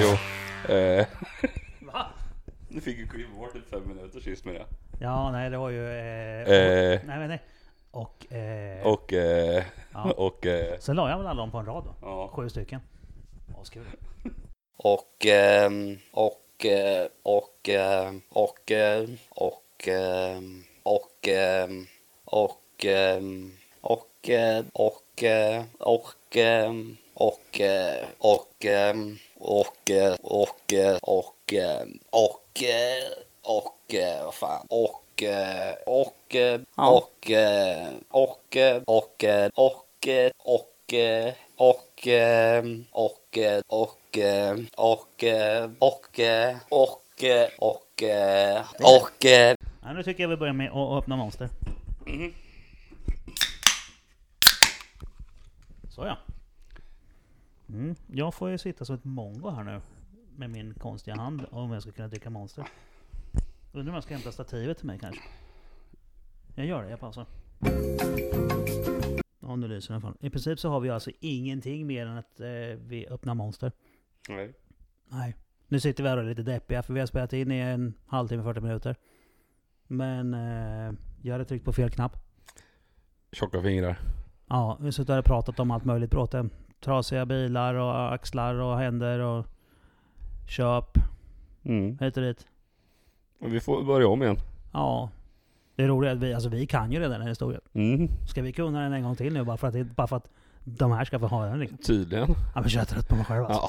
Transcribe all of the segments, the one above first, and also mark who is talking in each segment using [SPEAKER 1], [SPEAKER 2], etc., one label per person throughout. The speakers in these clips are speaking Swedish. [SPEAKER 1] Jo. Eh. Nu fick ju kliva bort ett fem minuter sist med det.
[SPEAKER 2] Ja, nej, det var ju... Eh,
[SPEAKER 1] Eh.
[SPEAKER 2] Och, nej, men nej. Och... Eh,
[SPEAKER 1] Och, eh,
[SPEAKER 2] Ja.
[SPEAKER 1] och, eh,
[SPEAKER 2] Sen la jag väl alla dem på en rad då.
[SPEAKER 1] ja.
[SPEAKER 2] Sju stycken. Askul.
[SPEAKER 3] Och, ehm, och, eh, och, ehm, och, ehm, och, ehm, och, ehm, och, ehm, och, eh, och, eh, och, ehm, och, eh, och, ehm, och, eh, och, eh, och, ehm, och, eh, och, eh, vad fan, och, eh, och, eh, och, eh, och, eh, och, eh, och, eh, och, eh, och, ehm, och, eh, och, ehm, och, ehm, och, eh, och, eh, och, eh, och, eh,
[SPEAKER 2] Ja, nu tycker jag vi börjar med att öppna monster. Så ja. Mm. Jag får ju sitta som ett mongo här nu. Med min konstiga hand om jag ska kunna dricka monster. Undrar om jag ska hämta stativet till mig kanske. Jag gör det, jag pausar. Ja, nu lyser den i alla fall. I princip så har vi alltså ingenting mer än att eh, vi öppnar monster.
[SPEAKER 1] Nej.
[SPEAKER 2] Nej. Nu sitter vi här och är lite deppiga för vi har spelat in i en halvtimme, 40 minuter. Men eh, jag hade tryckt på fel knapp.
[SPEAKER 1] Tjocka fingrar.
[SPEAKER 2] Ja, vi har suttit här och pratat om allt möjligt bråte. Trasiga bilar och axlar och händer och köp
[SPEAKER 1] Mm.
[SPEAKER 2] hit och dit.
[SPEAKER 1] Men Vi får börja om igen.
[SPEAKER 2] Ja. Det roliga är att vi, alltså, vi kan ju redan den här historien.
[SPEAKER 1] Mm.
[SPEAKER 2] Ska vi kunna den en gång till nu bara för att, det- bara för att de här ska få höra den? Liksom?
[SPEAKER 1] Tydligen.
[SPEAKER 2] Ja, men jag är trött på mig själv alltså.
[SPEAKER 1] Ja.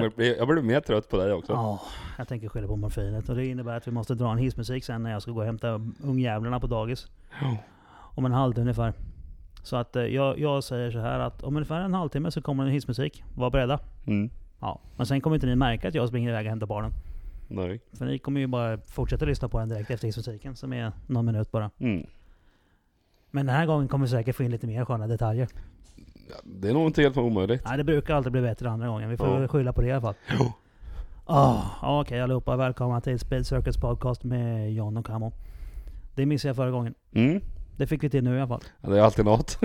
[SPEAKER 1] Jag, blir- jag blir mer trött på dig också.
[SPEAKER 2] Ja, jag tänker skylla på morfinet. Och det innebär att vi måste dra en hissmusik sen när jag ska gå och hämta ungjävlarna på dagis.
[SPEAKER 1] Ja.
[SPEAKER 2] Om en halvtimme ungefär. Så att eh, jag, jag säger så här att om ungefär en halvtimme så kommer en hissmusik. Var beredda.
[SPEAKER 1] Mm.
[SPEAKER 2] Ja. Men sen kommer inte ni märka att jag springer iväg och hämtar barnen.
[SPEAKER 1] Nej.
[SPEAKER 2] För ni kommer ju bara fortsätta lyssna på den direkt efter hissmusiken som är någon minut bara.
[SPEAKER 1] Mm.
[SPEAKER 2] Men den här gången kommer vi säkert få in lite mer sköna detaljer.
[SPEAKER 1] Ja, Det är nog inte helt omöjligt.
[SPEAKER 2] Nej, det brukar alltid bli bättre andra gången. Vi får
[SPEAKER 1] Ja.
[SPEAKER 2] väl skylla på det i alla fall.
[SPEAKER 1] Jo.
[SPEAKER 2] Oh, Okej allihopa, välkomna till Speed Circus Podcast med John och Camo. Det missade jag förra gången.
[SPEAKER 1] Mm.
[SPEAKER 2] Det fick vi till nu i alla fall.
[SPEAKER 1] Ja, Det är alltid något.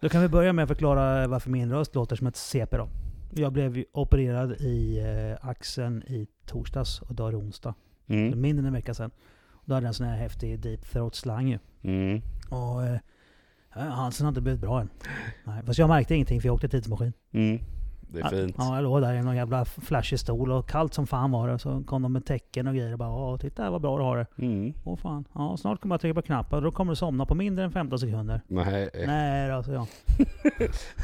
[SPEAKER 2] Då kan vi börja med att förklara varför min röst låter som ett CP då. Jag blev ju opererad i eh, axeln i torsdags och då är det onsdag.
[SPEAKER 1] Mm.
[SPEAKER 2] Mindre än en vecka sedan. Då hade jag en sån här häftig deep throat slang ju.
[SPEAKER 1] Mm.
[SPEAKER 2] Och eh, halsen har inte blivit bra än. Nej, fast jag märkte ingenting för jag åkte tidsmaskin.
[SPEAKER 1] Mm. Det är fint.
[SPEAKER 2] Ja, jag låg där i någon jävla flashig stol och kallt som fan var det. Så kom de med tecken och grejer och bara Åh, titta här vad bra du har det.
[SPEAKER 1] Mm.
[SPEAKER 2] Åh fan. Ja, snart kommer jag trycka på knappen och då kommer du somna på mindre än 15 sekunder.
[SPEAKER 1] Nej.
[SPEAKER 2] Nej alltså, då, sa jag.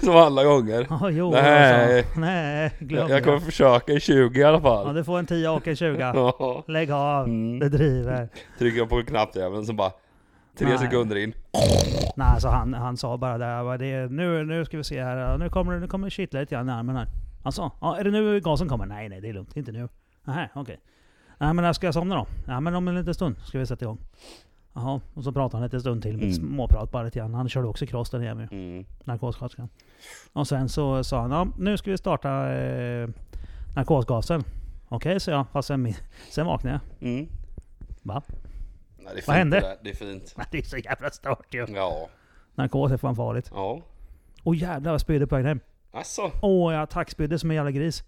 [SPEAKER 1] Som alla gånger.
[SPEAKER 2] Ja, jo,
[SPEAKER 1] Nej.
[SPEAKER 2] alltså. Nej, glöm
[SPEAKER 1] Jag, jag kommer
[SPEAKER 2] det.
[SPEAKER 1] försöka i 20 i alla
[SPEAKER 2] Ja,
[SPEAKER 1] fall.
[SPEAKER 2] du får en 10 och en 20.
[SPEAKER 1] Ja.
[SPEAKER 2] Lägg av.
[SPEAKER 1] Mm.
[SPEAKER 2] Det driver.
[SPEAKER 1] Trycker jag på knappjäveln så bara tre
[SPEAKER 2] Nej.
[SPEAKER 1] sekunder in.
[SPEAKER 2] Nej, alltså han, han sa bara där. Bara, det, är- nu, nu ska vi se här. ja, Nu kommer det nu kommer det kittla lite grann i armen här. Alltså, ja, är det nu gasen kommer? Nej, nej, det är lugnt. Inte nu. Nähä, okej. Nej, men när ska jag somna då? Ja, men om en liten stund ska vi sätta igång. Jaha, och så pratade han en liten stund till.
[SPEAKER 1] Mm.
[SPEAKER 2] Småprat bara lite grann. Han körde också cross där nere med
[SPEAKER 1] Mm.
[SPEAKER 2] narkossköterskan. Och sen så sa han, ja, nu ska vi starta eh, narkosgasen. Okej, sa jag. Fast sen, min- sen vaknade jag.
[SPEAKER 1] Mm.
[SPEAKER 2] Va?
[SPEAKER 1] Nej, det är fint
[SPEAKER 2] Vad hände?
[SPEAKER 1] det där. Det är fint.
[SPEAKER 2] Det är så jävla stört ju.
[SPEAKER 1] Ja.
[SPEAKER 2] Narkos är fan farligt.
[SPEAKER 1] Ja.
[SPEAKER 2] Åh jävlar vad jag spydde på vägen hem.
[SPEAKER 1] Alltså.
[SPEAKER 2] Åh, jag attackspydde som en jävla gris.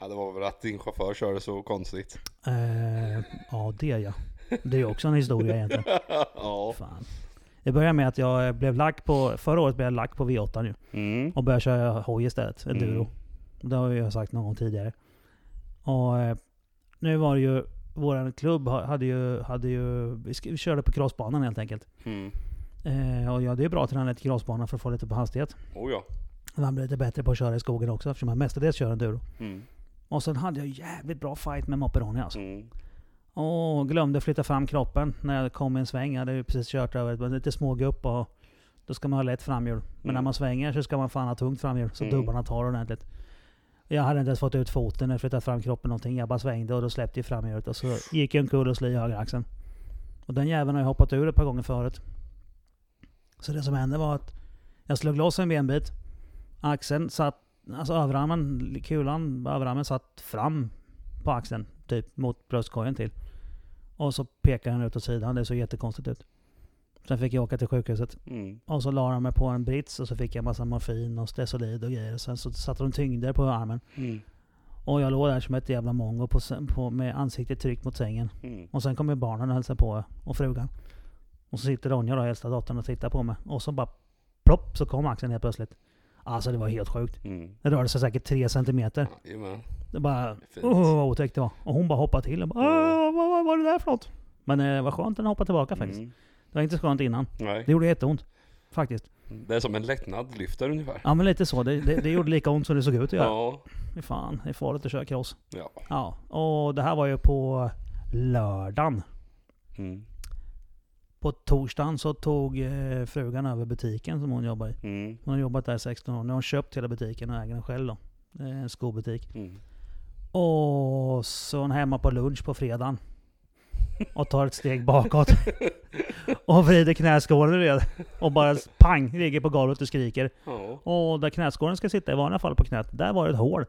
[SPEAKER 1] Ja, det var väl att din chaufför körde så konstigt.
[SPEAKER 2] Eh, ja, det ja. Det är också en historia egentligen.
[SPEAKER 1] ja.
[SPEAKER 2] Fan. Det börjar med att jag blev lack på, förra året blev jag lack på V8 nu.
[SPEAKER 1] Mm.
[SPEAKER 2] Och började köra hoj istället, enduro.
[SPEAKER 1] Mm.
[SPEAKER 2] Det har jag sagt någon gång tidigare. Och eh, nu var det ju, våran klubb ha- hade ju, hade ju vi, sk- vi körde på crossbanan helt enkelt.
[SPEAKER 1] Mm.
[SPEAKER 2] Eh, och ja, det är bra att träna lite crossbana för att få lite på hastighet.
[SPEAKER 1] Oh ja.
[SPEAKER 2] Man blir lite bättre på att köra i skogen också eftersom jag mestadels kör enduro.
[SPEAKER 1] Mm.
[SPEAKER 2] Och sen hade jag jävligt bra fight med moppe Ronny alltså.
[SPEAKER 1] Mm.
[SPEAKER 2] Och glömde flytta fram kroppen när jag kom i en sväng. Jag hade ju precis kört över ett- lite smågupp och då ska man ha lätt framhjul. Men
[SPEAKER 1] Mm.
[SPEAKER 2] när man svänger så ska man fan ha tungt framhjul så
[SPEAKER 1] Mm.
[SPEAKER 2] dubbarna tar ordentligt. Jag hade inte ens fått ut foten eller flyttat fram kroppen någonting. Jag bara svängde och då släppte jag fram hjulet och så gick jag omkull och slog i högra axeln. Och den jäveln har jag hoppat ur ett par gånger förut. Så det som hände var att jag slog loss en benbit. Axeln satt, alltså överarmen, kulan, överarmen satt fram på axeln. Typ mot bröstkorgen till. Och så pekade den ut åt sidan. Det såg jättekonstigt ut. Sen fick jag åka till sjukhuset.
[SPEAKER 1] Mm.
[SPEAKER 2] Och så la de mig på en brits och så fick jag massa morfin och stesolid och grejer. Sen så satte de tyngder på armen.
[SPEAKER 1] Mm.
[SPEAKER 2] Och jag låg där som ett jävla mongo på, säng- på, med ansiktet tryckt mot sängen.
[SPEAKER 1] Mm.
[SPEAKER 2] Och sen kom ju barnen och hälsade på och frugan. Och så sitter Ronja då, äldsta dottern, och tittar på mig. Och så bara plopp så kom axeln helt plötsligt. Alltså det var helt sjukt.
[SPEAKER 1] Mm.
[SPEAKER 2] Det rörde sig säkert tre centimeter.
[SPEAKER 1] Jajamän.
[SPEAKER 2] Det bara...
[SPEAKER 1] Fint.
[SPEAKER 2] Oh, vad otäckt det var. Och hon bara hoppade till och bara, "Åh, vad, vad var det där för något? Men eh, det var skönt att den hoppade tillbaka faktiskt.
[SPEAKER 1] Mm.
[SPEAKER 2] Det var inte skönt innan.
[SPEAKER 1] Nej.
[SPEAKER 2] Det gjorde jätteont. Faktiskt.
[SPEAKER 1] Det är som en lättnadlyftare ungefär.
[SPEAKER 2] Ja men lite så. Det, det, det gjorde lika ont som det såg ut att göra.
[SPEAKER 1] Ja.
[SPEAKER 2] Fy Fan, det är farligt att köra cross.
[SPEAKER 1] Ja.
[SPEAKER 2] Ja, och det här var ju på lördagen.
[SPEAKER 1] Mm.
[SPEAKER 2] På torsdagen så tog eh, frugan över butiken som hon jobbar i.
[SPEAKER 1] Mm.
[SPEAKER 2] Hon har jobbat där i 16 år. Nu har hon köpt hela butiken och äger den själv då. Det är En skobutik.
[SPEAKER 1] Mm.
[SPEAKER 2] Och så är hon hemma på lunch på fredagen. Och tar ett steg bakåt. och vrider knäskålen redan. Och bara pang, ligger på golvet och skriker.
[SPEAKER 1] Ja.
[SPEAKER 2] Och där knäskålen ska sitta i vanliga fall på knät, där var det ett hål.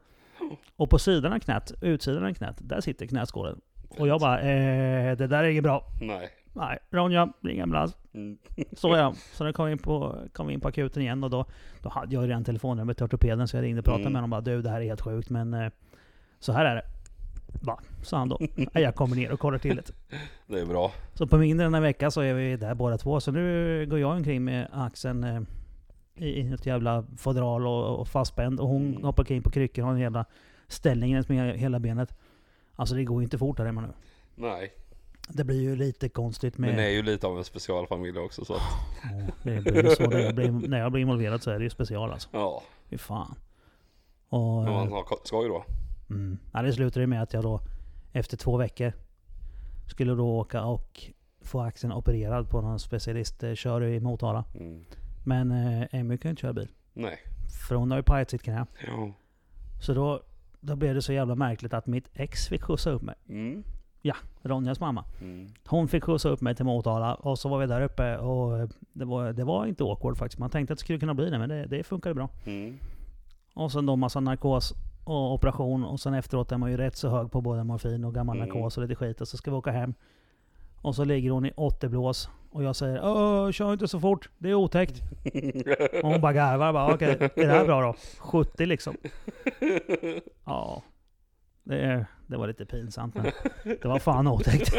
[SPEAKER 2] Och på sidan av knät, utsidan av knät, där sitter knäskålen. Och jag bara, eh, det där är inget bra.
[SPEAKER 1] Nej.
[SPEAKER 2] Nej, Ronja, ring ambulans.
[SPEAKER 1] Mm.
[SPEAKER 2] Så ja. Så då kom vi in på, kom vi in på akuten igen och då, då hade jag ju redan telefonnumret till ortopeden så jag ringde och pratade
[SPEAKER 1] Mm.
[SPEAKER 2] med honom och bara, du det här är helt sjukt men eh, så här är det. Va? Sa han då. Nej, jag kommer ner och kollar till det.
[SPEAKER 1] Det är bra.
[SPEAKER 2] Så på mindre än en vecka så är vi där båda två. Så nu går jag omkring med axeln eh, i i något jävla fodral och, och fastspänd. Och hon
[SPEAKER 1] Mm.
[SPEAKER 2] hoppar omkring på kryckor och har en jävla ställning längs med hela benet. Alltså det går ju inte fort här hemma nu.
[SPEAKER 1] Nej.
[SPEAKER 2] Det blir ju lite konstigt med...
[SPEAKER 1] Men det är ju lite av en specialfamilj också så att,
[SPEAKER 2] Ja, det blir ju så. När jag blir, när jag blir involverad så är det ju special alltså.
[SPEAKER 1] ja.
[SPEAKER 2] Fy fan. Och,
[SPEAKER 1] Men man har skoj då.
[SPEAKER 2] Mm. Ja, det slutade ju med att jag då efter två veckor skulle då åka och få axeln opererad på någon specialist. eh, Kör i Motala.
[SPEAKER 1] Mm.
[SPEAKER 2] Men eh, Emmy kan ju inte köra bil.
[SPEAKER 1] Nej.
[SPEAKER 2] För hon har ju pajat sitt knä.
[SPEAKER 1] Ja.
[SPEAKER 2] Så då, då blev det så jävla märkligt att mitt ex fick skjutsa upp mig.
[SPEAKER 1] Mm.
[SPEAKER 2] Ronjas mamma.
[SPEAKER 1] Mm.
[SPEAKER 2] Hon fick skjutsa upp mig till Motala och så var vi där uppe och eh, det var, det var inte awkward faktiskt. Man tänkte att det skulle kunna bli det men det, det funkade bra.
[SPEAKER 1] Mm.
[SPEAKER 2] Och sen då massa narkos och operation och sen efteråt är man ju rätt så hög på både morfin och gammal
[SPEAKER 1] Mm.
[SPEAKER 2] narkos och lite skit och så ska vi åka hem. Och så ligger hon i 80 blås och jag säger Åh, kör inte så fort, det är otäckt. Och hon bara garvar bara, okej, är det här bra då? 70 liksom. Ja. Det, det var lite pinsamt men det var fan otäckt.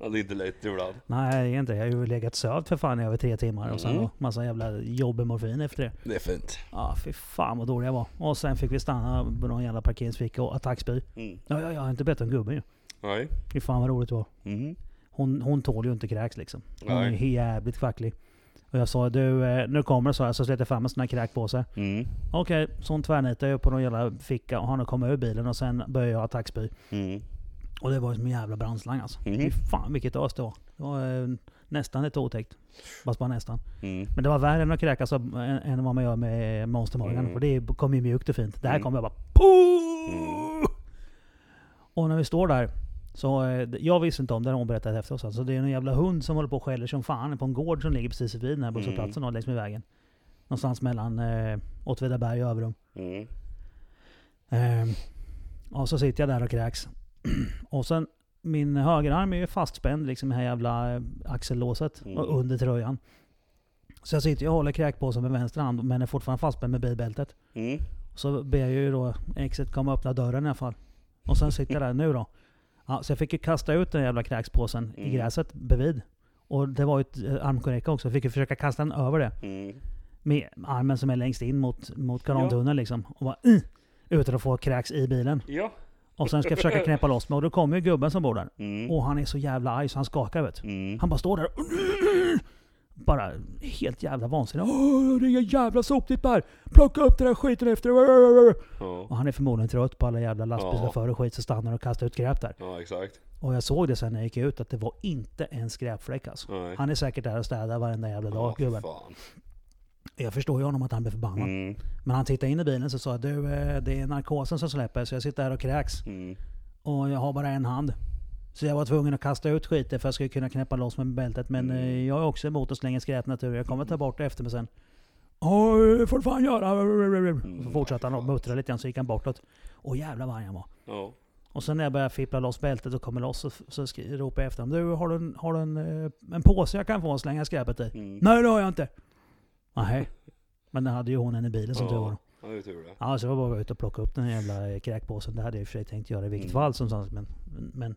[SPEAKER 1] ja, det är inte lätt ibland.
[SPEAKER 2] Nej, det är inte det. Jag har ju legat sövd för fan i över tre timmar och sen
[SPEAKER 1] Mm.
[SPEAKER 2] då massa jävla jobbig morfin efter det.
[SPEAKER 1] Det är fint.
[SPEAKER 2] Ja, fy fan vad dålig jag var. Och sen fick vi stanna på någon jävla parkeringsficka och attackspy.
[SPEAKER 1] Mm.
[SPEAKER 2] Ja, ja, jag har inte bett om gubben ju.
[SPEAKER 1] Nej.
[SPEAKER 2] Fy fan vad roligt det var.
[SPEAKER 1] Mm.
[SPEAKER 2] Hon, hon tål ju inte kräks liksom. Hon är
[SPEAKER 1] Nej.
[SPEAKER 2] ju jävligt facklig. Och jag sa du, eh, nu kommer det så här. Så slet jag fram en sån här kräkpåse.
[SPEAKER 1] Mm.
[SPEAKER 2] Okej, så hon tvärnitade ju på någon jävla ficka och han kommit ur bilen och sen började jag attackspy.
[SPEAKER 1] Mm.
[SPEAKER 2] Och det var ju som en jävla brandslang alltså.
[SPEAKER 1] Mhm.
[SPEAKER 2] Fy fan vilket ös det var. Det var eh, nästan lite otäckt. Fast bara nästan.
[SPEAKER 1] Mm.
[SPEAKER 2] Men det var värre än att kräkas av- än än vad man gör med eh, Monster Morgan.
[SPEAKER 1] Mm.
[SPEAKER 2] För det kom ju mjukt och fint. Det här
[SPEAKER 1] Mm.
[SPEAKER 2] kom jag bara
[SPEAKER 1] Mm.
[SPEAKER 2] Och när vi står där, så, eh, jag visste inte om det, hon berättade efter oss. Alltså, det är en jävla hund som håller på och skäller som fan på en gård som ligger precis vid den här busshållplatsen mm. längs med vägen. Någonstans mellan eh, Åtvidaberg och Överum.
[SPEAKER 1] Mm.
[SPEAKER 2] Ehm, och så sitter jag där och kräks. och sen, min högerarm är ju fastspänd liksom i det här jävla eh, axellåset
[SPEAKER 1] Mm.
[SPEAKER 2] och under tröjan. Så jag sitter och håller kräkpåsen med vänster hand men är fortfarande fastspänd med bilbältet.
[SPEAKER 1] Mm.
[SPEAKER 2] Så ber jag ju då exet komma och öppna dörren i alla fall. Och sen sitter jag där nu då. Ja, så jag fick ju kasta ut den jävla kräkspåsen i
[SPEAKER 1] Mm.
[SPEAKER 2] gräset bredvid. Och det var ju ett eh, armkorreka också. Jag fick ju försöka kasta den över det.
[SPEAKER 1] Mm.
[SPEAKER 2] Med armen som är längst in mot, mot kanaltunneln liksom. Och bara, uh, utan att få kräks i bilen.
[SPEAKER 1] Ja.
[SPEAKER 2] Och sen ska jag försöka knäppa loss mig. Och då kommer ju gubben som bor där.
[SPEAKER 1] Mm.
[SPEAKER 2] Och han är så jävla arg så han skakar vet du.
[SPEAKER 1] Mm.
[SPEAKER 2] Han bara står där och bara helt jävla vansinnig. Åh, det är jävla soptippar! Plocka upp den här skiten efter
[SPEAKER 1] Ja.
[SPEAKER 2] och han är förmodligen trött på alla jävla lastbilschaufförer och skit så stannar och kastar ut skräp där.
[SPEAKER 1] ja, exakt.
[SPEAKER 2] Och jag såg det sen när jag gick ut att det var inte en skräpfläck alltså.
[SPEAKER 1] Nej.
[SPEAKER 2] Han är säkert där och städar varenda jävla dag
[SPEAKER 1] Ja,
[SPEAKER 2] gubben.
[SPEAKER 1] fan.
[SPEAKER 2] Jag förstår ju honom att han blev förbannad.
[SPEAKER 1] Mm.
[SPEAKER 2] Men han tittade in i bilen och sa jag, du, eh, det är narkosen som släpper så jag sitter här och kräks.
[SPEAKER 1] Mm.
[SPEAKER 2] Och jag har bara en hand. Så jag var tvungen att kasta ut skiten för jag skulle kunna knäppa loss med bältet. Men
[SPEAKER 1] Mm.
[SPEAKER 2] eh, jag är också emot att slänga skräp natur. Jag kommer ta bort det efter mig sen. Ja, det får du fan
[SPEAKER 1] Mm.
[SPEAKER 2] göra. Så fortsatte han och muttrade lite grann så gick han bortåt. Och jävlar vad arg han var.
[SPEAKER 1] Ja.
[SPEAKER 2] Och sen när jag började fippla loss bältet och kommer loss så, så skri- ropar jag efter honom. Du, har du, en, har du en, eh, en påse jag kan få att slänga skräpet i?
[SPEAKER 1] Mm.
[SPEAKER 2] Nej det har jag inte! Nej. Men det hade ju hon en i bilen som
[SPEAKER 1] Ja.
[SPEAKER 2] tur var.
[SPEAKER 1] Ja, det är tur det.
[SPEAKER 2] Ja, så jag var bara ute och plocka upp den här jävla eh, kräkpåsen. Det hade jag i och för sig tänkt göra i vilket
[SPEAKER 1] Mm.
[SPEAKER 2] fall som sagt. Men, men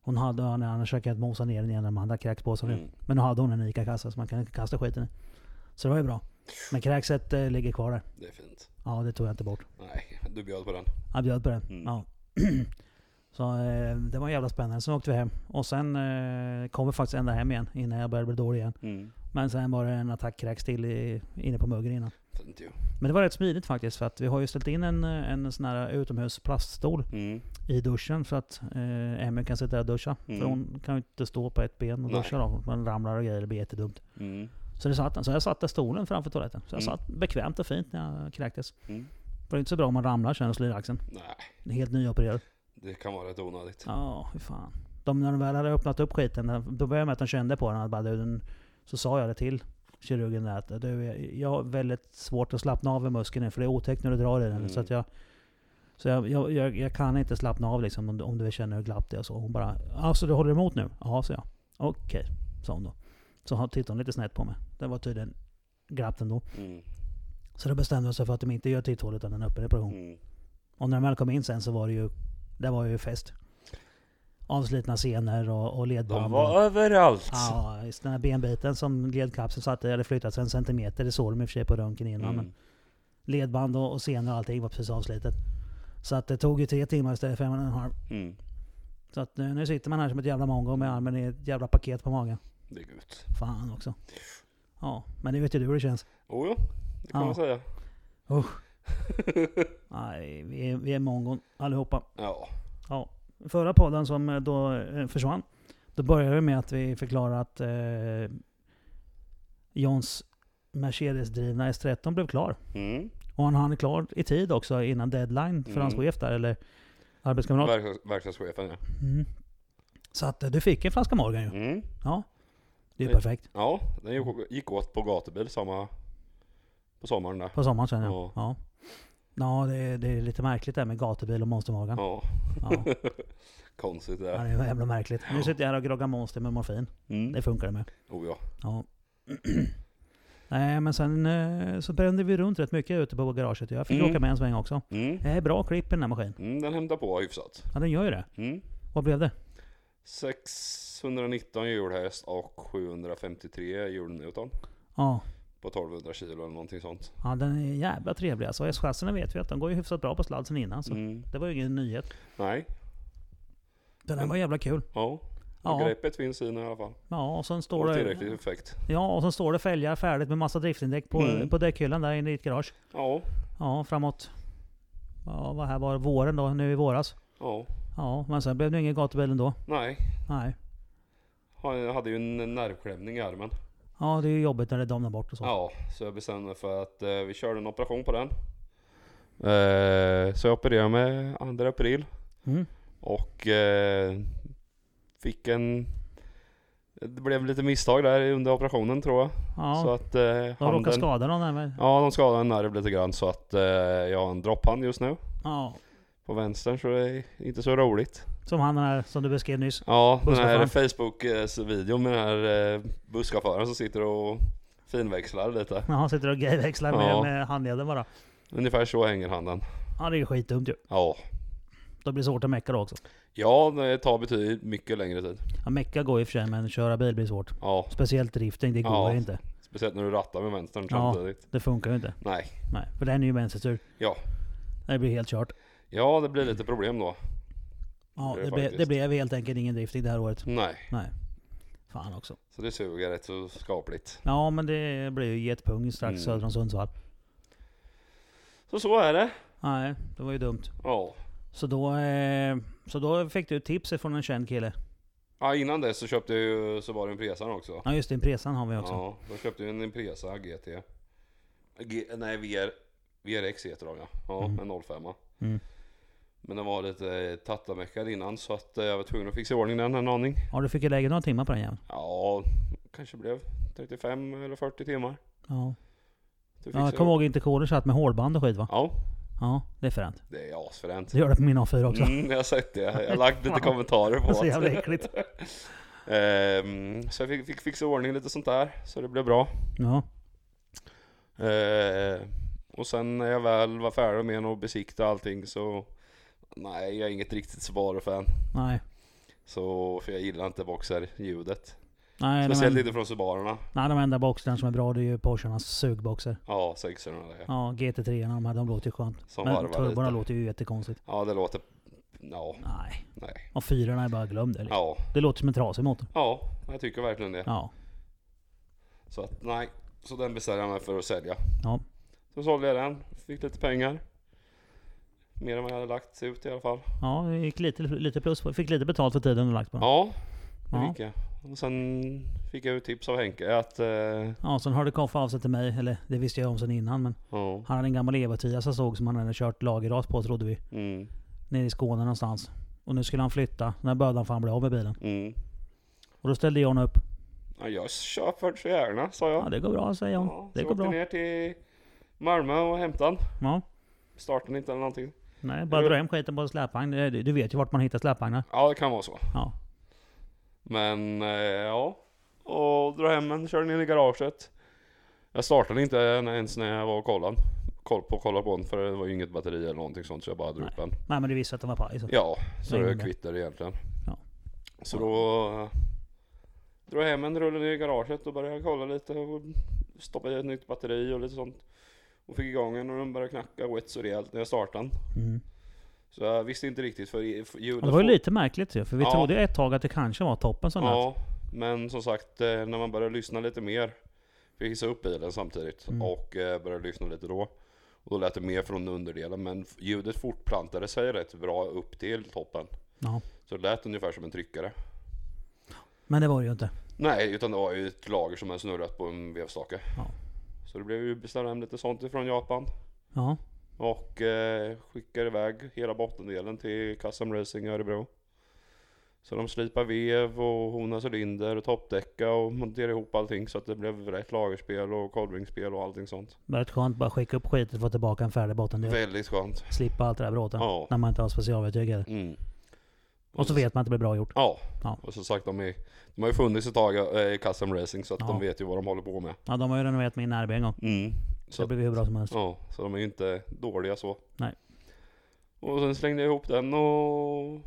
[SPEAKER 2] hon hade, han hade försökt mosa ner den i en av de andra kräkspåsarna.
[SPEAKER 1] Mm.
[SPEAKER 2] Men nu hade hon en ICA-kassa så man kan kasta skiten i. Så det var ju bra. Men kräkset eh, ligger kvar där.
[SPEAKER 1] Det är fint.
[SPEAKER 2] Ja, det tog jag inte bort.
[SPEAKER 1] Nej, du bjöd på den.
[SPEAKER 2] Jag bjöd på det.
[SPEAKER 1] Mm.
[SPEAKER 2] Ja. Så eh, det var jävla spännande. Sen åkte vi hem. Och sen eh, kom vi faktiskt ända hem igen innan jag började bli dålig igen.
[SPEAKER 1] Mm.
[SPEAKER 2] Men sen var det en attackkräks till i, inne på muggen innan.
[SPEAKER 1] Fint ju.
[SPEAKER 2] Men det var rätt smidigt faktiskt för att vi har ju ställt in en, eh, en sån här utomhus plaststol
[SPEAKER 1] Mm.
[SPEAKER 2] i duschen för att eh, Emmy kan sitta där och duscha.
[SPEAKER 1] Mm.
[SPEAKER 2] För hon kan ju inte stå på ett ben och
[SPEAKER 1] Nej.
[SPEAKER 2] duscha då. Man ramlar och grejer, det blir jättedumt.
[SPEAKER 1] Mm.
[SPEAKER 2] Så, det satt, den. så jag satte stolen framför toaletten. Så jag
[SPEAKER 1] Mm.
[SPEAKER 2] satt bekvämt och fint när jag kräktes.
[SPEAKER 1] Mm.
[SPEAKER 2] Det är inte så bra om man ramlar sen och slår i axeln.
[SPEAKER 1] Nej,
[SPEAKER 2] Helt nyopererad.
[SPEAKER 1] det kan vara rätt onödigt.
[SPEAKER 2] Ja, fy fan. De, när de väl hade öppnat upp skiten, då började med att de kände på den. Att bara, du, den så sa jag det till kirurgen där att du, jag- jag har väldigt svårt att slappna av i muskeln nu, för det är otäckt när du drar i den.
[SPEAKER 1] Mm.
[SPEAKER 2] Så, att jag, så jag, jag, jag, jag kan inte slappna av liksom, om, du- om du känner hur glapp det är. och Så hon bara alltså du håller emot nu?” ”Ja”, sa jag. ”Okej”, sa hon då. Så hon- tittade hon lite snett på mig. Det var tydligen glapp ändå.
[SPEAKER 1] Mm.
[SPEAKER 2] Så då bestämde hon sig för att de inte gör titthål utan en öppen reparation.
[SPEAKER 1] Mm.
[SPEAKER 2] Och när de väl kom in sen så var det ju, det var ju fest. Avslitna scener och, och ledband.
[SPEAKER 1] De
[SPEAKER 2] och-
[SPEAKER 1] var överallt.
[SPEAKER 2] Ja, just den här benbiten som ledkapseln satte hade flyttats en centimeter. Det såg de i och för sig på röntgen innan. Men
[SPEAKER 1] Mm.
[SPEAKER 2] ledband och, och scener och allting var precis avslitet. Så att det tog ju tre timmar istället för en och en halv.
[SPEAKER 1] Mm.
[SPEAKER 2] Så att nu, nu sitter man här som ett jävla mongo med armen i ett jävla paket på magen.
[SPEAKER 1] Det är gult.
[SPEAKER 2] Fan också. Ja, men det vet ju du hur det känns.
[SPEAKER 1] Oh, jo, det kan
[SPEAKER 2] Ja.
[SPEAKER 1] man säga.
[SPEAKER 2] Nej, vi är, vi är mongon allihopa.
[SPEAKER 1] Ja.
[SPEAKER 2] Ja, förra podden som eh, då eh, försvann, då började vi med att vi förklarade att eh, Johns Mercedes-drivna S13 blev klar.
[SPEAKER 1] Mm.
[SPEAKER 2] Och han hann klar i tid också innan deadline för
[SPEAKER 1] Mm.
[SPEAKER 2] hans chef där, eller arbetskamrat.
[SPEAKER 1] Verkstads- Verkstadschefen ja.
[SPEAKER 2] Mm. Så att eh, du fick en flaska Morgan ju.
[SPEAKER 1] Mm.
[SPEAKER 2] Ja, det är ju
[SPEAKER 1] Det-
[SPEAKER 2] perfekt.
[SPEAKER 1] Ja, den gick- gick åt på gatubil samma... På sommaren där.
[SPEAKER 2] På sommaren sen
[SPEAKER 1] Ja.
[SPEAKER 2] ja. Ja, ja det, är, det är lite märkligt det här med gatubil och Monster Morgan.
[SPEAKER 1] Ja,
[SPEAKER 2] Ja.
[SPEAKER 1] konstigt det
[SPEAKER 2] Ja,
[SPEAKER 1] där.
[SPEAKER 2] det är jävla märkligt. Nu sitter jag här och groggar Monster med morfin.
[SPEAKER 1] Mm.
[SPEAKER 2] Det funkar det med.
[SPEAKER 1] Oh ja.
[SPEAKER 2] Ja. Nej men sen eh, så brände vi runt rätt mycket ute på garaget. Jag fick
[SPEAKER 1] Mm.
[SPEAKER 2] åka med en sväng också.
[SPEAKER 1] Mm.
[SPEAKER 2] Det är bra klipp i den här maskinen.
[SPEAKER 1] Mm, den hämtar på hyfsat.
[SPEAKER 2] Ja den gör ju det.
[SPEAKER 1] Mm.
[SPEAKER 2] Vad blev det?
[SPEAKER 1] 619 hjulhäst och 753 hjulnewton.
[SPEAKER 2] Ja,
[SPEAKER 1] På 1200 kilo eller någonting sånt.
[SPEAKER 2] ja den är jävla trevlig alltså. S-chasserna vet vi att de går ju hyfsat bra på sladd sen innan. Så
[SPEAKER 1] Mm.
[SPEAKER 2] det var ju ingen nyhet.
[SPEAKER 1] Nej.
[SPEAKER 2] Den här var jävla kul.
[SPEAKER 1] Ja.
[SPEAKER 2] Ja.
[SPEAKER 1] ja. Greppet finns i den i alla fall.
[SPEAKER 2] Ja och sen står
[SPEAKER 1] Och
[SPEAKER 2] det,
[SPEAKER 1] tillräcklig effekt.
[SPEAKER 2] ja, och sen står det fälgar färdigt med massa driftindäck på,
[SPEAKER 1] Mm.
[SPEAKER 2] på däckhyllan där inne i ditt garage.
[SPEAKER 1] Ja.
[SPEAKER 2] Ja framåt. Ja vad här var det? våren då, nu i våras.
[SPEAKER 1] Ja.
[SPEAKER 2] Ja men sen blev det ju ingen gatubil ändå.
[SPEAKER 1] Nej.
[SPEAKER 2] Nej.
[SPEAKER 1] Jag hade ju en nervklämning i armen.
[SPEAKER 2] Ja det är ju jobbigt när det domnar bort och så.
[SPEAKER 1] Ja, så jag bestämde mig för att eh, vi körde en operation på den. Eh, så jag opererade mig 2 april
[SPEAKER 2] Mm.
[SPEAKER 1] och eh, fick en... Det blev lite misstag där under operationen tror jag.
[SPEAKER 2] Ja.
[SPEAKER 1] Så att eh,
[SPEAKER 2] De råkade
[SPEAKER 1] handen...
[SPEAKER 2] skada någon där med.
[SPEAKER 1] Ja, de skadade en nerv lite grann så att eh, jag har en dropphand just nu
[SPEAKER 2] Ja.
[SPEAKER 1] på vänstern så det är inte så roligt.
[SPEAKER 2] Som han här som du beskrev nyss.
[SPEAKER 1] Ja, den här
[SPEAKER 2] Busschauffören.
[SPEAKER 1] Facebook-videon med den här eh, busschauffören som sitter och finväxlar lite.
[SPEAKER 2] När han sitter och gayväxlar med,
[SPEAKER 1] Ja.
[SPEAKER 2] med handleden bara.
[SPEAKER 1] Ungefär så hänger handen.
[SPEAKER 2] Ja det är ju skitdumt ju.
[SPEAKER 1] Ja.
[SPEAKER 2] Då blir det svårt att mecka då också.
[SPEAKER 1] Ja, det tar betydligt mycket längre tid.
[SPEAKER 2] Ja, mecka går i och för sig men köra bil blir svårt.
[SPEAKER 1] Ja,
[SPEAKER 2] Speciellt drifting, det går
[SPEAKER 1] Ja.
[SPEAKER 2] inte.
[SPEAKER 1] speciellt när du rattar med vänstern
[SPEAKER 2] Ja.
[SPEAKER 1] samtidigt.
[SPEAKER 2] Det funkar ju inte.
[SPEAKER 1] Nej.
[SPEAKER 2] Nej, för den är ju vänstertur.
[SPEAKER 1] Ja.
[SPEAKER 2] Det blir helt kört.
[SPEAKER 1] Ja, det blir lite problem då.
[SPEAKER 2] Ja,
[SPEAKER 1] Det är
[SPEAKER 2] det, ble,
[SPEAKER 1] faktiskt.
[SPEAKER 2] det blev helt enkelt ingen drifting det här året.
[SPEAKER 1] Nej,
[SPEAKER 2] Nej. Fan också.
[SPEAKER 1] så det suger rätt så skapligt.
[SPEAKER 2] Ja men det blir ju getpung strax
[SPEAKER 1] Mm.
[SPEAKER 2] söder om Sundsvall.
[SPEAKER 1] Så så är det.
[SPEAKER 2] Nej, det var ju dumt.
[SPEAKER 1] Ja.
[SPEAKER 2] Så då, eh, så då fick du tips från en känd kille.
[SPEAKER 1] ja innan dess så köpte jag ju Subaru Impresan också.
[SPEAKER 2] Ja just det, Impresan har vi också.
[SPEAKER 1] Ja, då köpte jag en Impresa GT. G- nej, VR, VRX heter de ja. Ja, en 05
[SPEAKER 2] Mm.
[SPEAKER 1] Men den var lite eh, tattamäckad innan så att eh, jag var tvungen att fixa i ordning den en aning.
[SPEAKER 2] Ja, du fick ju lägga några timmar på den jäveln.
[SPEAKER 1] Ja, kanske blev 35 eller 40 timmar.
[SPEAKER 2] Ja.
[SPEAKER 1] Du
[SPEAKER 2] ja jag
[SPEAKER 1] fixar
[SPEAKER 2] kommer
[SPEAKER 1] det.
[SPEAKER 2] ihåg interkoder satt med hårband och skit va?
[SPEAKER 1] Ja,
[SPEAKER 2] Ja, det är fränt.
[SPEAKER 1] det är asfränt.
[SPEAKER 2] Det gör det på min A4 också.
[SPEAKER 1] Mm, jag har sett det. Jag har lagt lite kommentarer
[SPEAKER 2] Det
[SPEAKER 1] på
[SPEAKER 2] är så
[SPEAKER 1] det.
[SPEAKER 2] jävla äckligt.
[SPEAKER 1] Ehm, så jag fick, fick fixa i ordning lite sånt där, så det blev bra.
[SPEAKER 2] Ja.
[SPEAKER 1] Ehm, och sen när jag väl var färdig med att besikta allting så, nej jag är inget riktigt Subaru-fan.
[SPEAKER 2] Nej.
[SPEAKER 1] Så, för jag gillar inte boxer-ljudet.
[SPEAKER 2] Nej, de,
[SPEAKER 1] Speciellt
[SPEAKER 2] en,
[SPEAKER 1] inte från Subarorna.
[SPEAKER 2] nej, de enda boxarna som är bra det är ju Porscharnas sugboxar.
[SPEAKER 1] Ja, 600 där.
[SPEAKER 2] Ja, GT3 de här, de låter ju skönt.
[SPEAKER 1] Som
[SPEAKER 2] Men
[SPEAKER 1] varvar
[SPEAKER 2] turborna
[SPEAKER 1] lite.
[SPEAKER 2] låter ju jättekonstigt.
[SPEAKER 1] Ja, det låter... Ja,
[SPEAKER 2] Nej.
[SPEAKER 1] nej.
[SPEAKER 2] Och fyrorna är bara glöm det. liksom.
[SPEAKER 1] Ja,
[SPEAKER 2] Det låter som en trasig motor.
[SPEAKER 1] ja, jag tycker verkligen det.
[SPEAKER 2] Ja.
[SPEAKER 1] Så att, nej. Så den beställde jag mig för att sälja.
[SPEAKER 2] Ja.
[SPEAKER 1] Så sålde jag den, fick lite pengar. Mer än vad jag hade lagt ut i alla fall.
[SPEAKER 2] Ja, det gick lite, lite plus. på- Fick lite betalt för tiden du lagt på den.
[SPEAKER 1] Ja, det
[SPEAKER 2] Ja.
[SPEAKER 1] fick jag. Och sen fick jag ju tips av Henke att... Eh,
[SPEAKER 2] Ja, sen hörde Koffe av sig till mig, eller det visste jag om sen innan men
[SPEAKER 1] ja,
[SPEAKER 2] Han hade en gammal Eva-tia som såg som han hade kört lagerras på trodde vi.
[SPEAKER 1] mm,
[SPEAKER 2] Nere i Skåne någonstans. Och nu skulle han flytta. När behövde han fan bli av med bilen.
[SPEAKER 1] mm.
[SPEAKER 2] Och då ställde John upp.
[SPEAKER 1] Ja, jag köper så gärna, sa jag.
[SPEAKER 2] Ja det går bra säger John.
[SPEAKER 1] Ja,
[SPEAKER 2] det
[SPEAKER 1] så
[SPEAKER 2] går
[SPEAKER 1] åkte
[SPEAKER 2] bra.
[SPEAKER 1] ner till Malmö och hämtade den.
[SPEAKER 2] Ja.
[SPEAKER 1] Startade den inte eller någonting.
[SPEAKER 2] Nej, bara
[SPEAKER 1] Jo.
[SPEAKER 2] dra hem skiten på en släpvagn. Det- Du vet ju vart man hittar släpvagnar.
[SPEAKER 1] Ja, det kan vara så.
[SPEAKER 2] Ja.
[SPEAKER 1] Men eh, ja, och dra hem den, körde ner i garaget. Jag startade inte ens när jag var och kollade. Koll på, kollade på den för det var ju inget batteri eller någonting sånt så jag bara drog upp den.
[SPEAKER 2] Nej men du visste att den var paj. Så.
[SPEAKER 1] Ja, så
[SPEAKER 2] Ringde.
[SPEAKER 1] det kvittar egentligen.
[SPEAKER 2] Ja.
[SPEAKER 1] Så då eh, drog jag hem den, rullade ner i garaget och började kolla lite och stoppade i ett nytt batteri och lite sånt. Och fick igång den och den började knacka rätt så rejält när jag startade den.
[SPEAKER 2] Mm.
[SPEAKER 1] Så jag visste inte riktigt för i- för ljudet
[SPEAKER 2] Och det var ju
[SPEAKER 1] får-
[SPEAKER 2] lite märkligt ju. För vi
[SPEAKER 1] Ja.
[SPEAKER 2] trodde ju ett tag att det kanske var toppen som lät.
[SPEAKER 1] Ja, men som sagt eh, när man börjar lyssna lite mer. Vi hissade upp bilen samtidigt och eh, började lyssna lite då. Och då lät det mer från underdelen men f- ljudet fortplantade sig rätt bra upp till toppen.
[SPEAKER 2] Ja.
[SPEAKER 1] Så det lät ungefär som en tryckare.
[SPEAKER 2] Men det var det ju inte.
[SPEAKER 1] Nej, utan det var ju ett lager som hade snurrat på en vevstake.
[SPEAKER 2] Ja.
[SPEAKER 1] Så det blev ju beställde hem lite sånt ifrån Japan.
[SPEAKER 2] Ja.
[SPEAKER 1] Och eh, skickade iväg hela bottendelen till Custom Racing i Örebro. Så de slipade vev och honade cylinder och toppdäcka och monterade ihop allting så att det blev rätt lagerspel och kolvringsspel och allting sånt.
[SPEAKER 2] Det var rätt skönt bara skicka upp skiten och få tillbaka en färdig bottendel.
[SPEAKER 1] Väldigt skönt.
[SPEAKER 2] Slippa allt det där bråten.
[SPEAKER 1] Ja.
[SPEAKER 2] När man inte har specialverktyg heller.
[SPEAKER 1] Mm.
[SPEAKER 2] Och så vet man att det blir bra gjort.
[SPEAKER 1] Ja.
[SPEAKER 2] Ja.
[SPEAKER 1] och som sagt de, är, de har ju funnits ett tag eh, i Custom Racing så att
[SPEAKER 2] Ja.
[SPEAKER 1] de vet ju vad de håller på med.
[SPEAKER 2] Ja de har ju renoverat min RB en gång.
[SPEAKER 1] Mm.
[SPEAKER 2] Så
[SPEAKER 1] Så
[SPEAKER 2] det
[SPEAKER 1] att-
[SPEAKER 2] blev ju hur bra som helst.
[SPEAKER 1] Ja, så de är ju inte dåliga så.
[SPEAKER 2] Nej.
[SPEAKER 1] Och sen slängde jag ihop den och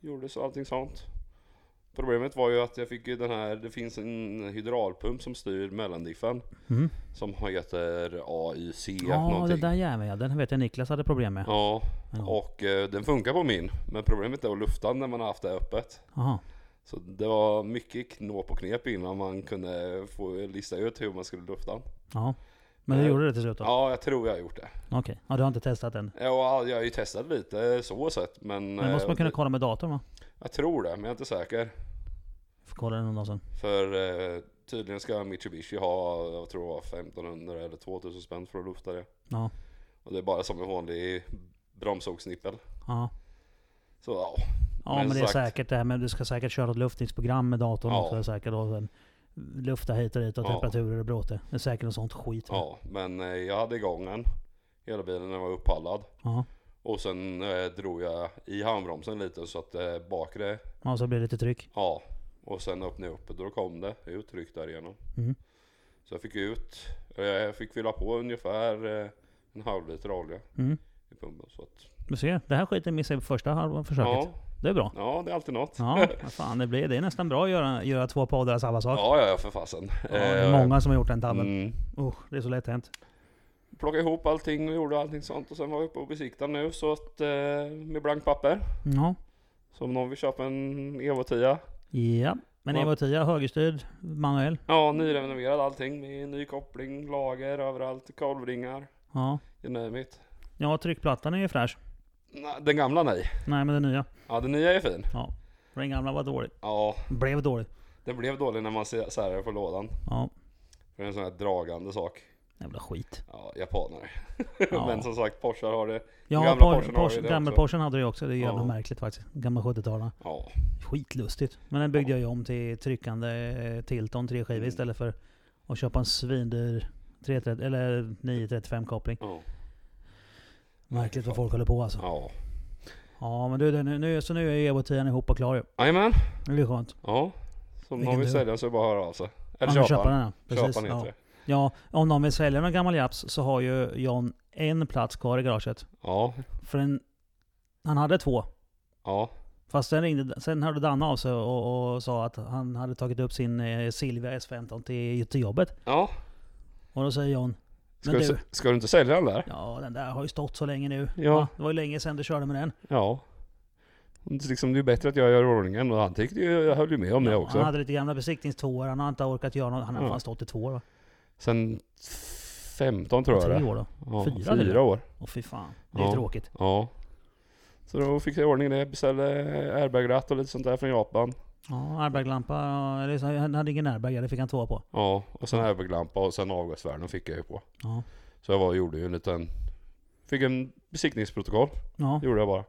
[SPEAKER 1] gjorde så allting sånt. Problemet var ju att jag fick ju den här, det finns en hydraulpump som styr mellandiffen.
[SPEAKER 2] Mm.
[SPEAKER 1] Som heter AIC
[SPEAKER 2] Ja, det
[SPEAKER 1] någonting.
[SPEAKER 2] där jäveln ja. Den vet jag Niklas hade problem med.
[SPEAKER 1] Ja,
[SPEAKER 2] Ja.
[SPEAKER 1] och eh, den funkar på min. Men problemet är att lufta den när man har haft det öppet.
[SPEAKER 2] Aha.
[SPEAKER 1] Så det var mycket knåp och knep innan man kunde få lista ut hur man skulle lufta den.
[SPEAKER 2] Ja. Men du
[SPEAKER 1] Eh,
[SPEAKER 2] gjorde det till slut då?
[SPEAKER 1] Ja, jag tror jag har gjort det.
[SPEAKER 2] Okej. Ja, du har inte testat den.
[SPEAKER 1] Ja, jag har ju testat lite så sett men...
[SPEAKER 2] Men det måste man
[SPEAKER 1] eh,
[SPEAKER 2] kunna kolla med datorn va?
[SPEAKER 1] Jag tror det, men jag är inte säker.
[SPEAKER 2] Får kolla den någon dag sen.
[SPEAKER 1] För eh, tydligen ska Mitsubishi ha, jag tror det var 1500 eller 2000 spänn för att lufta det.
[SPEAKER 2] Ja.
[SPEAKER 1] Och det är bara som en vanlig bromsogsnippel.
[SPEAKER 2] Ja.
[SPEAKER 1] Så ja,
[SPEAKER 2] Ja men,
[SPEAKER 1] Men
[SPEAKER 2] det är
[SPEAKER 1] sagt-
[SPEAKER 2] säkert det här. Men du ska säkert köra ett luftningsprogram med datorn
[SPEAKER 1] Ja.
[SPEAKER 2] också. Det är säkert och sen lufta hit och dit och
[SPEAKER 1] Ja.
[SPEAKER 2] temperaturer och bråte. Det är säkert något sånt skit. va?
[SPEAKER 1] ja men eh, jag hade igång den. Hela bilen den var upphallad.
[SPEAKER 2] Ja.
[SPEAKER 1] Och sen eh, drog jag i handbromsen lite så att eh, bakre,
[SPEAKER 2] Ja, så blir det lite tryck.
[SPEAKER 1] ja. Och sen öppnade jag upp och då kom det ut tryck där igenom.
[SPEAKER 2] Mm.
[SPEAKER 1] Så jag fick ut, eh, jag fick fylla på ungefär eh, en halv liter olja
[SPEAKER 2] Mm.
[SPEAKER 1] i pumpen. Så att,
[SPEAKER 2] Du ser, det här skiten missade jag på första halva försöket.
[SPEAKER 1] ja,
[SPEAKER 2] Det är bra.
[SPEAKER 1] ja, det är alltid något.
[SPEAKER 2] Ja, vad fan det blir. Det är nästan bra att göra, göra två poddar av samma sak.
[SPEAKER 1] Ja, ja, ja för fasen. Eh,
[SPEAKER 2] Ja, det är många som har gjort den tabben.
[SPEAKER 1] Mm.
[SPEAKER 2] Usch, det är så lätt hänt.
[SPEAKER 1] Plockade ihop allting och gjorde allting sånt och sen var vi uppe och besiktade nu så att eh, med blankt papper.
[SPEAKER 2] Ja.
[SPEAKER 1] Så om någon vill köpa en Evo 10.
[SPEAKER 2] ja. Men
[SPEAKER 1] Ja.
[SPEAKER 2] Evo 10, högerstyrd, manuell.
[SPEAKER 1] Ja, nyrenoverad allting med ny koppling, lager överallt, kolvringar,
[SPEAKER 2] Ja.
[SPEAKER 1] you name it.
[SPEAKER 2] ja, tryckplattan är ju fräsch.
[SPEAKER 1] Nej, Den gamla nej.
[SPEAKER 2] Nej, men den nya.
[SPEAKER 1] Ja, den nya är fin.
[SPEAKER 2] Den gamla var dålig.
[SPEAKER 1] Ja,
[SPEAKER 2] Blev dålig.
[SPEAKER 1] den blev dålig när man sär på lådan.
[SPEAKER 2] Ja.
[SPEAKER 1] För det är en sån här dragande sak.
[SPEAKER 2] Jävla skit.
[SPEAKER 1] Ja, japaner.
[SPEAKER 2] Ja.
[SPEAKER 1] Men som sagt, Porsche har det.
[SPEAKER 2] Ja,
[SPEAKER 1] gamla
[SPEAKER 2] gamla
[SPEAKER 1] Porschen har ju det
[SPEAKER 2] gamla
[SPEAKER 1] också.
[SPEAKER 2] Porschen hade jag också. Det är jävla
[SPEAKER 1] Ja.
[SPEAKER 2] märkligt faktiskt. Gamla 70-talarna.
[SPEAKER 1] Ja,
[SPEAKER 2] Skitlustigt. Men den byggde
[SPEAKER 1] Ja.
[SPEAKER 2] jag ju om till tryckande eh, Tilton 3 skiva
[SPEAKER 1] Mm.
[SPEAKER 2] istället för att köpa en svindyr 330 eller 935 koppling.
[SPEAKER 1] ja,
[SPEAKER 2] Märkligt vad folk håller på alltså.
[SPEAKER 1] Mm. ja.
[SPEAKER 2] Ja men du, det- nu, nu, så nu är evo 10 ihop och klar ju.
[SPEAKER 1] Jajamän.
[SPEAKER 2] Det blir skönt.
[SPEAKER 1] Ja. Så om
[SPEAKER 2] Vilken
[SPEAKER 1] någon vill
[SPEAKER 2] du.
[SPEAKER 1] sälja så är det bara att höra av sig.
[SPEAKER 2] Man
[SPEAKER 1] Eller
[SPEAKER 2] kan
[SPEAKER 1] köpa
[SPEAKER 2] köpa
[SPEAKER 1] den.
[SPEAKER 2] den. ja.
[SPEAKER 1] Köpa
[SPEAKER 2] Precis.
[SPEAKER 1] den
[SPEAKER 2] Ja.
[SPEAKER 1] heter det.
[SPEAKER 2] ja, om någon vill sälja någon gammal Japs så har ju John en plats kvar i garaget.
[SPEAKER 1] Ja,
[SPEAKER 2] För en, han hade två.
[SPEAKER 1] ja.
[SPEAKER 2] Fast sen, ringde, sen hörde Danne av sig och, och sa att han hade tagit upp sin eh, Silvia S15 till, till jobbet.
[SPEAKER 1] ja.
[SPEAKER 2] Och då säger John
[SPEAKER 1] Ska,
[SPEAKER 2] Men
[SPEAKER 1] du,
[SPEAKER 2] du-
[SPEAKER 1] s- ska du inte sälja den där?
[SPEAKER 2] Ja, den där har ju stått så länge nu.
[SPEAKER 1] Ja.
[SPEAKER 2] Va? Det var ju länge sedan du körde med den.
[SPEAKER 1] Ja. Det är, liksom, det är bättre att jag gör ordningen och han tyckte ju, jag höll ju med om det
[SPEAKER 2] Han
[SPEAKER 1] också.
[SPEAKER 2] hade lite gamla besiktningstvåor, han har inte orkat göra något. Han har
[SPEAKER 1] Ja.
[SPEAKER 2] fan stått i två år va?
[SPEAKER 1] Sen 15 tror jag
[SPEAKER 2] Tre
[SPEAKER 1] det
[SPEAKER 2] år då.
[SPEAKER 1] ja,
[SPEAKER 2] Fyra,
[SPEAKER 1] fyra,
[SPEAKER 2] eller?
[SPEAKER 1] år.
[SPEAKER 2] Åh fy fan. Det är
[SPEAKER 1] Ja.
[SPEAKER 2] tråkigt.
[SPEAKER 1] Ja. Så då fick jag i ordning det, beställde airbag-ratt och lite sånt där från Japan.
[SPEAKER 2] Ja, airbaglampa. ja, eller så- Han hade ingen airbag, det fick han två på.
[SPEAKER 1] Ja, och sen airbag-lampa och sen avgasvärden fick jag ju på.
[SPEAKER 2] Ja.
[SPEAKER 1] Så jag var och gjorde ju en liten... Fick en besiktningsprotokoll,
[SPEAKER 2] ja.
[SPEAKER 1] det gjorde jag bara.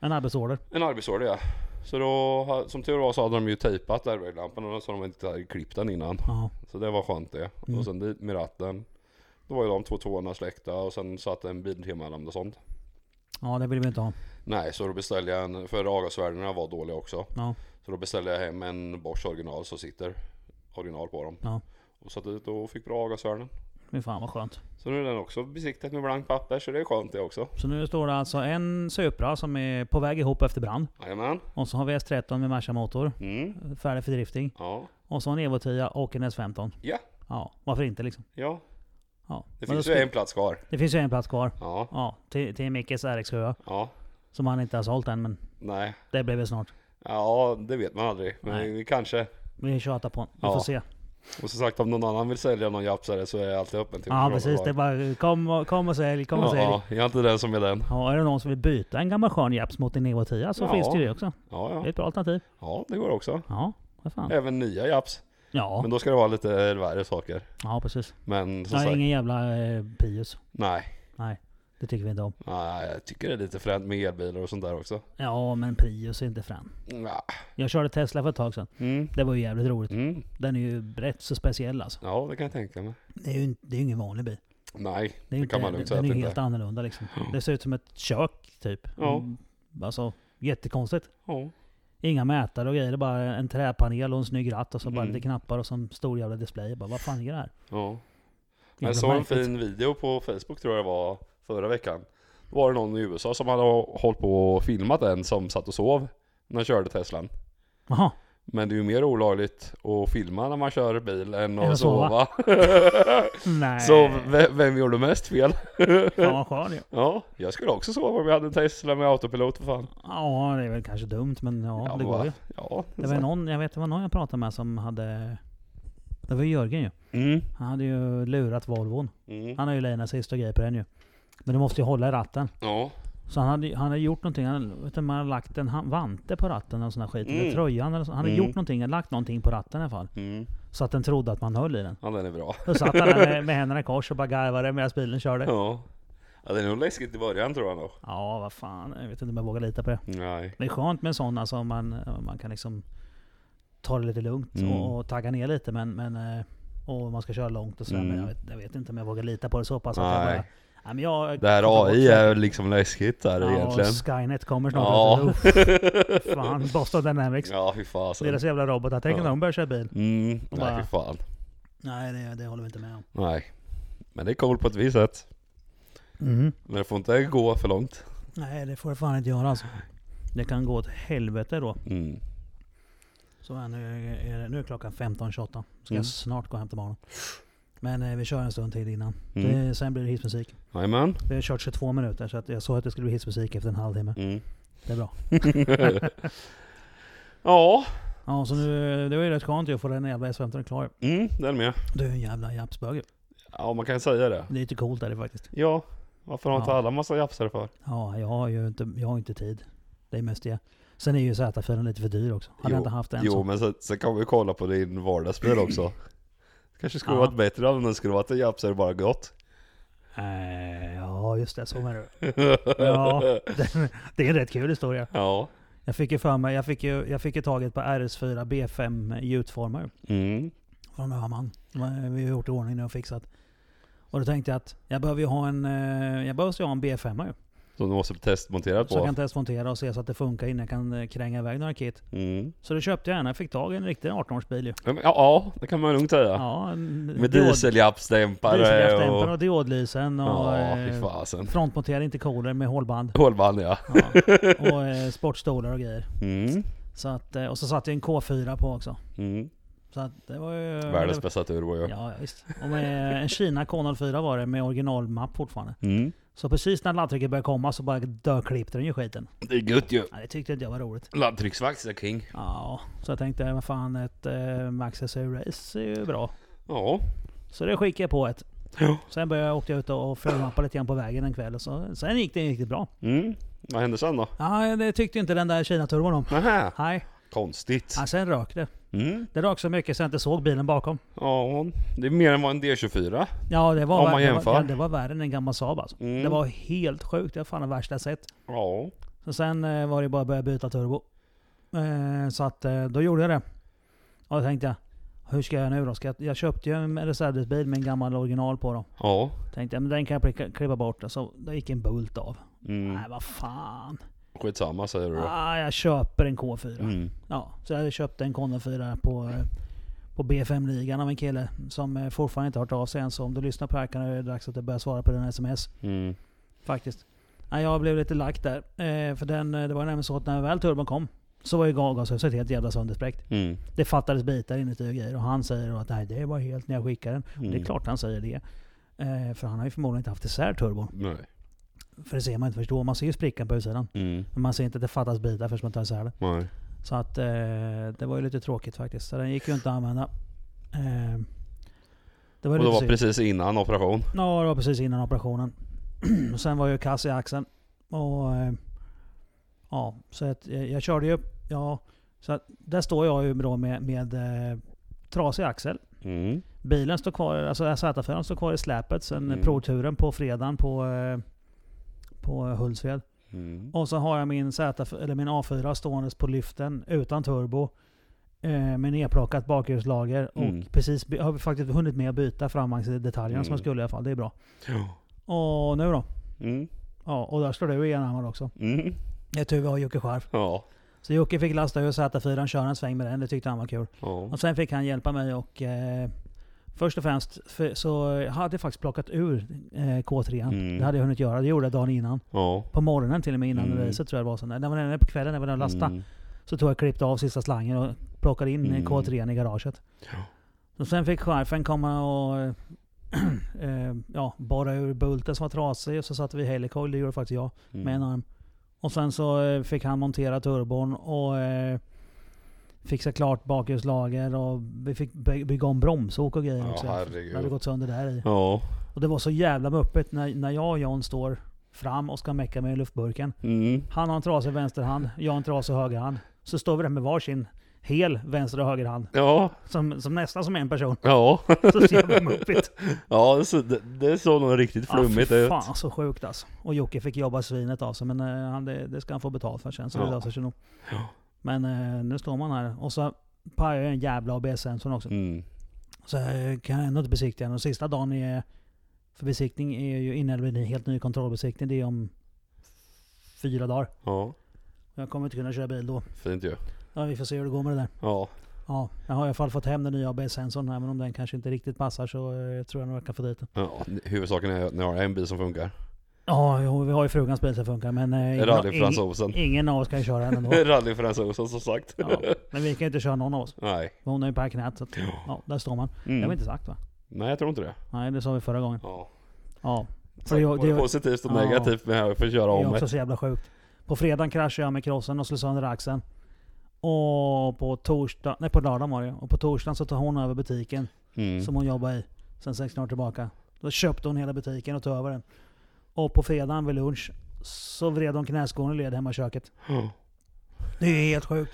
[SPEAKER 2] En arbetsorder.
[SPEAKER 1] En arbetsorder ja. Så då, ha- som tur var så hade de ju tejpat airbag-lampan och så de inte hade klippt den innan.
[SPEAKER 2] Ja.
[SPEAKER 1] Så det var skönt det.
[SPEAKER 2] Mm.
[SPEAKER 1] Och sen dit med ratten. Då var ju de två tvåorna släckta och sen satt en biltimme eller något sånt.
[SPEAKER 2] ja, det vill vi inte ha.
[SPEAKER 1] Nej, så då beställde jag en, för avgasvärdena var dåliga också.
[SPEAKER 2] Ja.
[SPEAKER 1] Så då beställde jag hem en Bosch original som sitter original på dem.
[SPEAKER 2] Ja.
[SPEAKER 1] Och satte dit och fick bra avgasvärden.
[SPEAKER 2] Fy fan vad skönt.
[SPEAKER 1] Så nu är den också besiktad med blankt papper så det är skönt det också.
[SPEAKER 2] Så nu står det alltså en Supra som är på väg ihop efter brand.
[SPEAKER 1] Jajamän.
[SPEAKER 2] Och så har vi S13 med Merca motor.
[SPEAKER 1] Mm.
[SPEAKER 2] Färdig för drifting.
[SPEAKER 1] Ja.
[SPEAKER 2] Och så en Evo 10 och en S15.
[SPEAKER 1] Ja.
[SPEAKER 2] Ja, varför inte liksom?
[SPEAKER 1] Ja.
[SPEAKER 2] Ja.
[SPEAKER 1] Det
[SPEAKER 2] Men då
[SPEAKER 1] finns ju
[SPEAKER 2] ska-
[SPEAKER 1] en plats kvar.
[SPEAKER 2] Det finns ju en plats kvar.
[SPEAKER 1] Ja.
[SPEAKER 2] Ja, till, till Mickes RX7
[SPEAKER 1] Ja.
[SPEAKER 2] Som han inte har sålt än, men
[SPEAKER 1] Nej.
[SPEAKER 2] det blir väl snart.
[SPEAKER 1] Ja, det vet man aldrig. Men
[SPEAKER 2] Nej.
[SPEAKER 1] kanske.
[SPEAKER 2] Vi tjatar på honom. Vi
[SPEAKER 1] Ja,
[SPEAKER 2] får se.
[SPEAKER 1] Och som sagt om någon annan vill sälja någon japsare så är jag alltid öppen till
[SPEAKER 2] Ja
[SPEAKER 1] förslag.
[SPEAKER 2] precis, det är bara kom och, kom och sälj, kom och
[SPEAKER 1] ja,
[SPEAKER 2] sälj.
[SPEAKER 1] ja, jag är inte den som är den.
[SPEAKER 2] Ja, är det någon som vill byta en gammal skön Japs mot en Evo 10 så
[SPEAKER 1] Ja.
[SPEAKER 2] finns det ju det också.
[SPEAKER 1] Ja,
[SPEAKER 2] Det är
[SPEAKER 1] ja.
[SPEAKER 2] ett bra alternativ.
[SPEAKER 1] ja det går också.
[SPEAKER 2] Ja, vad fan.
[SPEAKER 1] Även nya japs.
[SPEAKER 2] Ja,
[SPEAKER 1] Men då ska det vara lite värre saker.
[SPEAKER 2] ja precis.
[SPEAKER 1] Men som
[SPEAKER 2] Nej,
[SPEAKER 1] sagt,
[SPEAKER 2] ingen jävla eh, Pius.
[SPEAKER 1] nej.
[SPEAKER 2] Nej, det tycker vi inte om.
[SPEAKER 1] nej. Jag tycker det är lite fränt med elbilar och sånt där också.
[SPEAKER 2] Ja, men Prius är inte fram.
[SPEAKER 1] Nja.
[SPEAKER 2] Jag körde Tesla för ett tag sedan.
[SPEAKER 1] Mm.
[SPEAKER 2] Det var ju jävligt roligt.
[SPEAKER 1] Mm.
[SPEAKER 2] Den är ju rätt så speciell alltså.
[SPEAKER 1] Ja, det kan jag tänka mig.
[SPEAKER 2] Det är ju inte- det är ju ingen vanlig bil.
[SPEAKER 1] Nej,
[SPEAKER 2] Det,
[SPEAKER 1] det,
[SPEAKER 2] är
[SPEAKER 1] kan man
[SPEAKER 2] den,
[SPEAKER 1] lugnt säga att
[SPEAKER 2] den är
[SPEAKER 1] det
[SPEAKER 2] ju
[SPEAKER 1] inte
[SPEAKER 2] helt
[SPEAKER 1] är.
[SPEAKER 2] annorlunda liksom. Det ser ut som ett kök typ.
[SPEAKER 1] Ja.
[SPEAKER 2] Mm, Alltså jättekonstigt.
[SPEAKER 1] Ja.
[SPEAKER 2] Inga mätare och grejer. Det är bara en träpanel och en snygg ratt och så bara
[SPEAKER 1] Mm.
[SPEAKER 2] lite knappar och så en stor jävla display. Jag Bara, vad fan är det här?
[SPEAKER 1] ja.
[SPEAKER 2] Jävla
[SPEAKER 1] Jag såg en
[SPEAKER 2] märkligt.
[SPEAKER 1] fin video på Facebook tror jag det var förra veckan. Då var det någon i USA som hade hållit på och filmat en som satt och sov när han körde Teslan.
[SPEAKER 2] Jaha,
[SPEAKER 1] Men det är ju mer olagligt att filma när man kör bil än
[SPEAKER 2] Än
[SPEAKER 1] att
[SPEAKER 2] att sova.
[SPEAKER 1] sova.
[SPEAKER 2] nej.
[SPEAKER 1] Så ve- vem gjorde mest fel?
[SPEAKER 2] Fan vad skön ju.
[SPEAKER 1] Ja, jag skulle också sova om jag hade en Tesla med autopilot för fan.
[SPEAKER 2] Ja, det är väl kanske dumt men ja,
[SPEAKER 1] Ja,
[SPEAKER 2] det
[SPEAKER 1] va?
[SPEAKER 2] går ju.
[SPEAKER 1] Ja,
[SPEAKER 2] Det var ju någon, jag vet det var någon jag pratade med som hade... Det var ju Jörgen ju.
[SPEAKER 1] Mm.
[SPEAKER 2] Han hade ju lurat Volvon.
[SPEAKER 1] Mm.
[SPEAKER 2] Han har ju lejnat sist och grejer på den ju. Men du måste ju hålla i ratten.
[SPEAKER 1] Ja,
[SPEAKER 2] Så han hade, han hade gjort någonting, han, vet du, man hade lagt en han- vante på ratten eller sån här skit. Eller
[SPEAKER 1] Mm.
[SPEAKER 2] tröjan eller så. Han hade
[SPEAKER 1] Mm.
[SPEAKER 2] gjort någonting, hade lagt någonting på ratten i alla fall.
[SPEAKER 1] mm.
[SPEAKER 2] Så att den trodde att man höll i den.
[SPEAKER 1] ja den är bra.
[SPEAKER 2] Då satt han där med, med händerna i kors och bara garvade medan bilen körde. Ja,
[SPEAKER 1] Ja. ja, den är nog läskigt i början tror jag nog.
[SPEAKER 2] vad fan. Jag vet inte om jag vågar lita på det.
[SPEAKER 1] Nej.
[SPEAKER 2] Det är skönt med sådana som man, man kan liksom ta det lite lugnt
[SPEAKER 1] Mm.
[SPEAKER 2] och, och tagga ner lite. Men, men eh, och man ska köra långt och sådär.
[SPEAKER 1] Mm.
[SPEAKER 2] Men jag vet, jag vet inte om jag vågar lita på det så pass att jag
[SPEAKER 1] Nej.
[SPEAKER 2] bara... Nej, men jag
[SPEAKER 1] Det här AI är liksom läskigt där
[SPEAKER 2] ja,
[SPEAKER 1] egentligen.
[SPEAKER 2] Skynet kommer snart.
[SPEAKER 1] Ja.
[SPEAKER 2] Oh, fan, Boston Dynamics.
[SPEAKER 1] Ja, fy fasen.
[SPEAKER 2] liksom. Deras jävla robotar. Tänk om
[SPEAKER 1] Ja.
[SPEAKER 2] de börjar köra bil.
[SPEAKER 1] Mm.
[SPEAKER 2] Och bara-
[SPEAKER 1] Nej, fy fan.
[SPEAKER 2] Nej, det, det håller vi inte med om.
[SPEAKER 1] Nej. Men det är coolt på ett visst sätt.
[SPEAKER 2] Mm.
[SPEAKER 1] Men det får inte gå för långt.
[SPEAKER 2] Nej, det får jag fan inte göra alltså. Det kan gå åt helvete då.
[SPEAKER 1] Mm.
[SPEAKER 2] Så här, nu, är det, nu är klockan 15.28. Ska
[SPEAKER 1] Mm.
[SPEAKER 2] jag snart gå och hämta barnen. Men eh, vi kör en stund till innan.
[SPEAKER 1] Mm.
[SPEAKER 2] Det, sen blir det hissmusik.
[SPEAKER 1] Jajamän.
[SPEAKER 2] Vi har kört 22 minuter så att jag såg att det skulle bli hissmusik efter en halvtimme.
[SPEAKER 1] Mm.
[SPEAKER 2] Det är bra.
[SPEAKER 1] ja,
[SPEAKER 2] Ja, så nu, det var ju rätt skönt ju att få den jävla S15 klar.
[SPEAKER 1] mm, den med.
[SPEAKER 2] Du är en jävla japsböger.
[SPEAKER 1] Ja, man kan säga det.
[SPEAKER 2] Det är lite coolt är det faktiskt.
[SPEAKER 1] Ja, varför har inte
[SPEAKER 2] Ja.
[SPEAKER 1] alla massa japsare för?
[SPEAKER 2] Ja, jag har ju inte, jag har inte tid. Det är mest det. Sen är ju Z4 lite för dyr också. Hade
[SPEAKER 1] Jo,
[SPEAKER 2] jag inte haft en
[SPEAKER 1] Jo,
[SPEAKER 2] så...
[SPEAKER 1] men sen, sen kan vi kolla på din vardagsbil också. Kanske skulle varit
[SPEAKER 2] Ja.
[SPEAKER 1] bättre om den skulle varit en japsare bara gott.
[SPEAKER 2] Eh, ja, just det. Så menar du. Ja, det, det är en rätt kul historia.
[SPEAKER 1] Ja.
[SPEAKER 2] Jag fick ju för mig, jag fick ju, jag fick ju taget på RS4 B5 gjutformar.
[SPEAKER 1] Mm.
[SPEAKER 2] Från Öhman. De har Vi har gjort i ordning nu och fixat. Och då tänkte jag att jag behöver ju ha en, eh, jag behöver ju ha en B5 ju.
[SPEAKER 1] Som du måste testmontera
[SPEAKER 2] Så jag kan
[SPEAKER 1] på.
[SPEAKER 2] testmontera och se så att det funkar innan jag kan eh, kränga iväg några kit.
[SPEAKER 1] Mm.
[SPEAKER 2] Så då köpte jag en, jag fick tag i en riktig 18-årsbil ju.
[SPEAKER 1] Ja, men- ja, ja, det kan man lugnt säga.
[SPEAKER 2] Ja, en
[SPEAKER 1] Med
[SPEAKER 2] diod-
[SPEAKER 1] dieseljappsdämpare
[SPEAKER 2] dieseljaktdämpare
[SPEAKER 1] och...
[SPEAKER 2] och diodlysen och
[SPEAKER 1] Ja, fy
[SPEAKER 2] eh,
[SPEAKER 1] fasen.
[SPEAKER 2] frontmonterade intercooler med hålband.
[SPEAKER 1] Hålband ja.
[SPEAKER 2] Ja. Och eh, sportstolar och grejer.
[SPEAKER 1] Mm.
[SPEAKER 2] Så att, eh, och så satt jag en K4 på också.
[SPEAKER 1] Mm.
[SPEAKER 2] Så att det var ju...
[SPEAKER 1] Världens bästa turbo ja.
[SPEAKER 2] Ja, ja, visst. Och med en Kina K04 var det med originalmapp fortfarande.
[SPEAKER 1] Mm.
[SPEAKER 2] Så precis när laddtrycket började komma så bara döklippte den ju skiten.
[SPEAKER 1] Det är gött ju.
[SPEAKER 2] Ja, det tyckte inte jag var roligt.
[SPEAKER 1] Laddtrycksvax är king.
[SPEAKER 2] Ja, så jag tänkte, men fan ett eh, Max SU Race är ju bra.
[SPEAKER 1] Ja.
[SPEAKER 2] Så det skickade jag på ett.
[SPEAKER 1] Ja.
[SPEAKER 2] Sen började jag åka ut och förmappa lite grann på vägen en kväll. Och så, sen gick det riktigt bra.
[SPEAKER 1] Mm. Vad hände sen då?
[SPEAKER 2] Ja, det tyckte inte den där Kina-turbon om.
[SPEAKER 1] Nähä.
[SPEAKER 2] Nej,
[SPEAKER 1] Konstigt.
[SPEAKER 2] ja, sen rök det.
[SPEAKER 1] Mm.
[SPEAKER 2] Det rök så mycket så jag inte såg bilen bakom.
[SPEAKER 1] Ja, det är mer än vad en D24.
[SPEAKER 2] Ja, det var,
[SPEAKER 1] Om
[SPEAKER 2] vär-
[SPEAKER 1] man
[SPEAKER 2] det var,
[SPEAKER 1] jämför.
[SPEAKER 2] ja, det var värre än en gammal Saab alltså.
[SPEAKER 1] Mm.
[SPEAKER 2] Det var helt sjukt. Det var fan det värsta jag sett.
[SPEAKER 1] Ja.
[SPEAKER 2] Så sen eh, var det bara att börja byta turbo. Eh, så att eh, då gjorde jag det. Och då tänkte jag, hur ska jag göra nu då? Ska jag, jag köpte ju en reservdelsbil med en gammal original på då.
[SPEAKER 1] Ja.
[SPEAKER 2] Tänkte jag, men den kan jag plocka- klippa bort. Så då gick en bult av.
[SPEAKER 1] Mm.
[SPEAKER 2] Nej, vad fan.
[SPEAKER 1] Skitsamma säger du då.
[SPEAKER 2] Ah, jag köper en K4.
[SPEAKER 1] Mm.
[SPEAKER 2] Ja, så jag köpte en Kona 4 på, eh, på B5-ligan av en kille som eh, fortfarande inte har hört av sig än. Så om du lyssnar på det här kan det vara dags att jag börjar svara på den sms.
[SPEAKER 1] Mm.
[SPEAKER 2] Faktiskt. Nej, jag blev lite lack där. Eh, för den, eh, det var nämligen så att när väl turbon kom så var ju avgashuset helt jävla sönderspräckt.
[SPEAKER 1] Mm.
[SPEAKER 2] Det fattades bitar inuti och grejer. Och han säger då att nej, det var helt när jag skickade den. Och Det
[SPEAKER 1] Mm.
[SPEAKER 2] är klart han säger det. Eh, för han har ju förmodligen inte haft isär turbon.
[SPEAKER 1] Mm. Nej.
[SPEAKER 2] För det ser man inte förstå. Man ser ju sprickan på utsidan.
[SPEAKER 1] Mm.
[SPEAKER 2] Men man ser inte att det fattas bitar förrän man tar isär det.
[SPEAKER 1] Nej.
[SPEAKER 2] Så att eh, det var ju lite tråkigt faktiskt. Så den gick ju inte att använda. Eh, det
[SPEAKER 1] Och det
[SPEAKER 2] var lite
[SPEAKER 1] var
[SPEAKER 2] synd.
[SPEAKER 1] precis innan operation.
[SPEAKER 2] Ja, det var precis innan operationen. Och Sen var jag ju kass i axeln. Och, eh, ja, så att jag, jag körde ju... Ja, så att där står jag ju då med, med eh, trasig axel.
[SPEAKER 1] Mm.
[SPEAKER 2] Bilen står kvar, alltså Z4 står kvar i släpet sen
[SPEAKER 1] Mm.
[SPEAKER 2] provturen på fredagen på, eh, på Hultsfred.
[SPEAKER 1] Mm.
[SPEAKER 2] Och så har jag min, Z, eller min A4 ståendes på lyften utan turbo. Eh, med nedplockat bakhjulslager.
[SPEAKER 1] Mm.
[SPEAKER 2] Och precis, by- har vi faktiskt hunnit med att byta framvagnsdetaljerna som jag
[SPEAKER 1] Mm.
[SPEAKER 2] skulle i alla fall. Det är bra.
[SPEAKER 1] Ja.
[SPEAKER 2] Och nu då?
[SPEAKER 1] Mm.
[SPEAKER 2] Ja, och där slår du igenom också.
[SPEAKER 1] Mm.
[SPEAKER 2] Det är tur vi har Jocke Scharf.
[SPEAKER 1] Ja.
[SPEAKER 2] Så Jocke fick lasta ur Z4, köra en sväng med den. Det tyckte han var kul.
[SPEAKER 1] Ja.
[SPEAKER 2] Och sen fick han hjälpa mig och... Eh, först och främst för, så hade jag faktiskt plockat ur eh, K3.
[SPEAKER 1] Mm.
[SPEAKER 2] Det hade jag hunnit göra. Det gjorde jag dagen innan.
[SPEAKER 1] Ja.
[SPEAKER 2] På morgonen till och med innan
[SPEAKER 1] Mm.
[SPEAKER 2] racet tror jag det var. Så. När man är på kvällen när man är och lastade.
[SPEAKER 1] Mm.
[SPEAKER 2] Så tog jag och klippte av sista slangen och plockade in
[SPEAKER 1] Mm.
[SPEAKER 2] K3 i garaget.
[SPEAKER 1] Ja.
[SPEAKER 2] Så sen fick chefen komma och eh, ja, borra ur bulten som var trasig. Och så satte vi helicoil, det gjorde faktiskt jag,
[SPEAKER 1] Mm.
[SPEAKER 2] med en arm. Och sen så eh, fick han montera turbon och eh, fixa klart bakhjulslager. Och vi fick by- bygga om bromsok och grejer
[SPEAKER 1] Ja,
[SPEAKER 2] också.
[SPEAKER 1] herregud.
[SPEAKER 2] Det hade gått sönder där i.
[SPEAKER 1] Ja.
[SPEAKER 2] Och det var så jävla muppet när, när jag och John står fram och ska mecka med luftburken.
[SPEAKER 1] Mm.
[SPEAKER 2] Han har en trasig vänsterhand, jag har en trasig högerhand. Så står vi där med varsin hel vänster och högerhand.
[SPEAKER 1] Ja.
[SPEAKER 2] Som, som nästan som en person.
[SPEAKER 1] Ja.
[SPEAKER 2] Så jävla muppigt.
[SPEAKER 1] Ja, det så- det, det såg nog riktigt flummigt
[SPEAKER 2] ja, fy
[SPEAKER 1] ut.
[SPEAKER 2] fan så sjukt alltså. Och Jocke fick jobba svinet av sig. Men eh, han, det, det ska han få betalt för sen. Så det
[SPEAKER 1] Ja.
[SPEAKER 2] löser sig nog.
[SPEAKER 1] Ja.
[SPEAKER 2] Men eh, nu står man här. Och så pajade jag en jävla ABS-sensorn också.
[SPEAKER 1] Mm.
[SPEAKER 2] Så eh, kan jag ändå inte besiktiga den. Och sista dagen är, för besiktning är ju innehåller en helt ny kontrollbesiktning. Det är om fyra dagar.
[SPEAKER 1] Ja.
[SPEAKER 2] Jag kommer inte kunna köra bil då.
[SPEAKER 1] Fint ju.
[SPEAKER 2] Ja, vi får se hur det går med det där.
[SPEAKER 1] Ja.
[SPEAKER 2] Ja, jag har i alla fall fått hem den nya ABS-sensorn här, men om den kanske inte riktigt passar så eh, tror jag nog jag kan få dit den.
[SPEAKER 1] ja. Huvudsaken är att ni har en bil som funkar.
[SPEAKER 2] Ja, jo, vi har ju frugans bil som funkar, men eh, ingen, ingen,
[SPEAKER 1] Rallyfransosen.
[SPEAKER 2] ingen av oss kan ju köra den ändå.
[SPEAKER 1] Rallyfransosen som sagt.
[SPEAKER 2] Ja, men vi kan ju inte köra någon av oss.
[SPEAKER 1] Nej.
[SPEAKER 2] för Hon är ju på knät, så att,
[SPEAKER 1] Ja.
[SPEAKER 2] ja, där står man. Det har
[SPEAKER 1] Mm.
[SPEAKER 2] vi inte sagt va?
[SPEAKER 1] Nej, jag tror inte det.
[SPEAKER 2] Nej, det sa vi förra gången.
[SPEAKER 1] Ja.
[SPEAKER 2] Ja.
[SPEAKER 1] Så
[SPEAKER 2] det-
[SPEAKER 1] både
[SPEAKER 2] det-
[SPEAKER 1] positivt och
[SPEAKER 2] ja.
[SPEAKER 1] negativt med att få köra
[SPEAKER 2] Det är
[SPEAKER 1] om mig.
[SPEAKER 2] också så jävla sjukt. På fredagen kraschade jag med krossen och slog sönder axeln. Och på torsdag, nej på lördagen var det Och på torsdagen så tar hon över butiken.
[SPEAKER 1] Mm.
[SPEAKER 2] som hon jobbar i sen 16 år tillbaka. Då köpte hon hela butiken och tog över den. Och på fredagen vid lunch så vred hon knäskålen och led hemma i köket.
[SPEAKER 1] Ja.
[SPEAKER 2] Det är ju helt sjukt.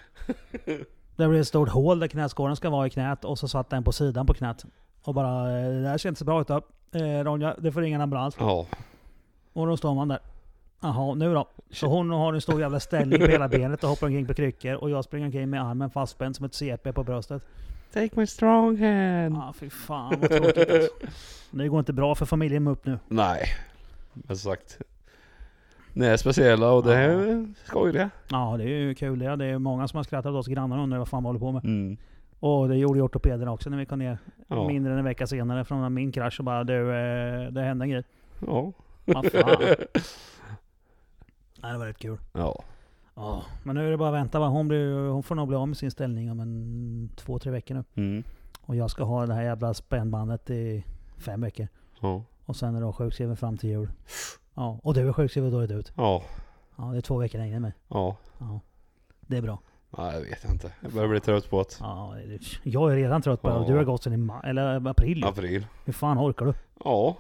[SPEAKER 2] Det blev ett stort hål där knäskålen ska vara i knät och så satt den på sidan på knät. Och bara eh, det här ser inte så bra ut. då. Eh, Ronja, det får ringa en ambulans.
[SPEAKER 1] Ja.
[SPEAKER 2] Och då står man där. Jaha, nu då? Så hon har en stor jävla ställning på hela benet och hoppar omkring på kryckor. Och jag springer omkring med armen fastspänd som ett CP på bröstet.
[SPEAKER 1] Take my strong hand.
[SPEAKER 2] Ja, ah, fy fan vad tråkigt alltså. Det går inte bra för familjen upp nu.
[SPEAKER 1] Nej, men som sagt. Ni är speciella och det är skojiga.
[SPEAKER 2] Ja, det är ju kul det. Det är många som har skrattat åt oss. Grannarna undrar vad fan vi håller på med.
[SPEAKER 1] Mm.
[SPEAKER 2] Och det gjorde ju ortopederna också när vi kom ner.
[SPEAKER 1] Ja.
[SPEAKER 2] Mindre än en vecka senare från min krasch och bara du, eh, det hände en grej.
[SPEAKER 1] Ja.
[SPEAKER 2] Vad fan. Nej, det var rätt kul.
[SPEAKER 1] Ja.
[SPEAKER 2] Ja, men nu är det bara att vänta va. Hon, blir, hon får nog bli av med sin ställning om en två, tre veckor nu.
[SPEAKER 1] Mm.
[SPEAKER 2] Och jag ska ha det här jävla spännbandet i fem veckor.
[SPEAKER 1] Ja.
[SPEAKER 2] Och sen är jag sjukskriven fram till jul. Ja, och du är sjukskriven då är det ut.
[SPEAKER 1] Ja.
[SPEAKER 2] Ja, det är två veckor längre än mig.
[SPEAKER 1] Ja.
[SPEAKER 2] Ja, det är bra.
[SPEAKER 1] Nej, jag vet inte. Jag börjar bli trött på att
[SPEAKER 2] Ja, det- jag är redan trött på det.
[SPEAKER 1] Ja.
[SPEAKER 2] och Du har gått sedan i ma- eller april ju.
[SPEAKER 1] april.
[SPEAKER 2] Hur fan orkar du?
[SPEAKER 1] Ja.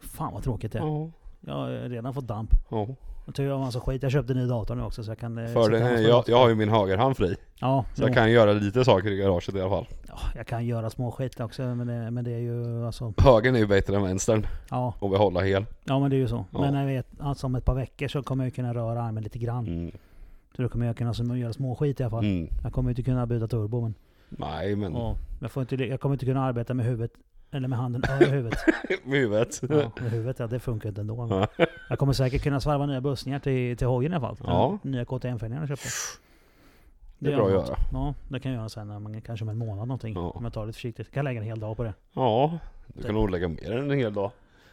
[SPEAKER 2] Fan vad tråkigt det är.
[SPEAKER 1] Ja.
[SPEAKER 2] Jag har redan fått damp.
[SPEAKER 1] Ja.
[SPEAKER 2] Och Tur jag var så skit. Jag köpte en ny dator nu också så jag kan... eh, sitta
[SPEAKER 1] Fördelen
[SPEAKER 2] hemma och
[SPEAKER 1] är
[SPEAKER 2] spela Mm.
[SPEAKER 1] jag,
[SPEAKER 2] dator.
[SPEAKER 1] jag har ju min högerhand fri.
[SPEAKER 2] Ja,
[SPEAKER 1] Så jag
[SPEAKER 2] jo.
[SPEAKER 1] kan göra lite saker i garaget i alla fall.
[SPEAKER 2] ja, jag kan göra små skit också men det, men det är ju alltså...
[SPEAKER 1] Högern är ju bättre än vänstern
[SPEAKER 2] Ja,
[SPEAKER 1] och vi håller hel.
[SPEAKER 2] ja men det är ju så.
[SPEAKER 1] Ja.
[SPEAKER 2] Men jag vet, alltså om ett par veckor så kommer jag kunna röra armen lite grann.
[SPEAKER 1] Mm.
[SPEAKER 2] Så då kommer jag kunna som, göra små skit i alla fall.
[SPEAKER 1] Mm.
[SPEAKER 2] Jag kommer inte kunna byta turbo men...
[SPEAKER 1] Nej men,
[SPEAKER 2] Och jag, får inte, jag kommer inte kunna arbeta med huvudet. Eller med handen över huvudet.
[SPEAKER 1] med huvudet.
[SPEAKER 2] Ja, med huvudet ja, det funkar inte ändå.
[SPEAKER 1] Ja.
[SPEAKER 2] Jag kommer säkert kunna svarva nya bussningar till, till hojen i alla fall.
[SPEAKER 1] Ja.
[SPEAKER 2] Den Nya KTM-fälgarna jag köpte.
[SPEAKER 1] Det är
[SPEAKER 2] gör
[SPEAKER 1] bra att
[SPEAKER 2] något.
[SPEAKER 1] göra.
[SPEAKER 2] Ja, det kan jag göra sen. när Man, kanske om en månad någonting.
[SPEAKER 1] Ja.
[SPEAKER 2] Om jag tar det lite försiktigt. Jag kan lägga en hel dag på det.
[SPEAKER 1] Ja, du kan nog lägga mer än en hel dag.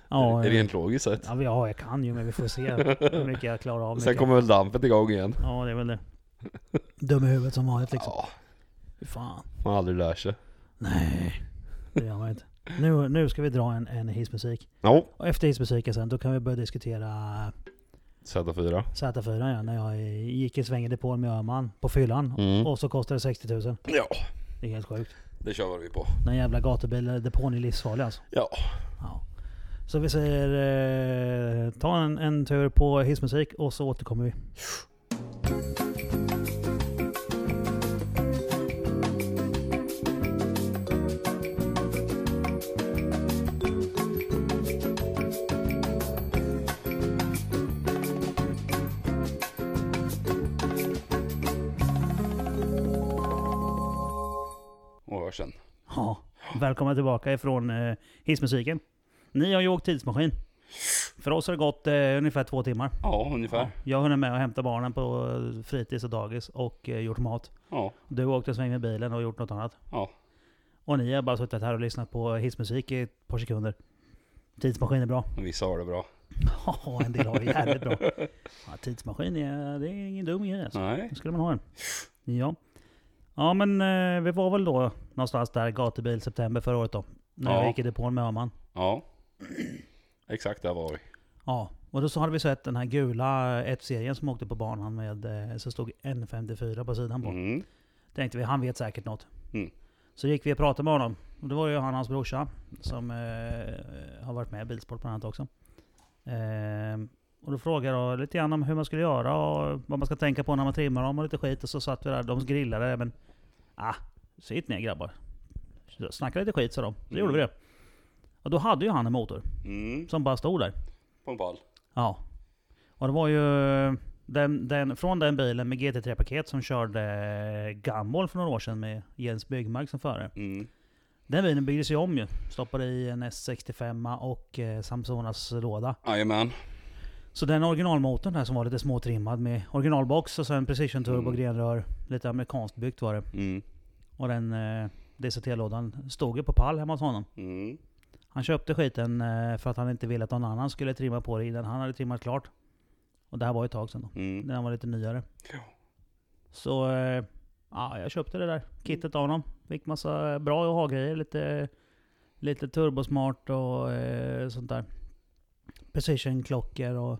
[SPEAKER 2] Ja, jag,
[SPEAKER 1] Rent logiskt sett.
[SPEAKER 2] ja, ja, jag kan ju men vi får se hur mycket jag klarar av.
[SPEAKER 1] Sen
[SPEAKER 2] mycket.
[SPEAKER 1] kommer väl dampet igång igen.
[SPEAKER 2] Ja, det är väl det. Dum i huvudet som vanligt liksom.
[SPEAKER 1] Ja,
[SPEAKER 2] Fy fan.
[SPEAKER 1] man aldrig lär sig.
[SPEAKER 2] Nej, det gör man inte. Nu, nu ska vi dra en, en hissmusik.
[SPEAKER 1] Ja,
[SPEAKER 2] Och efter hissmusiken sen, då kan vi börja diskutera
[SPEAKER 1] Z4.
[SPEAKER 2] Z4 ja, när jag gick i svängade på med Öhman på fyllan.
[SPEAKER 1] Mm.
[SPEAKER 2] Och så kostade det 60 000.
[SPEAKER 1] Ja,
[SPEAKER 2] Det är helt sjukt.
[SPEAKER 1] det kör vi på.
[SPEAKER 2] Den jävla gatubilen, depån är livsfarlig alltså.
[SPEAKER 1] Ja,
[SPEAKER 2] Ja. Så vi säger eh, ta en, en tur på hissmusik och så återkommer vi.
[SPEAKER 1] och hörs sen.
[SPEAKER 2] Ja. Välkomna tillbaka ifrån eh, hissmusiken. Ni har ju åkt tidsmaskin. För oss har det gått eh, ungefär två timmar.
[SPEAKER 1] Ja, ungefär.
[SPEAKER 2] Jag har hunnit med att hämta barnen på eh, fritids och dagis och eh, gjort mat.
[SPEAKER 1] Ja,
[SPEAKER 2] Du har åkt en sväng med bilen och gjort något annat.
[SPEAKER 1] ja.
[SPEAKER 2] Och ni har bara suttit här och lyssnat på hissmusik i ett par sekunder. Tidsmaskin är bra.
[SPEAKER 1] Vissa har det bra.
[SPEAKER 2] Ja, en del har det jävligt bra. Ja, tidsmaskin är, det är ingen dum grej alltså.
[SPEAKER 1] Nej.
[SPEAKER 2] Då skulle man ha en. Ja. Ja men eh, vi var väl då någonstans där gatubil september förra året då. När
[SPEAKER 1] Ja.
[SPEAKER 2] jag gick i depån med Öhman.
[SPEAKER 1] Ja. Exakt där var vi.
[SPEAKER 2] Ja. Och då så hade vi sett den här gula 1-serien som åkte på banan med, eh, så stod N54 på sidan på.
[SPEAKER 1] Mm.
[SPEAKER 2] Tänkte vi, han vet säkert något.
[SPEAKER 1] Mm.
[SPEAKER 2] Så gick vi och pratade med honom. Och det var ju han och hans brorsa som eh, har varit med i Bilsport bland annat också. Eh, och då frågade jag lite grann om hur man skulle göra och vad man ska tänka på när man trimmar dem och lite skit. Och så satt vi där, de grillade men... Ah, sitt ner grabbar. Så Snacka lite skit sa de. Så gjorde vi det. Och då hade ju han en motor
[SPEAKER 1] Mm.
[SPEAKER 2] som bara stod där.
[SPEAKER 1] På en pall.
[SPEAKER 2] Ja. Och det var ju eh, den, den, från den bilen med GT3-paket som körde Gammol för några år sedan med Jens Byggmark som förare.
[SPEAKER 1] Mm.
[SPEAKER 2] Den bilen byggdes ju om ju. Stoppade i en S65 och eh, Samsonas låda.
[SPEAKER 1] Jajamän.
[SPEAKER 2] Så den originalmotorn här som var lite småtrimmad med originalbox och sen precision turbo
[SPEAKER 1] Mm.
[SPEAKER 2] grenrör. Lite amerikanskt byggt var det.
[SPEAKER 1] Mm.
[SPEAKER 2] Och den eh, DCT-lådan stod ju på pall hemma hos honom.
[SPEAKER 1] Mm.
[SPEAKER 2] Han köpte skiten eh, för att han inte ville att någon annan skulle trimma på det innan han hade trimmat klart. Och det här var ju ett tag sedan då.
[SPEAKER 1] Mm.
[SPEAKER 2] När han var lite nyare.
[SPEAKER 1] Ja.
[SPEAKER 2] Så eh, ja, jag köpte det där kittet av honom. Fick massa bra och ha-grejer. Lite, lite turbosmart och eh, sånt där. Precision-klockor och...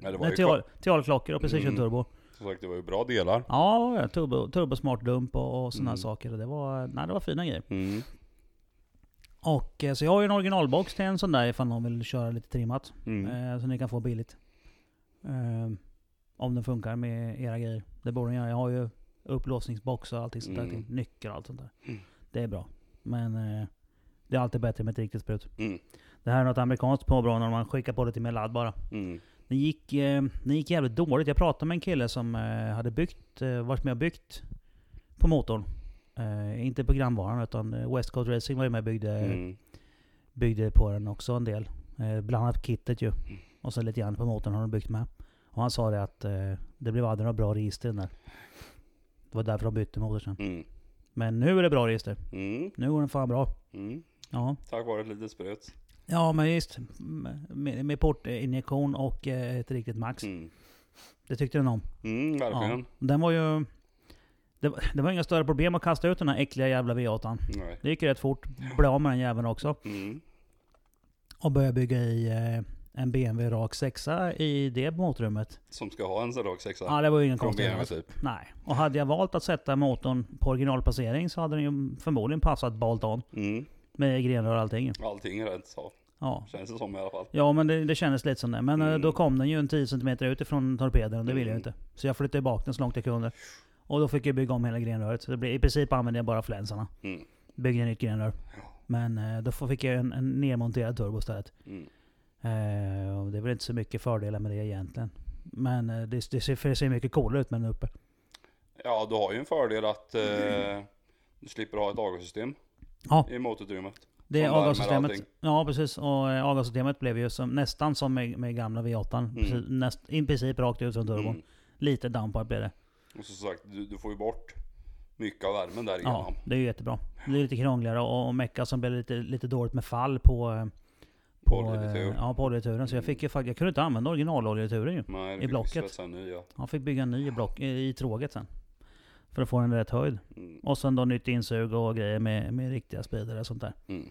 [SPEAKER 1] Ja, det var
[SPEAKER 2] Nej,
[SPEAKER 1] ju
[SPEAKER 2] tial, tialklockor och
[SPEAKER 1] Mm.
[SPEAKER 2] precision-turbo.
[SPEAKER 1] Som sagt, det var ju bra delar.
[SPEAKER 2] Ja, ja, turbo, turbosmart-dump och, och såna här
[SPEAKER 1] Mm.
[SPEAKER 2] saker. Och Det var, nej, det var fina grejer.
[SPEAKER 1] Mm.
[SPEAKER 2] Och, eh, så jag har ju en originalbox till en sån där ifall någon vill köra lite trimmat.
[SPEAKER 1] Mm.
[SPEAKER 2] Eh, så ni kan få billigt. Eh, om den funkar med era grejer. Det borde den göra. Jag har ju upplåsningsbox och allting sånt där.
[SPEAKER 1] Mm.
[SPEAKER 2] till Nyckel och allt sånt där.
[SPEAKER 1] Mm.
[SPEAKER 2] Det är bra. Men eh, det är alltid bättre med ett riktigt sprut.
[SPEAKER 1] Mm.
[SPEAKER 2] Det här är något amerikanskt påbrå när man skickar på lite mer ladd bara.
[SPEAKER 1] Mm.
[SPEAKER 2] Den gick, eh, den gick jävligt dåligt. Jag pratade med en kille som eh, hade byggt, eh, varit med och byggt på motorn. Eh, inte programvaran utan eh, West Coast Racing var ju med och byggde,
[SPEAKER 1] Mm.
[SPEAKER 2] byggde på den också en del. Eh, bland annat kittet ju. Och så lite grann på motorn har de byggt med. Och han sa det att eh, det blev aldrig några bra register i den där. Det var därför de bytte motor sen.
[SPEAKER 1] Mm.
[SPEAKER 2] Men nu är det bra register.
[SPEAKER 1] Mm.
[SPEAKER 2] Nu går den fan bra.
[SPEAKER 1] Mm.
[SPEAKER 2] Ja,
[SPEAKER 1] Tack vare ett litet sprut.
[SPEAKER 2] ja men just. M- Med, med portinjektion och eh, ett riktigt max.
[SPEAKER 1] Mm.
[SPEAKER 2] Det tyckte den om.
[SPEAKER 1] Mm,
[SPEAKER 2] Ja.
[SPEAKER 1] verkligen.
[SPEAKER 2] Den var ju... Det, var- det var inga större problem att kasta ut den här äckliga jävla V8.
[SPEAKER 1] Nej.
[SPEAKER 2] Det gick ju rätt fort. Blev av med den jäveln också.
[SPEAKER 1] Mm.
[SPEAKER 2] Och började bygga i eh, en BMW rak sexa i det motorrummet.
[SPEAKER 1] Som ska ha en Zerag 6
[SPEAKER 2] Ja, det var ju inga
[SPEAKER 1] från BMW
[SPEAKER 2] konstigheter.
[SPEAKER 1] typ.
[SPEAKER 2] Nej. Och hade jag valt att sätta motorn på originalplacering så hade den ju förmodligen passat bolt on.
[SPEAKER 1] Mm.
[SPEAKER 2] Med grenrör och allting.
[SPEAKER 1] Allting är rätt så.
[SPEAKER 2] Ja.
[SPEAKER 1] Känns det som i alla fall.
[SPEAKER 2] Ja men det, det kändes lite som det. Men eh,
[SPEAKER 1] Mm.
[SPEAKER 2] då kom den ju en 10 cm utifrån torpeden och det ville jag
[SPEAKER 1] Mm.
[SPEAKER 2] inte. Så jag flyttade bak den så långt jag kunde. Och då fick jag bygga om hela grenröret. Så det blev, i princip använde jag bara flänsarna.
[SPEAKER 1] Mm.
[SPEAKER 2] Byggde nytt grenrör.
[SPEAKER 1] Ja.
[SPEAKER 2] Men eh, då får- fick jag en, en nermonterad turbo istället.
[SPEAKER 1] Mm.
[SPEAKER 2] Eh, och det är väl inte så mycket fördelar med det egentligen. Men eh, det, det, ser, det ser mycket coolare ut med den uppe.
[SPEAKER 1] Ja, du har ju en fördel att eh, du slipper ha ett avgassystem
[SPEAKER 2] Ja.
[SPEAKER 1] i motorutrymmet.
[SPEAKER 2] Det är
[SPEAKER 1] Som värmer
[SPEAKER 2] avgassystemet.
[SPEAKER 1] allting.
[SPEAKER 2] Ja precis. Och eh, avgassystemet blev ju som, nästan som med, med gamla V8. Precis, näst, I princip rakt ut från turbon.
[SPEAKER 1] Mm.
[SPEAKER 2] Lite downpipe blev det.
[SPEAKER 1] Och som sagt, du, du får ju bort mycket av värmen
[SPEAKER 2] Ja,
[SPEAKER 1] därigenom.
[SPEAKER 2] det är ju jättebra. Det är lite krångligare och, och mecka som blev lite, lite dåligt med fall på... eh,
[SPEAKER 1] På
[SPEAKER 2] eh,
[SPEAKER 1] oljetur.
[SPEAKER 2] Ja, på oljeturen. Så jag fick ju faktiskt... Jag kunde inte använda originaloljeturen ju.
[SPEAKER 1] Nej, det
[SPEAKER 2] i
[SPEAKER 1] fick vi
[SPEAKER 2] blocket.
[SPEAKER 1] svetsa ny, ja.
[SPEAKER 2] Jag fick bygga en ny i block, i, i tråget sen. För att få den i rätt höjd.
[SPEAKER 1] Mm.
[SPEAKER 2] Och sen då nytt insug och grejer med, med riktiga speedare och sånt där.
[SPEAKER 1] Mm.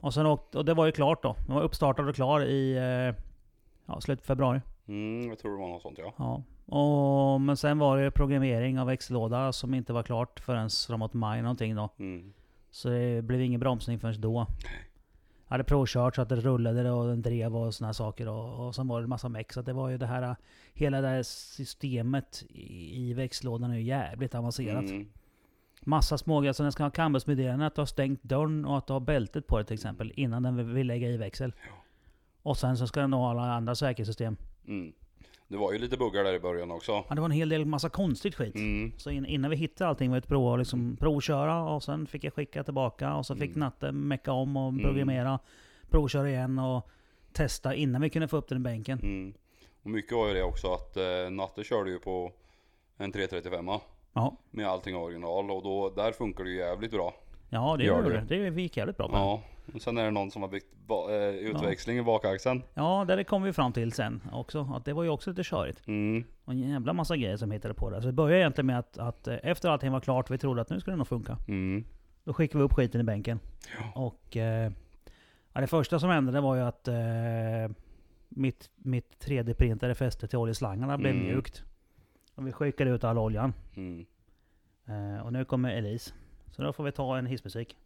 [SPEAKER 2] Och sen åkte, och det var ju klart då. Den var uppstartad och klar i... eh, Ja, slutet av februari.
[SPEAKER 1] Mm, jag tror det var något sånt ja.
[SPEAKER 2] Ja. Och, men sen var det programmering av växellåda som inte var klart förrän framåt maj någonting då.
[SPEAKER 1] Mm.
[SPEAKER 2] Så det blev ingen bromsning förrän då. Jag hade provkört så att det rullade och den drev och sådana saker. Och, och sen var det en massa meck. Så att det var ju det här, hela det här systemet i, i växellådan är ju jävligt avancerat.
[SPEAKER 1] Mm.
[SPEAKER 2] Massa små grejer. Så den ska ha cambusmeddelande, att du har stängt dörren och att du har bältet på det till exempel. Innan den vill- vill lägga i växel. Och sen så ska den ha alla andra säkerhetssystem.
[SPEAKER 1] Mm. Det var ju lite buggar där i början också.
[SPEAKER 2] Ja, det var en hel del massa konstigt skit.
[SPEAKER 1] Mm.
[SPEAKER 2] Så in, innan vi hittade allting var det ett prov, liksom, provköra och sen fick jag skicka tillbaka och så fick
[SPEAKER 1] Mm.
[SPEAKER 2] Natte mecka om och programmera. Provköra igen och testa innan vi kunde få upp den i bänken.
[SPEAKER 1] Mm. Och mycket var ju det också att eh, Natte körde ju på en 335
[SPEAKER 2] Ja,
[SPEAKER 1] med allting original och då, där funkar det ju jävligt bra.
[SPEAKER 2] ja det
[SPEAKER 1] Gör
[SPEAKER 2] gjorde
[SPEAKER 1] det.
[SPEAKER 2] det. Det gick jävligt bra. Ja.
[SPEAKER 1] Ja. Och sen är det någon som har byggt ba- eh, utväxling i bakaxeln.
[SPEAKER 2] ja, där det kom vi fram till sen också. Att det var ju också lite körigt.
[SPEAKER 1] Mm.
[SPEAKER 2] Och en jävla massa grejer som hittade på det. Så det började egentligen med att, att eh, efter allting var klart, vi trodde att nu skulle det nog funka.
[SPEAKER 1] Mm.
[SPEAKER 2] Då skickade vi upp skiten i bänken. Och eh, ja, det första som hände det var ju att eh, mitt, mitt 3D-printade fäste till oljeslangarna blev
[SPEAKER 1] Mm.
[SPEAKER 2] mjukt. Och vi skickade ut all oljan.
[SPEAKER 1] Mm.
[SPEAKER 2] Eh, och nu kommer Elise. Så då får vi ta en hissmusik.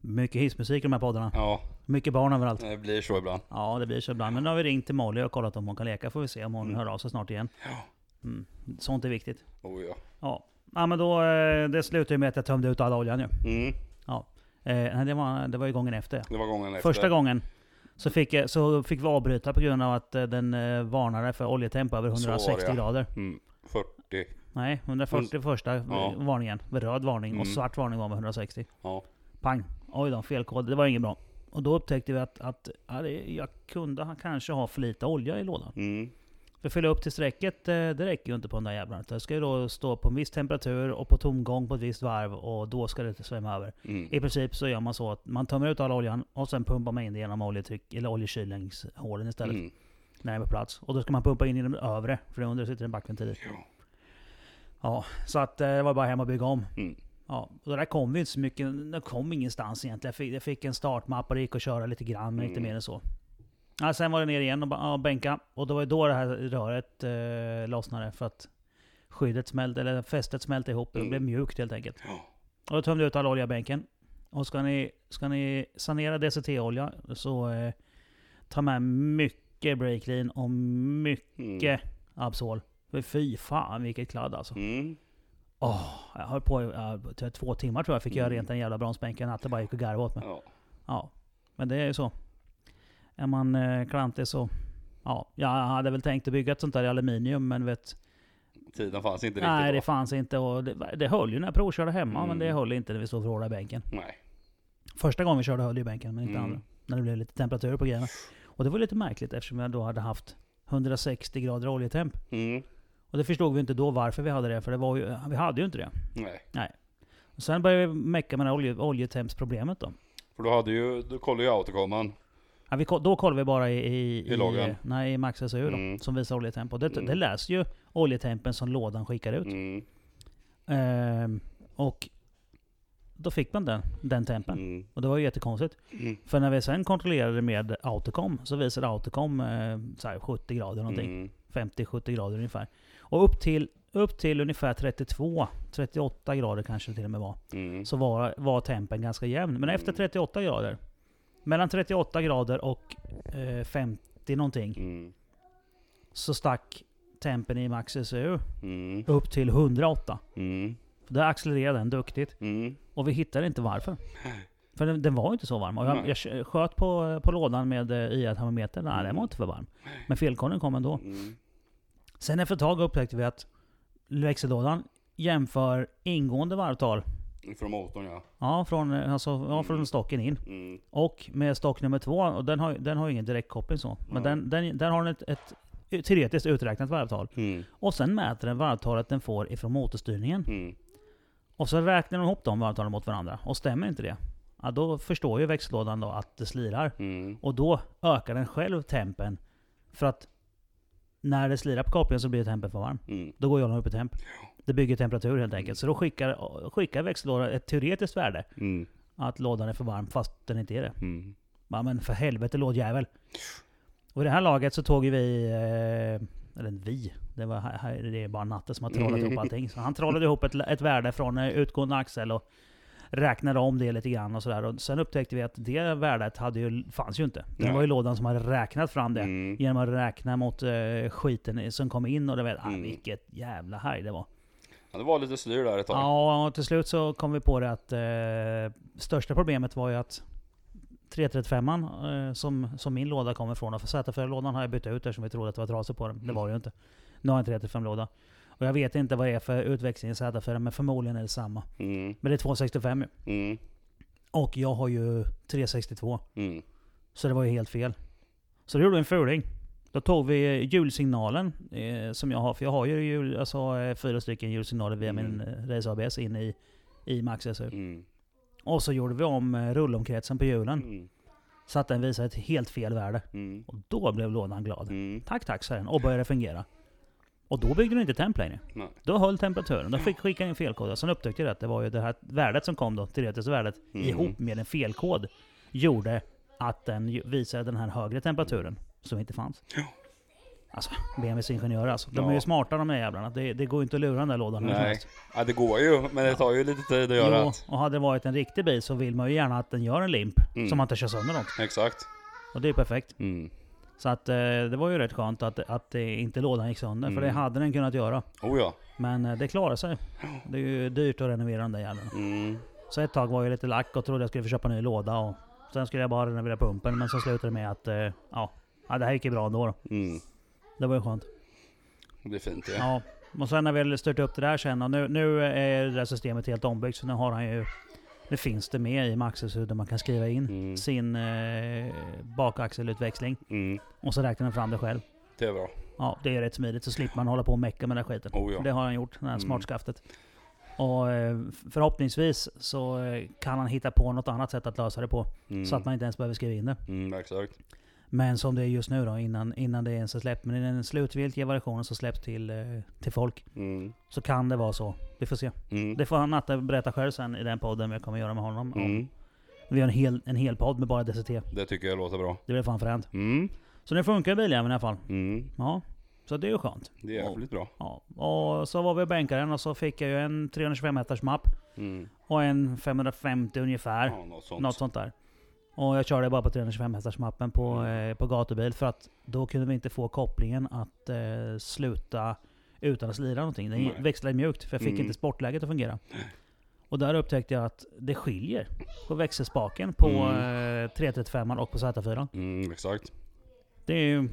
[SPEAKER 2] Mycket hissmusik i de här poddarna.
[SPEAKER 1] Ja,
[SPEAKER 2] Mycket barn överallt.
[SPEAKER 1] det blir så ibland.
[SPEAKER 2] Ja, det blir så ibland. Men nu har vi ringt till Molly och kollat om hon kan leka. Får vi se om hon hör av sig snart igen. Mm. Sånt är viktigt.
[SPEAKER 1] Oh, ja.
[SPEAKER 2] Ja. ja, men då... eh, Det slutade ju med att jag tömde ut all oljan ju.
[SPEAKER 1] Mm.
[SPEAKER 2] Ja. Eh, nej, det, var, det var ju gången efter.
[SPEAKER 1] Det var gången efter.
[SPEAKER 2] Första gången så fick, jag, så fick vi avbryta på grund av att eh, den eh, varnade för oljetemp över
[SPEAKER 1] Så var det,
[SPEAKER 2] 160
[SPEAKER 1] ja.
[SPEAKER 2] grader.
[SPEAKER 1] Mm. 40.
[SPEAKER 2] Nej, 140 första
[SPEAKER 1] Ja.
[SPEAKER 2] varningen. Med röd varning
[SPEAKER 1] Mm.
[SPEAKER 2] och svart varning var med 160.
[SPEAKER 1] Ja.
[SPEAKER 2] Pang! Oj då, felkod. Det var inget bra. Och då upptäckte vi att, att ja, det- jag kunde ha- kanske ha för lite olja i lådan.
[SPEAKER 1] Mm.
[SPEAKER 2] För att fylla upp till strecket, eh, det räcker ju inte på den där jävlarna. Det ska ju då stå på en viss temperatur och på tomgång på ett visst varv och då ska det inte svämma över.
[SPEAKER 1] Mm.
[SPEAKER 2] I princip så gör man så att man tömmer ut all oljan och sen pumpar man in det genom oljetryck, eller oljekylningshålen istället.
[SPEAKER 1] Mm.
[SPEAKER 2] När det är på plats. Och då ska man pumpa in i den övre, för under sitter en backventil.
[SPEAKER 1] Ja.
[SPEAKER 2] Ja, så att eh, det var bara hem och bygga om.
[SPEAKER 1] Mm.
[SPEAKER 2] Ja, och där kom vi inte så mycket, det kom ingenstans egentligen. Jag fick, jag fick en startmapp och det gick att köra lite grann, men inte
[SPEAKER 1] Mm.
[SPEAKER 2] mer än så. Ja, sen var det ner igen och ba- ja, bänka. Och det var ju då det här röret eh, lossnade för att skyddet smälte, eller fästet smälte ihop. Det
[SPEAKER 1] Mm.
[SPEAKER 2] blev mjukt helt enkelt.
[SPEAKER 1] Ja.
[SPEAKER 2] Och då tömde jag ut all olja i bänken. Och ska ni, ska ni sanera DCT-olja så eh, ta med mycket breaklean och mycket
[SPEAKER 1] Mm.
[SPEAKER 2] Absol. Men Fy fan vilket kladd alltså.
[SPEAKER 1] Mm.
[SPEAKER 2] Åh, jag höll på i ja, typ två timmar tror jag fick göra rent den jävla bromsbänken. Att det bara gick och garvade åt mig.
[SPEAKER 1] Ja.
[SPEAKER 2] Ja, men det är ju så. Är man eh, klantig så... Ja, jag hade väl tänkt att bygga ett sånt där i aluminium, men vet...
[SPEAKER 1] Tiden fanns inte riktigt
[SPEAKER 2] Nej, det
[SPEAKER 1] då.
[SPEAKER 2] fanns inte. Och det, det höll ju när jag provkörde hemma,
[SPEAKER 1] Mm.
[SPEAKER 2] men det höll inte när vi stod för hårda i bänken.
[SPEAKER 1] Nej.
[SPEAKER 2] Första gången vi körde höll ju bänken, men inte
[SPEAKER 1] Mm.
[SPEAKER 2] andra. När det blev lite temperatur på grejerna. Och det var lite märkligt eftersom jag då hade haft 160 grader oljetemp.
[SPEAKER 1] Mm.
[SPEAKER 2] Och det förstod vi inte då varför vi hade det, för det var ju, vi hade ju inte det.
[SPEAKER 1] Nej.
[SPEAKER 2] Och sen började vi mecka med det här olje, oljetempsproblemet då.
[SPEAKER 1] För då hade ju, då kollade ju autokomman.
[SPEAKER 2] Ja, vi, ko- då kollar vi bara i, i,
[SPEAKER 1] I loggen.
[SPEAKER 2] nej, i Max SU då,
[SPEAKER 1] Mm.
[SPEAKER 2] som visar oljetemp. Och det, det
[SPEAKER 1] Mm.
[SPEAKER 2] läser ju oljetempen som lådan skickar ut.
[SPEAKER 1] Mm.
[SPEAKER 2] Ehm, och då fick man den, den tempen.
[SPEAKER 1] Mm.
[SPEAKER 2] Och det var ju jättekonstigt.
[SPEAKER 1] Mm.
[SPEAKER 2] För när vi sen kontrollerade med Autocom så visade Autocom eh, så här 70 grader någonting.
[SPEAKER 1] Mm.
[SPEAKER 2] 50-70 grader ungefär. Och upp till, upp till ungefär 32-38 grader kanske det till och med var.
[SPEAKER 1] Mm.
[SPEAKER 2] Så var, var tempen ganska jämn. Men efter
[SPEAKER 1] Mm.
[SPEAKER 2] 38 grader. Mellan 38 grader och eh, 50 någonting.
[SPEAKER 1] Mm.
[SPEAKER 2] Så stack tempen i Max SU
[SPEAKER 1] Mm.
[SPEAKER 2] upp till 108.
[SPEAKER 1] Mm.
[SPEAKER 2] Där accelererade den duktigt.
[SPEAKER 1] Mm.
[SPEAKER 2] Och vi hittade inte varför. För den, den var ju inte så varm. Och jag,
[SPEAKER 1] Nej.
[SPEAKER 2] jag kö- sköt på, på lådan med eh, IA-termometern. Nej, den var inte för varm. Men felkoden kom ändå.
[SPEAKER 1] Mm.
[SPEAKER 2] Sen efter ett tag upptäckte vi att växellådan jämför ingående varvtal.
[SPEAKER 1] Från motorn ja.
[SPEAKER 2] Ja, från, eh, alltså, ja, från
[SPEAKER 1] Mm.
[SPEAKER 2] stocken in.
[SPEAKER 1] Mm.
[SPEAKER 2] Och med stock nummer två, och den har, den har ju ingen direktkoppling så. Men
[SPEAKER 1] Nej.
[SPEAKER 2] den, den, den har den ett, ett teoretiskt uträknat varvtal.
[SPEAKER 1] Mm.
[SPEAKER 2] Och sen mäter den varvtalet den får ifrån motorstyrningen.
[SPEAKER 1] Mm.
[SPEAKER 2] Och så räknar den ihop de varvtalen mot varandra. Och stämmer inte det, ja, då förstår ju växellådan då att det slirar.
[SPEAKER 1] Mm.
[SPEAKER 2] Och då ökar den själv tempen. För att när det slirar på kopplingen så blir tempen för varm.
[SPEAKER 1] Mm.
[SPEAKER 2] Då går jollen upp i temp. Det bygger temperatur helt enkelt. Så då skickar, skickar växellådan ett teoretiskt värde.
[SPEAKER 1] Mm.
[SPEAKER 2] Att lådan är för varm fast den inte är det.
[SPEAKER 1] Mm.
[SPEAKER 2] Ja men för helvete lådjävel. Och i det här laget så tog ju vi, eh, eller vi, det, var, här- här- det är bara Natte som har trollat ihop allting. Så han trollade ihop ett, ett värde från eh, utgående axel och räknade om det lite grann och sådär. Och sen upptäckte vi att det värdet hade ju, fanns ju inte. Det
[SPEAKER 1] Nej.
[SPEAKER 2] var ju lådan som hade räknat fram det.
[SPEAKER 1] Mm.
[SPEAKER 2] Genom att räkna mot eh, skiten i- som kom in och det var, ah,
[SPEAKER 1] Mm.
[SPEAKER 2] vilket jävla haj det var.
[SPEAKER 1] Ja, det var lite styr där ett tag.
[SPEAKER 2] Ja, och till slut så kom vi på det att eh, största problemet var ju att 335 eh, som, som min låda kommer ifrån, och för Z4-lådan har jag bytt ut eftersom vi trodde att det var trasor på den. Det var det ju inte. Nu har jag en 335-låda. Och jag vet inte vad det är för utväxling i Z4, men förmodligen är det samma.
[SPEAKER 1] Mm.
[SPEAKER 2] Men det är 265 ju.
[SPEAKER 1] Mm.
[SPEAKER 2] Och jag har ju 362.
[SPEAKER 1] Mm.
[SPEAKER 2] Så det var ju helt fel. Så då gjorde vi en fuling. Då tog vi hjulsignalen eh, som jag har, för jag har ju hjul, alltså, eh, fyra stycken hjulsignaler via min eh, Race ABS in i, i Max SU.
[SPEAKER 1] Mm.
[SPEAKER 2] Och så gjorde vi om eh, rullomkretsen på hjulen.
[SPEAKER 1] Mm.
[SPEAKER 2] Så att den visade ett helt fel värde.
[SPEAKER 1] Mm.
[SPEAKER 2] Och då blev lådan glad.
[SPEAKER 1] Mm.
[SPEAKER 2] Tack tack sa den och började fungera. Och då byggde den inte temp längre.
[SPEAKER 1] Nej.
[SPEAKER 2] Då höll temperaturen. Då fick skicka in felkoden. Sen upptäckte jag att det var ju det här värdet som kom då, teoretiska värdet,
[SPEAKER 1] Mm.
[SPEAKER 2] ihop med en felkod. Gjorde att den ju- visade den här högre temperaturen som inte fanns.
[SPEAKER 1] Ja.
[SPEAKER 2] Alltså, BMWs ingenjörer alltså. De är ju
[SPEAKER 1] Ja.
[SPEAKER 2] smarta de här jävlarna. Det, det går ju inte att lura den där lådan hur som
[SPEAKER 1] Nej.
[SPEAKER 2] helst.
[SPEAKER 1] Ja, det går ju, men det tar ju lite tid att göra
[SPEAKER 2] Jo,
[SPEAKER 1] att...
[SPEAKER 2] och hade det varit en riktig bil så vill man ju gärna att den gör en limp.
[SPEAKER 1] Mm.
[SPEAKER 2] Så man inte kör sönder något.
[SPEAKER 1] Exakt.
[SPEAKER 2] Och det är perfekt.
[SPEAKER 1] Mm.
[SPEAKER 2] Så att eh, det var ju rätt skönt att, att eh, inte lådan gick sönder. För det
[SPEAKER 1] Mm.
[SPEAKER 2] hade den kunnat göra.
[SPEAKER 1] Oh ja.
[SPEAKER 2] Men eh, det klarade sig. Det är ju dyrt att renovera den där jäveln.
[SPEAKER 1] Mm.
[SPEAKER 2] Så ett tag var jag lite lack och trodde jag skulle få köpa en ny låda. Och sen skulle jag bara renovera pumpen. Men så slutade det med att eh, ja, ja, det här gick ju bra ändå. Då.
[SPEAKER 1] Mm.
[SPEAKER 2] Det var ju skönt.
[SPEAKER 1] Det blir fint ja.
[SPEAKER 2] Ja. Och sen när vi hade styrt upp det där sen. Och nu, nu är det där systemet helt ombyggt. Så nu har han ju... Nu finns det med i Maxus hur man kan skriva in
[SPEAKER 1] Mm.
[SPEAKER 2] sin eh, bakaxelutväxling.
[SPEAKER 1] Mm.
[SPEAKER 2] Och så räknar den fram det själv.
[SPEAKER 1] Det är bra.
[SPEAKER 2] Ja, det är rätt smidigt. Så slipper man hålla på och mecka med den här skiten.
[SPEAKER 1] Oh ja.
[SPEAKER 2] Det har han gjort, det här
[SPEAKER 1] Mm.
[SPEAKER 2] smartskaftet. Och eh, förhoppningsvis så eh, kan han hitta på något annat sätt att lösa det på.
[SPEAKER 1] Mm.
[SPEAKER 2] Så att man inte ens behöver skriva in det.
[SPEAKER 1] Mm, exakt.
[SPEAKER 2] Men som det är just nu då, innan, innan det ens är släppt. Men i den slutgiltiga versionen som släpps till, eh, till folk.
[SPEAKER 1] Mm.
[SPEAKER 2] Så kan det vara så. Vi får se.
[SPEAKER 1] Mm.
[SPEAKER 2] Det får han Natta berätta själv sen i den podden jag kommer göra med honom.
[SPEAKER 1] Mm.
[SPEAKER 2] Vi har en hel, en hel podd med bara DCT.
[SPEAKER 1] Det tycker jag låter bra.
[SPEAKER 2] Det blir fan fränt.
[SPEAKER 1] Mm.
[SPEAKER 2] Så nu funkar biljäveln i alla fall.
[SPEAKER 1] Mm.
[SPEAKER 2] Ja. Så det är ju skönt.
[SPEAKER 1] Det är jävligt bra.
[SPEAKER 2] Ja, och så var vi och bänkade den och så fick jag ju en 325 meters mapp
[SPEAKER 1] Mm.
[SPEAKER 2] och en 550 ungefär.
[SPEAKER 1] Ja, något sånt.
[SPEAKER 2] Något sånt där. Och jag körde bara på 325 hästars mappen på,
[SPEAKER 1] Mm.
[SPEAKER 2] eh, på gatubil för att då kunde vi inte få kopplingen att eh, sluta utan att slira någonting. Den
[SPEAKER 1] Nej.
[SPEAKER 2] växlade mjukt för jag fick
[SPEAKER 1] Mm.
[SPEAKER 2] inte sportläget att fungera. Och där upptäckte jag att det skiljer på växelspaken på eh, 335 och på Z4.
[SPEAKER 1] Mm, exakt.
[SPEAKER 2] Det är ju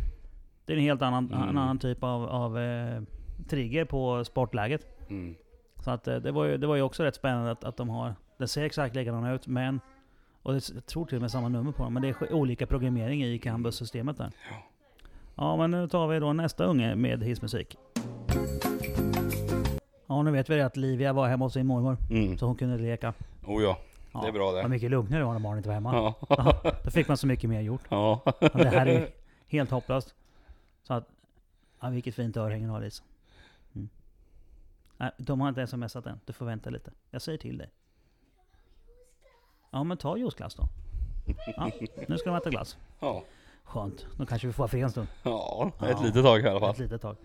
[SPEAKER 2] det är en helt annan, en
[SPEAKER 1] Mm.
[SPEAKER 2] annan typ av, av eh, trigger på sportläget.
[SPEAKER 1] Mm.
[SPEAKER 2] Så att, eh, det, var ju, det var ju också rätt spännande att, att de har... Den ser exakt likadan ut, men... Och det, jag tror till och med samma nummer på dem, men det är sk- olika programmering i Canvas-systemet där.
[SPEAKER 1] Ja.
[SPEAKER 2] Ja, men nu tar vi då nästa unge med hissmusik. Ja, nu vet vi det att Livia var hemma hos sin mormor,
[SPEAKER 1] Mm.
[SPEAKER 2] så hon kunde leka.
[SPEAKER 1] Oh ja.
[SPEAKER 2] Ja,
[SPEAKER 1] Det är bra det.
[SPEAKER 2] Vad mycket lugnare det var när barnen inte var hemma.
[SPEAKER 1] Ja.
[SPEAKER 2] Ja, då fick man så mycket mer gjort.
[SPEAKER 1] Ja.
[SPEAKER 2] Ja, det här är ju helt hopplöst. Så att, ja, vilket fint örhänge du har Lisa. Mm. Nej, de har inte smsat än. Du får vänta lite. Jag säger till dig. Ja men ta juiceglass då. Ja, nu ska de äta glass.
[SPEAKER 1] Ja.
[SPEAKER 2] Skönt, då kanske vi får ha fred en stund.
[SPEAKER 1] Ja.
[SPEAKER 2] Ja.
[SPEAKER 1] Ett litet tag i alla fall.
[SPEAKER 2] Ett litet tag.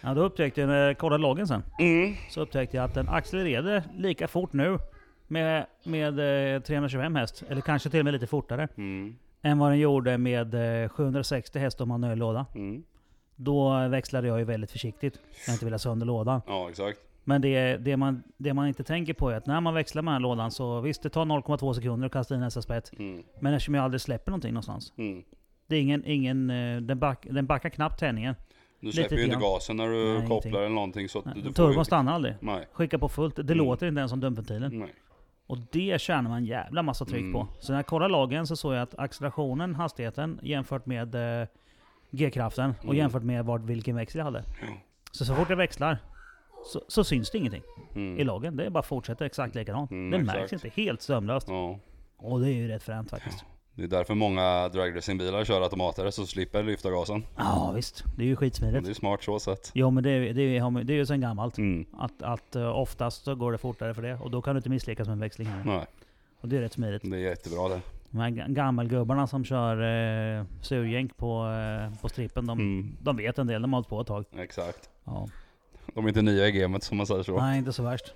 [SPEAKER 2] Ja, då upptäckte jag, när jag kollade loggen sen,
[SPEAKER 1] Mm.
[SPEAKER 2] så upptäckte jag att den accelererade lika fort nu med, med eh, 325 häst, eller kanske till och med lite fortare,
[SPEAKER 1] Mm.
[SPEAKER 2] än vad den gjorde med eh, 760 häst om manuell låda.
[SPEAKER 1] Mm.
[SPEAKER 2] Då vexlade jag ju väldigt försiktigt. Jag har inte velat sönder lådan.
[SPEAKER 1] Ja, exakt.
[SPEAKER 2] Men det, det, man, det man inte tänker på är att när man växlar med den här lådan så visst, det tar 0,2 sekunder att kasta in nästa spett.
[SPEAKER 1] Mm.
[SPEAKER 2] Men eftersom jag aldrig släpper någonting någonstans.
[SPEAKER 1] Mm.
[SPEAKER 2] Det är ingen, ingen, eh, den, back, den backar knappt tändningen.
[SPEAKER 1] Du släpper ju inte
[SPEAKER 2] grann.
[SPEAKER 1] gasen när du
[SPEAKER 2] Nej,
[SPEAKER 1] kopplar
[SPEAKER 2] ingenting.
[SPEAKER 1] eller någonting så att du, du får ju
[SPEAKER 2] Turbon
[SPEAKER 1] inte...
[SPEAKER 2] stannar aldrig.
[SPEAKER 1] Nej.
[SPEAKER 2] Skickar på fullt. Det låter inte ens som dumpentilen.
[SPEAKER 1] Nej.
[SPEAKER 2] Och det tjänar man en jävla massa tryck
[SPEAKER 1] Mm.
[SPEAKER 2] på. Så när jag kollade loggen så såg jag att accelerationen, hastigheten jämfört med eh, G-kraften och
[SPEAKER 1] Mm.
[SPEAKER 2] jämfört med vart, vilken växel jag hade. Så så fort jag växlar så, så syns det ingenting.
[SPEAKER 1] Mm.
[SPEAKER 2] i lagen. Det är bara fortsätter exakt likadant.
[SPEAKER 1] Mm,
[SPEAKER 2] det märks
[SPEAKER 1] exakt.
[SPEAKER 2] inte. Helt sömlöst.
[SPEAKER 1] Ja.
[SPEAKER 2] Och det är ju rätt fränt faktiskt.
[SPEAKER 1] Det är därför många dragracingbilar kör automater så slipper lyfta gasen.
[SPEAKER 2] Ja visst, det är ju
[SPEAKER 1] Det
[SPEAKER 2] skitsmidigt.
[SPEAKER 1] är smart så sett.
[SPEAKER 2] Jo men det, är- det, är- det är ju sen gammalt.
[SPEAKER 1] Mm.
[SPEAKER 2] Att, att eh, oftast så går det fortare för det. Och då kan du inte misslyckas med en växling heller.
[SPEAKER 1] Nej,
[SPEAKER 2] Och det är rätt smidigt.
[SPEAKER 1] det är jättebra det.
[SPEAKER 2] De här ga- gammelgubbarna som kör eh, surjänk på, eh, på strippen. De,
[SPEAKER 1] Mm.
[SPEAKER 2] de vet en del. De har hållit på ett tag.
[SPEAKER 1] Exakt.
[SPEAKER 2] Ja.
[SPEAKER 1] De är inte nya i gamet som man säger så.
[SPEAKER 2] Nej, inte så värst.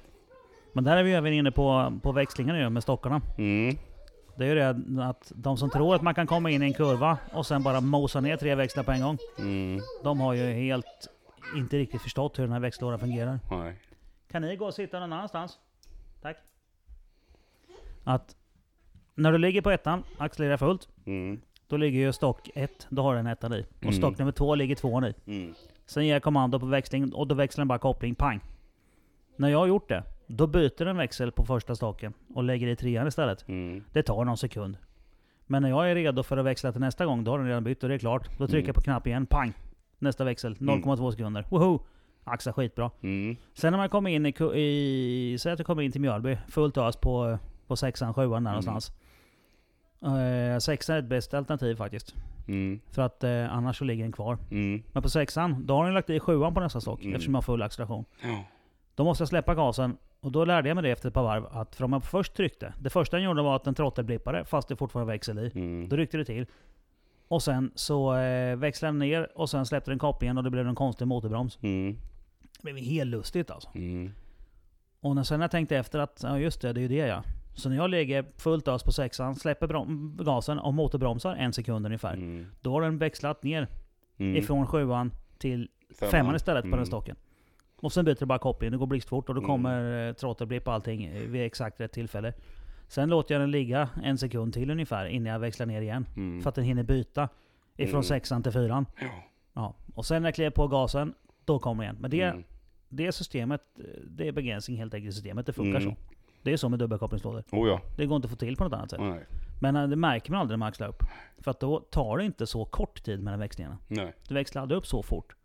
[SPEAKER 2] Men där är vi ju även inne på, på växlingarna ju med stockarna.
[SPEAKER 1] Mm.
[SPEAKER 2] Det är ju det att de som tror att man kan komma in i en kurva och sen bara mosa ner tre växlar på en gång.
[SPEAKER 1] Mm.
[SPEAKER 2] De har ju helt inte riktigt förstått hur den här växellådan fungerar.
[SPEAKER 1] Nej.
[SPEAKER 2] Kan ni gå och sitta någon annanstans? Tack. Att när du ligger på ettan, accelererar fullt,
[SPEAKER 1] Mm.
[SPEAKER 2] då ligger ju stock 1, då har den ettan i. Och
[SPEAKER 1] Mm.
[SPEAKER 2] stock nummer 2 ligger tvåan i.
[SPEAKER 1] Mm.
[SPEAKER 2] Sen ger jag kommando på växling och då växlar den bara koppling, pang. När jag har gjort det, då byter den växel på första stocken och lägger i trean istället.
[SPEAKER 1] Mm.
[SPEAKER 2] Det tar någon sekund. Men när jag är redo för att växla till nästa gång, då har den redan bytt och det är klart. Då trycker
[SPEAKER 1] Mm.
[SPEAKER 2] jag på knapp igen, pang! Nästa växel, 0,2 sekunder. Woho! Axar skitbra.
[SPEAKER 1] Mm.
[SPEAKER 2] Sen när man kommer in i, ku- i säg att jag kommer in till Mjölby, fullt ös på, på sexan, sjuan där
[SPEAKER 1] Mm.
[SPEAKER 2] någonstans. Eh, sexan är ett bäst alternativ faktiskt.
[SPEAKER 1] Mm.
[SPEAKER 2] För att eh, annars så ligger den kvar.
[SPEAKER 1] Mm.
[SPEAKER 2] Men på sexan, då har den lagt i sjuan på nästa stock
[SPEAKER 1] Mm.
[SPEAKER 2] eftersom jag har full acceleration.
[SPEAKER 1] Ja.
[SPEAKER 2] Då måste jag släppa gasen. Och då lärde jag mig det efter ett par varv, att för om jag först tryckte, det första den gjorde var att den trottelblippade fast det fortfarande var växel i.
[SPEAKER 1] Mm.
[SPEAKER 2] Då ryckte det till. Och sen så eh, växlade den ner och sen släppte den kopplingen och det blev en konstig motorbroms.
[SPEAKER 1] Mm.
[SPEAKER 2] Det blev helt lustigt alltså.
[SPEAKER 1] Mm.
[SPEAKER 2] Och när, sen när jag tänkte efter att, ja just det, det är ju det ja. Så när jag lägger fullt ös på sexan, släpper brom- gasen och motorbromsar en sekund ungefär.
[SPEAKER 1] Mm.
[SPEAKER 2] Då har den växlat ner
[SPEAKER 1] Mm.
[SPEAKER 2] ifrån sjuan till femman istället på den stocken. Och sen byter det bara koppling, det går blixtfort och då
[SPEAKER 1] Mm.
[SPEAKER 2] kommer eh, trottelblipp och allting eh, vid exakt rätt tillfälle. Sen låter jag den ligga en sekund till ungefär innan jag växlar ner igen.
[SPEAKER 1] Mm.
[SPEAKER 2] För att den hinner byta ifrån
[SPEAKER 1] Mm.
[SPEAKER 2] sexan till fyran.
[SPEAKER 1] Ja.
[SPEAKER 2] Ja. Och sen när jag kliver på gasen, då kommer den igen. Men det,
[SPEAKER 1] Mm.
[SPEAKER 2] det systemet, eh, det är begränsning helt enkelt i systemet. Det funkar
[SPEAKER 1] Mm.
[SPEAKER 2] så. Det är så med dubbelkopplingslådor.
[SPEAKER 1] Oh ja.
[SPEAKER 2] Det går inte att få till på något annat sätt.
[SPEAKER 1] Nej.
[SPEAKER 2] Men eh, det märker man aldrig när man axlar upp. För att då tar det inte så kort tid mellan växlingarna.
[SPEAKER 1] Nej.
[SPEAKER 2] Du växlar aldrig upp så fort.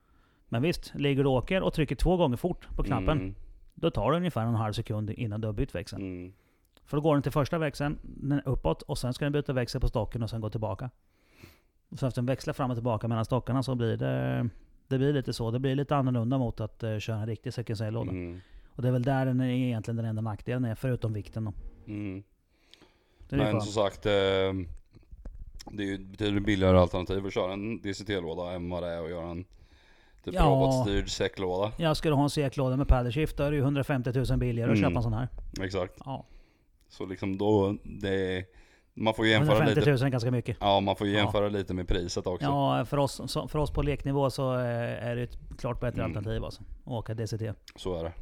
[SPEAKER 2] Men visst, ligger du och åker och trycker två gånger fort på knappen,
[SPEAKER 1] Mm.
[SPEAKER 2] då tar det ungefär en halv sekund innan du har bytt växeln.
[SPEAKER 1] Mm.
[SPEAKER 2] För då går den till första växeln, den är uppåt, och sen ska den byta växel på stocken och sen gå tillbaka. Och sen efter den växlar fram och tillbaka mellan stockarna så blir det, det blir lite så. Det blir lite annorlunda mot att eh, köra en riktig sekundärlåda.
[SPEAKER 1] Mm.
[SPEAKER 2] Och det är väl där den är egentligen den enda nackdelen är, förutom vikten då.
[SPEAKER 1] Mm.
[SPEAKER 2] Det är ju
[SPEAKER 1] Men
[SPEAKER 2] skönt.
[SPEAKER 1] som sagt, eh, det är ju ett betydligt billigare alternativ att köra en DCT-låda än vad det är att göra en typ
[SPEAKER 2] Ja.
[SPEAKER 1] robotstyrd säcklåda.
[SPEAKER 2] Jag skulle ha en seklåda med paddelshift, då är det ju 150 000 billigare att
[SPEAKER 1] Mm.
[SPEAKER 2] köpa en sån här.
[SPEAKER 1] Exakt.
[SPEAKER 2] Ja.
[SPEAKER 1] Så liksom då, det, Man får ju jämföra
[SPEAKER 2] 150
[SPEAKER 1] lite.
[SPEAKER 2] 000 är ganska mycket.
[SPEAKER 1] Ja, man får ju jämföra lite med priset också.
[SPEAKER 2] Ja, för oss, så- för oss på leknivå så eh, är det ett klart bättre
[SPEAKER 1] Mm.
[SPEAKER 2] alternativ alltså. Att åka DCT.
[SPEAKER 1] Så är det.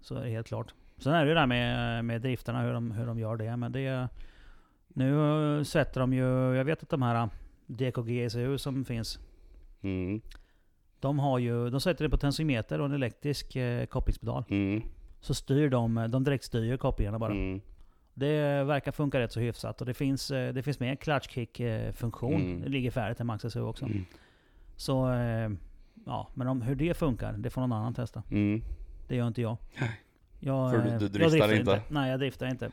[SPEAKER 2] Så är det helt klart. Sen är det ju det där med, med driftarna, hur de, hur de gör det. Men det... Nu sätter de ju... Jag vet att de här DKG ECU E som finns.
[SPEAKER 1] Mm,
[SPEAKER 2] De, har ju, de sätter en potentiometer och en elektrisk eh, kopplingspedal.
[SPEAKER 1] mm,
[SPEAKER 2] Så styr de, de direktstyr kopplingarna bara.
[SPEAKER 1] mm,
[SPEAKER 2] Det verkar funka rätt så hyfsat. Och det finns, eh, det finns med en clutch kick eh, funktion.
[SPEAKER 1] Mm.
[SPEAKER 2] Det ligger färdigt i Max SU också.
[SPEAKER 1] mm,
[SPEAKER 2] Så eh, ja, men om hur det funkar, det får någon annan testa.
[SPEAKER 1] mm.
[SPEAKER 2] Det gör inte jag. jag
[SPEAKER 1] För du-
[SPEAKER 2] eh,
[SPEAKER 1] du
[SPEAKER 2] jag
[SPEAKER 1] driftar inte.
[SPEAKER 2] Nej, jag driftar inte.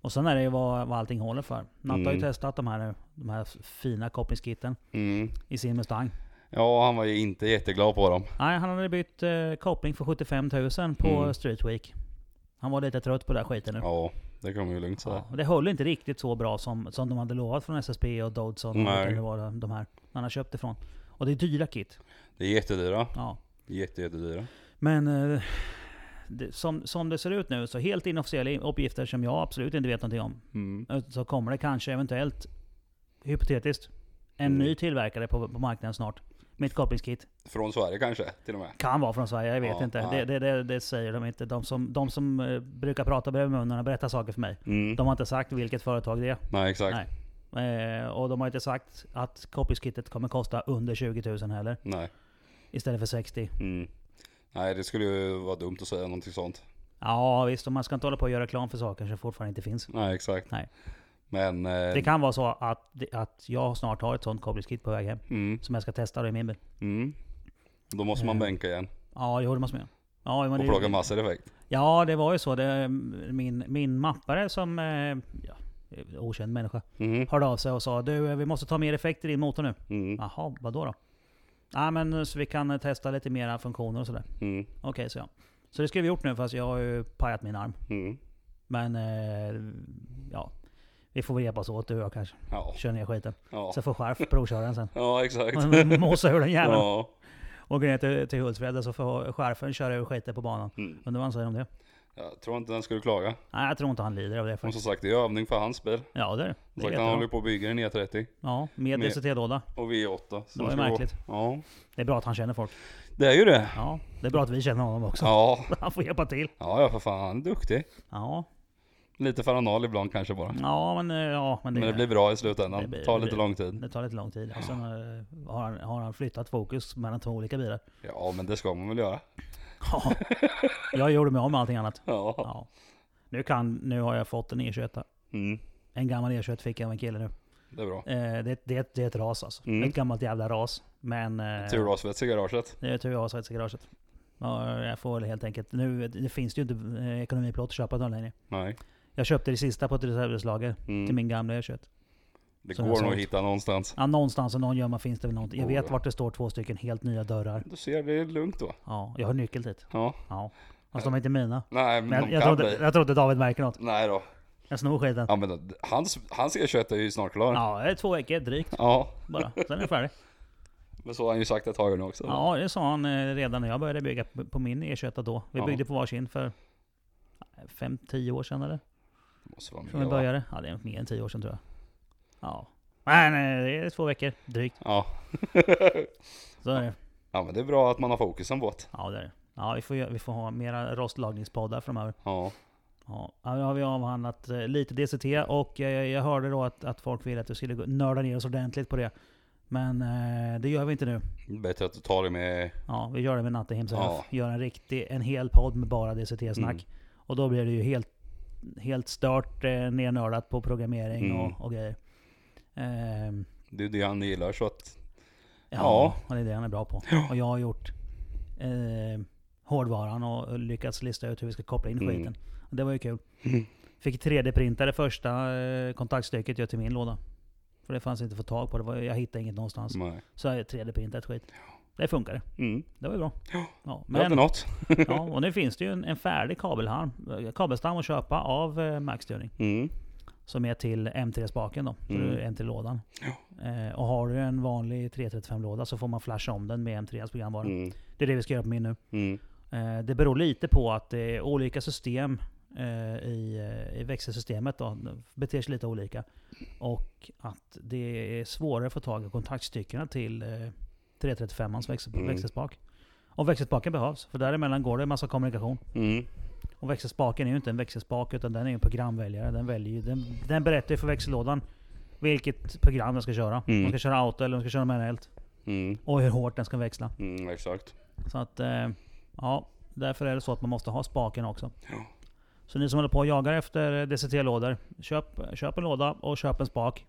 [SPEAKER 2] Och sen är det ju vad, vad allting håller för. Natt har ju
[SPEAKER 1] Mm.
[SPEAKER 2] testat de här, eh, de här fina kopplingskitten
[SPEAKER 1] Mm.
[SPEAKER 2] i sin Mustang.
[SPEAKER 1] Ja, han var ju inte jätteglad på dem.
[SPEAKER 2] Nej, han hade bytt eh, koppling för 75 000 på
[SPEAKER 1] Mm.
[SPEAKER 2] Street Week. Han var lite trött på den här skiten nu.
[SPEAKER 1] Ja, det kan man ju lugnt säga.
[SPEAKER 2] Ja, och det höll inte riktigt så bra som, som de hade lovat från SSP och Dodson och
[SPEAKER 1] Nej.
[SPEAKER 2] vilka det var de här man har köpt ifrån. Och det är dyra kit.
[SPEAKER 1] Det är jättedyra.
[SPEAKER 2] Ja.
[SPEAKER 1] Jätte, jättedyra.
[SPEAKER 2] Men eh, det, som, som det ser ut nu, så helt inofficiella uppgifter som jag absolut inte vet någonting om.
[SPEAKER 1] Mm.
[SPEAKER 2] eh, Så kommer det kanske eventuellt, hypotetiskt, en
[SPEAKER 1] Mm.
[SPEAKER 2] ny tillverkare på, på marknaden snart. Med ett kopplingskit.
[SPEAKER 1] Från Sverige kanske till och med.
[SPEAKER 2] Kan vara från Sverige, jag vet
[SPEAKER 1] Ja,
[SPEAKER 2] inte. Det,
[SPEAKER 1] nej.
[SPEAKER 2] det, det, det säger de inte. De som, de som eh, brukar prata bredvid munnen och berätta saker för mig.
[SPEAKER 1] Mm.
[SPEAKER 2] De har inte sagt vilket företag det är.
[SPEAKER 1] Nej, exakt.
[SPEAKER 2] Nej. Eh, och de har inte sagt att kopplingskittet kommer kosta under 20 000 heller.
[SPEAKER 1] Nej.
[SPEAKER 2] Istället för 60.
[SPEAKER 1] Mm. Nej, det skulle ju vara dumt att säga någonting sånt.
[SPEAKER 2] Ja visst, och man ska inte hålla på och göra reklam för saker som fortfarande inte finns.
[SPEAKER 1] Nej, exakt.
[SPEAKER 2] Nej.
[SPEAKER 1] Men... Eh,
[SPEAKER 2] Det kan vara så att, att jag snart har ett sånt kopplingskit på väg hem.
[SPEAKER 1] mm,
[SPEAKER 2] Som jag ska testa då i min bil.
[SPEAKER 1] mm. Då måste man
[SPEAKER 2] Eh,
[SPEAKER 1] bänka igen
[SPEAKER 2] Ja, jo, det måste man göra. Ja, men
[SPEAKER 1] och
[SPEAKER 2] det-
[SPEAKER 1] plocka massor effekt.
[SPEAKER 2] ja, det var ju så. Det, mm, min, min mappare som... eh, Ja, okänd människa.
[SPEAKER 1] Mm,
[SPEAKER 2] Hörde av sig och sa du, eh, vi måste ta mer effekter i din motor nu.
[SPEAKER 1] mm,
[SPEAKER 2] Jaha, vadå då? Nej men så vi kan eh, testa lite mera funktioner och sådär.
[SPEAKER 1] mm,
[SPEAKER 2] Okej, så ja. Så det skulle vi gjort nu fast jag har ju pajat min arm.
[SPEAKER 1] mm.
[SPEAKER 2] Men eh, ja, vi får väl hjälpas åt du och jag kanske.
[SPEAKER 1] Ja,
[SPEAKER 2] Kör ner skiten.
[SPEAKER 1] ja.
[SPEAKER 2] Så får Scharf provköra den sen.
[SPEAKER 1] ja exakt.
[SPEAKER 2] Måsa ur den jäveln.
[SPEAKER 1] Ja.
[SPEAKER 2] Och gå ner till, till Hultsfred och så får Scharfen köra ur skiten på banan.
[SPEAKER 1] Mm.
[SPEAKER 2] Undrar vad han säger om det?
[SPEAKER 1] Jag tror inte den skulle klaga.
[SPEAKER 2] Nej, jag tror inte han lider av det
[SPEAKER 1] Och
[SPEAKER 2] faktiskt.
[SPEAKER 1] som sagt, det är övning för hans bil.
[SPEAKER 2] Ja, det är det.
[SPEAKER 1] Som
[SPEAKER 2] det. är
[SPEAKER 1] sagt, han håller
[SPEAKER 2] jättebra.
[SPEAKER 1] på att bygga en E30
[SPEAKER 2] Ja, med
[SPEAKER 1] Med-
[SPEAKER 2] DCT-låda.
[SPEAKER 1] och V8.
[SPEAKER 2] Det var ju märkligt.
[SPEAKER 1] Ja,
[SPEAKER 2] Det är bra att han känner folk.
[SPEAKER 1] det är ju det.
[SPEAKER 2] Ja, det är bra att vi känner honom också.
[SPEAKER 1] Ja,
[SPEAKER 2] Han får hjälpa till.
[SPEAKER 1] ja, ja för fan. Han är duktig.
[SPEAKER 2] Ja,
[SPEAKER 1] Lite faranal ibland kanske bara.
[SPEAKER 2] ja men, eh, ja, men, det,
[SPEAKER 1] Men det blir bra i slutändan.
[SPEAKER 2] det blir-
[SPEAKER 1] Tar
[SPEAKER 2] det
[SPEAKER 1] lite
[SPEAKER 2] blir-
[SPEAKER 1] lång tid.
[SPEAKER 2] det tar lite lång tid. Och sen eh, har han, har han flyttat fokus mellan två olika bilar.
[SPEAKER 1] Ja, men det ska man väl göra.
[SPEAKER 2] Ja, jag gjorde mig av med allting annat.
[SPEAKER 1] Ja.
[SPEAKER 2] Ja. Nu, kan, nu har jag fått en E21.
[SPEAKER 1] Mm,
[SPEAKER 2] En gammal E21 fick jag av en kille nu.
[SPEAKER 1] det är bra.
[SPEAKER 2] Eh, det, det, det är ett ras alltså.
[SPEAKER 1] Mm.
[SPEAKER 2] Ett gammalt jävla ras. Men... eh,
[SPEAKER 1] Tur att svets i garaget.
[SPEAKER 2] Det är tur jag har svetsat garaget. Ja, jag får väl helt enkelt... Nu det finns det ju inte eh, ekonomiplåt att köpa dem längre.
[SPEAKER 1] Nej.
[SPEAKER 2] Jag köpte det sista på ett reservdelslager till
[SPEAKER 1] Mm.
[SPEAKER 2] min gamla E21.
[SPEAKER 1] Det
[SPEAKER 2] som
[SPEAKER 1] går
[SPEAKER 2] jag
[SPEAKER 1] nog att
[SPEAKER 2] sålt.
[SPEAKER 1] hitta någonstans.
[SPEAKER 2] Ja, någonstans och någon gömma finns det väl någonting. Jag
[SPEAKER 1] Borde.
[SPEAKER 2] vet vart det står två stycken helt nya dörrar.
[SPEAKER 1] Du ser, det är lugnt då.
[SPEAKER 2] Ja, jag har nyckel dit.
[SPEAKER 1] Ja.
[SPEAKER 2] Ja. Fast de är inte mina.
[SPEAKER 1] Nej, men,
[SPEAKER 2] Men
[SPEAKER 1] de
[SPEAKER 2] jag, jag,
[SPEAKER 1] kan
[SPEAKER 2] trodde,
[SPEAKER 1] bli.
[SPEAKER 2] jag trodde David märker något.
[SPEAKER 1] Nej då.
[SPEAKER 2] Jag snor skiten.
[SPEAKER 1] Ja, men då- hans, hans E21 är ju snart klar. Ja.
[SPEAKER 2] Ja, det är två veckor drygt bara. Sen är det färdigt.
[SPEAKER 1] Men så har han ju sagt ett tag nu också.
[SPEAKER 2] Ja, det sa han eh, redan när jag började bygga på på min E21 då. Vi
[SPEAKER 1] Ja.
[SPEAKER 2] byggde på varsin för 5-10 år sedan eller?
[SPEAKER 1] Det måste vara
[SPEAKER 2] Från vi
[SPEAKER 1] mer, va?
[SPEAKER 2] började? Ja, det är mer än tio år sedan tror jag. Ja. Nej, nej, det är två veckor drygt.
[SPEAKER 1] Ja.
[SPEAKER 2] Så är det.
[SPEAKER 1] ja, men det är bra att man har fokusen på det.
[SPEAKER 2] Ja, det är det. Ja, vi får, ju- vi får ha mera rostlagningspoddar framöver.
[SPEAKER 1] Ja.
[SPEAKER 2] Ja, Ja, nu har vi avhandlat eh, lite DCT och eh, jag hörde då att, att folk ville att vi skulle gå- nörda ner oss ordentligt på det. Men eh, det gör vi inte nu.
[SPEAKER 1] Bättre att du tar det med...
[SPEAKER 2] Ja, vi gör det med Natte himself.
[SPEAKER 1] Ja.
[SPEAKER 2] Gör en riktig, en hel podd med bara DCT-snack.
[SPEAKER 1] Mm.
[SPEAKER 2] Och då blir det ju helt, helt stört eh, nernördat på programmering
[SPEAKER 1] Mm.
[SPEAKER 2] och, och grejer. Ehm,
[SPEAKER 1] Det är det han gillar så att...
[SPEAKER 2] Ja,
[SPEAKER 1] Ja.
[SPEAKER 2] och det är det han är bra på. Och jag har gjort eh, hårdvaran och lyckats lista ut hur vi ska koppla in
[SPEAKER 1] Mm.
[SPEAKER 2] skiten. Och Det var ju kul. Fick 3D-printa det första eh, kontaktstycket jag till min låda. För det fanns inte att få tag på. Det var, jag hittade inget någonstans.
[SPEAKER 1] Nej.
[SPEAKER 2] Så jag 3D-printat skit. Det funkade.
[SPEAKER 1] Mm.
[SPEAKER 2] Det var ju bra.
[SPEAKER 1] Ja.
[SPEAKER 2] Ja,
[SPEAKER 1] Men... Det hade
[SPEAKER 2] men,
[SPEAKER 1] något.
[SPEAKER 2] ja, och nu finns det ju en, en färdig kabelharm, eh, kabelstam att köpa av eh, Maxstyrning.
[SPEAKER 1] Mm.
[SPEAKER 2] Som är till M3-spaken då. Så
[SPEAKER 1] Mm.
[SPEAKER 2] det är M3-lådan. Eh, och har du en vanlig 335-låda så får man flasha om den med M3s programvara.
[SPEAKER 1] Mm.
[SPEAKER 2] Det är det vi ska göra på min nu.
[SPEAKER 1] Mm.
[SPEAKER 2] Eh, Det beror lite på att det är olika system eh, i, eh, i växelsystemet då, beter sig lite olika. Och att det är svårare att få tag i kontaktstyckena till eh, 335ans växel,
[SPEAKER 1] Mm.
[SPEAKER 2] växelspak. Och växelspaken behövs, för däremellan går det en massa kommunikation.
[SPEAKER 1] Mm.
[SPEAKER 2] Och växelspaken är ju inte en växelspak utan den är ju en programväljare. Den, väljer, ju- den, den berättar ju för växellådan vilket program den ska köra.
[SPEAKER 1] Mm.
[SPEAKER 2] Om den ska köra auto eller om den ska köra manuellt.
[SPEAKER 1] Mm.
[SPEAKER 2] Och hur hårt den ska växla.
[SPEAKER 1] Mm, exakt.
[SPEAKER 2] Så att, eh, ja. Därför är det så att man måste ha spaken också.
[SPEAKER 1] Ja.
[SPEAKER 2] Så ni som håller på och jagar efter DCT-lådor, köp, köp en låda och köp en spak.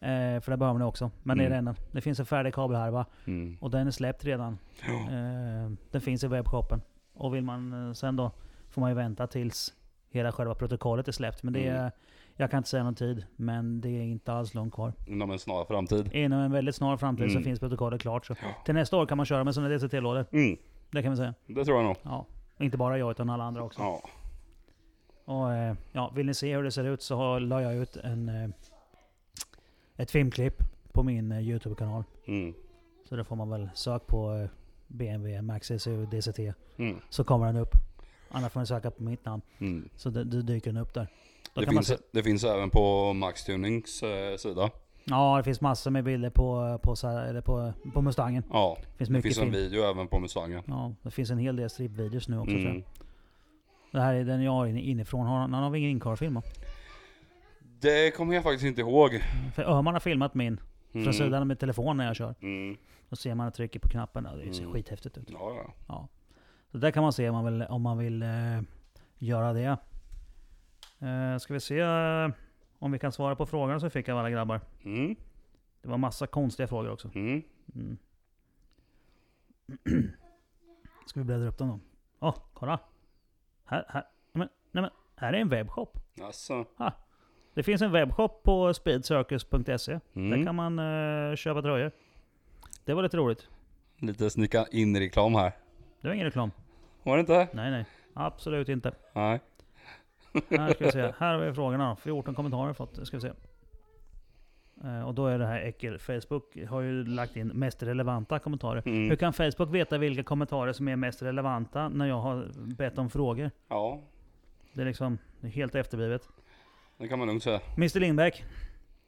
[SPEAKER 2] Eh, för det behöver ni också. Men det är
[SPEAKER 1] Mm.
[SPEAKER 2] det ena. Det finns en färdig kabelhärva
[SPEAKER 1] Mm.
[SPEAKER 2] och den är släppt redan.
[SPEAKER 1] Ja.
[SPEAKER 2] Eh, den finns i webbshoppen. Och vill man eh, sen då får man ju vänta tills hela själva protokollet är släppt. Men det
[SPEAKER 1] Mm.
[SPEAKER 2] är, jag kan inte säga någon tid, men det är inte alls långt kvar.
[SPEAKER 1] Inom en snar framtid.
[SPEAKER 2] Inom en väldigt snar framtid så
[SPEAKER 1] Mm.
[SPEAKER 2] finns protokollet klart. Så.
[SPEAKER 1] Ja.
[SPEAKER 2] Till nästa år kan man köra med sådana DCT-lådor.
[SPEAKER 1] Mm.
[SPEAKER 2] Det kan vi säga.
[SPEAKER 1] Det tror jag nog.
[SPEAKER 2] Ja. Inte bara jag utan alla andra också.
[SPEAKER 1] Ja.
[SPEAKER 2] Och, eh, ja, vill ni se hur det ser ut så har- la jag ut en, eh, ett filmklipp på min eh, Youtube-kanal.
[SPEAKER 1] Mm.
[SPEAKER 2] Så då får man väl sök på eh, BMW Max SU DCT
[SPEAKER 1] Mm.
[SPEAKER 2] så kommer den upp. Annars får ni söka på mitt namn
[SPEAKER 1] Mm.
[SPEAKER 2] så d- d- dyker den upp där. Då
[SPEAKER 1] Det,
[SPEAKER 2] kan man
[SPEAKER 1] finns,
[SPEAKER 2] se,
[SPEAKER 1] det finns även på Max Tunings eh, sida.
[SPEAKER 2] ja, det finns massor med bilder på, eh, på, så här- eller på, på Mustangen.
[SPEAKER 1] Ja.
[SPEAKER 2] Det finns
[SPEAKER 1] Det
[SPEAKER 2] mycket
[SPEAKER 1] finns en
[SPEAKER 2] film.
[SPEAKER 1] video även på Mustangen.
[SPEAKER 2] Ja, det finns en hel del strippvideos nu också tror
[SPEAKER 1] Mm.
[SPEAKER 2] jag. Det här är den jag har inne- inifrån. Har, han har väl ingen inkarfilm va?
[SPEAKER 1] Det kommer jag faktiskt inte ihåg.
[SPEAKER 2] För Öhman har filmat min från
[SPEAKER 1] Mm.
[SPEAKER 2] sidan med telefon när jag kör.
[SPEAKER 1] Mm.
[SPEAKER 2] Då ser man att trycker på knappen. Ja, det ser
[SPEAKER 1] Mm.
[SPEAKER 2] skithäftigt ut.
[SPEAKER 1] Ja, ja.
[SPEAKER 2] Ja. Så där kan man se om man vill, om man vill eh, göra det. Eh, ska vi se eh, om vi kan svara på frågan som vi fick av alla grabbar.
[SPEAKER 1] Mm.
[SPEAKER 2] Det var massa konstiga frågor också.
[SPEAKER 1] Mm.
[SPEAKER 2] Mm. Ska vi bläddra upp dem då? Åh, kolla! Här, här. Nej, men, nej, men, här är en webbshop.
[SPEAKER 1] Alltså.
[SPEAKER 2] Det finns en webbshop på speedcircus.se. Där
[SPEAKER 1] Mm.
[SPEAKER 2] kan man eh, köpa tröjor. Det var lite roligt.
[SPEAKER 1] Lite snicka in reklam här.
[SPEAKER 2] Det var ingen reklam.
[SPEAKER 1] Var det inte?
[SPEAKER 2] Nej, nej. Absolut inte.
[SPEAKER 1] Nej.
[SPEAKER 2] Här ska vi se. Här har vi frågorna då. 14 kommentarer har vi fått. Ska vi se. Eh, Och då är det här äckel. Facebook har ju lagt in mest relevanta kommentarer.
[SPEAKER 1] Mm.
[SPEAKER 2] Hur kan Facebook veta vilka kommentarer som är mest relevanta när jag har bett om frågor?
[SPEAKER 1] Ja,
[SPEAKER 2] Det är liksom det är helt efterblivet.
[SPEAKER 1] det kan man lugnt säga.
[SPEAKER 2] Mr Lindbäck.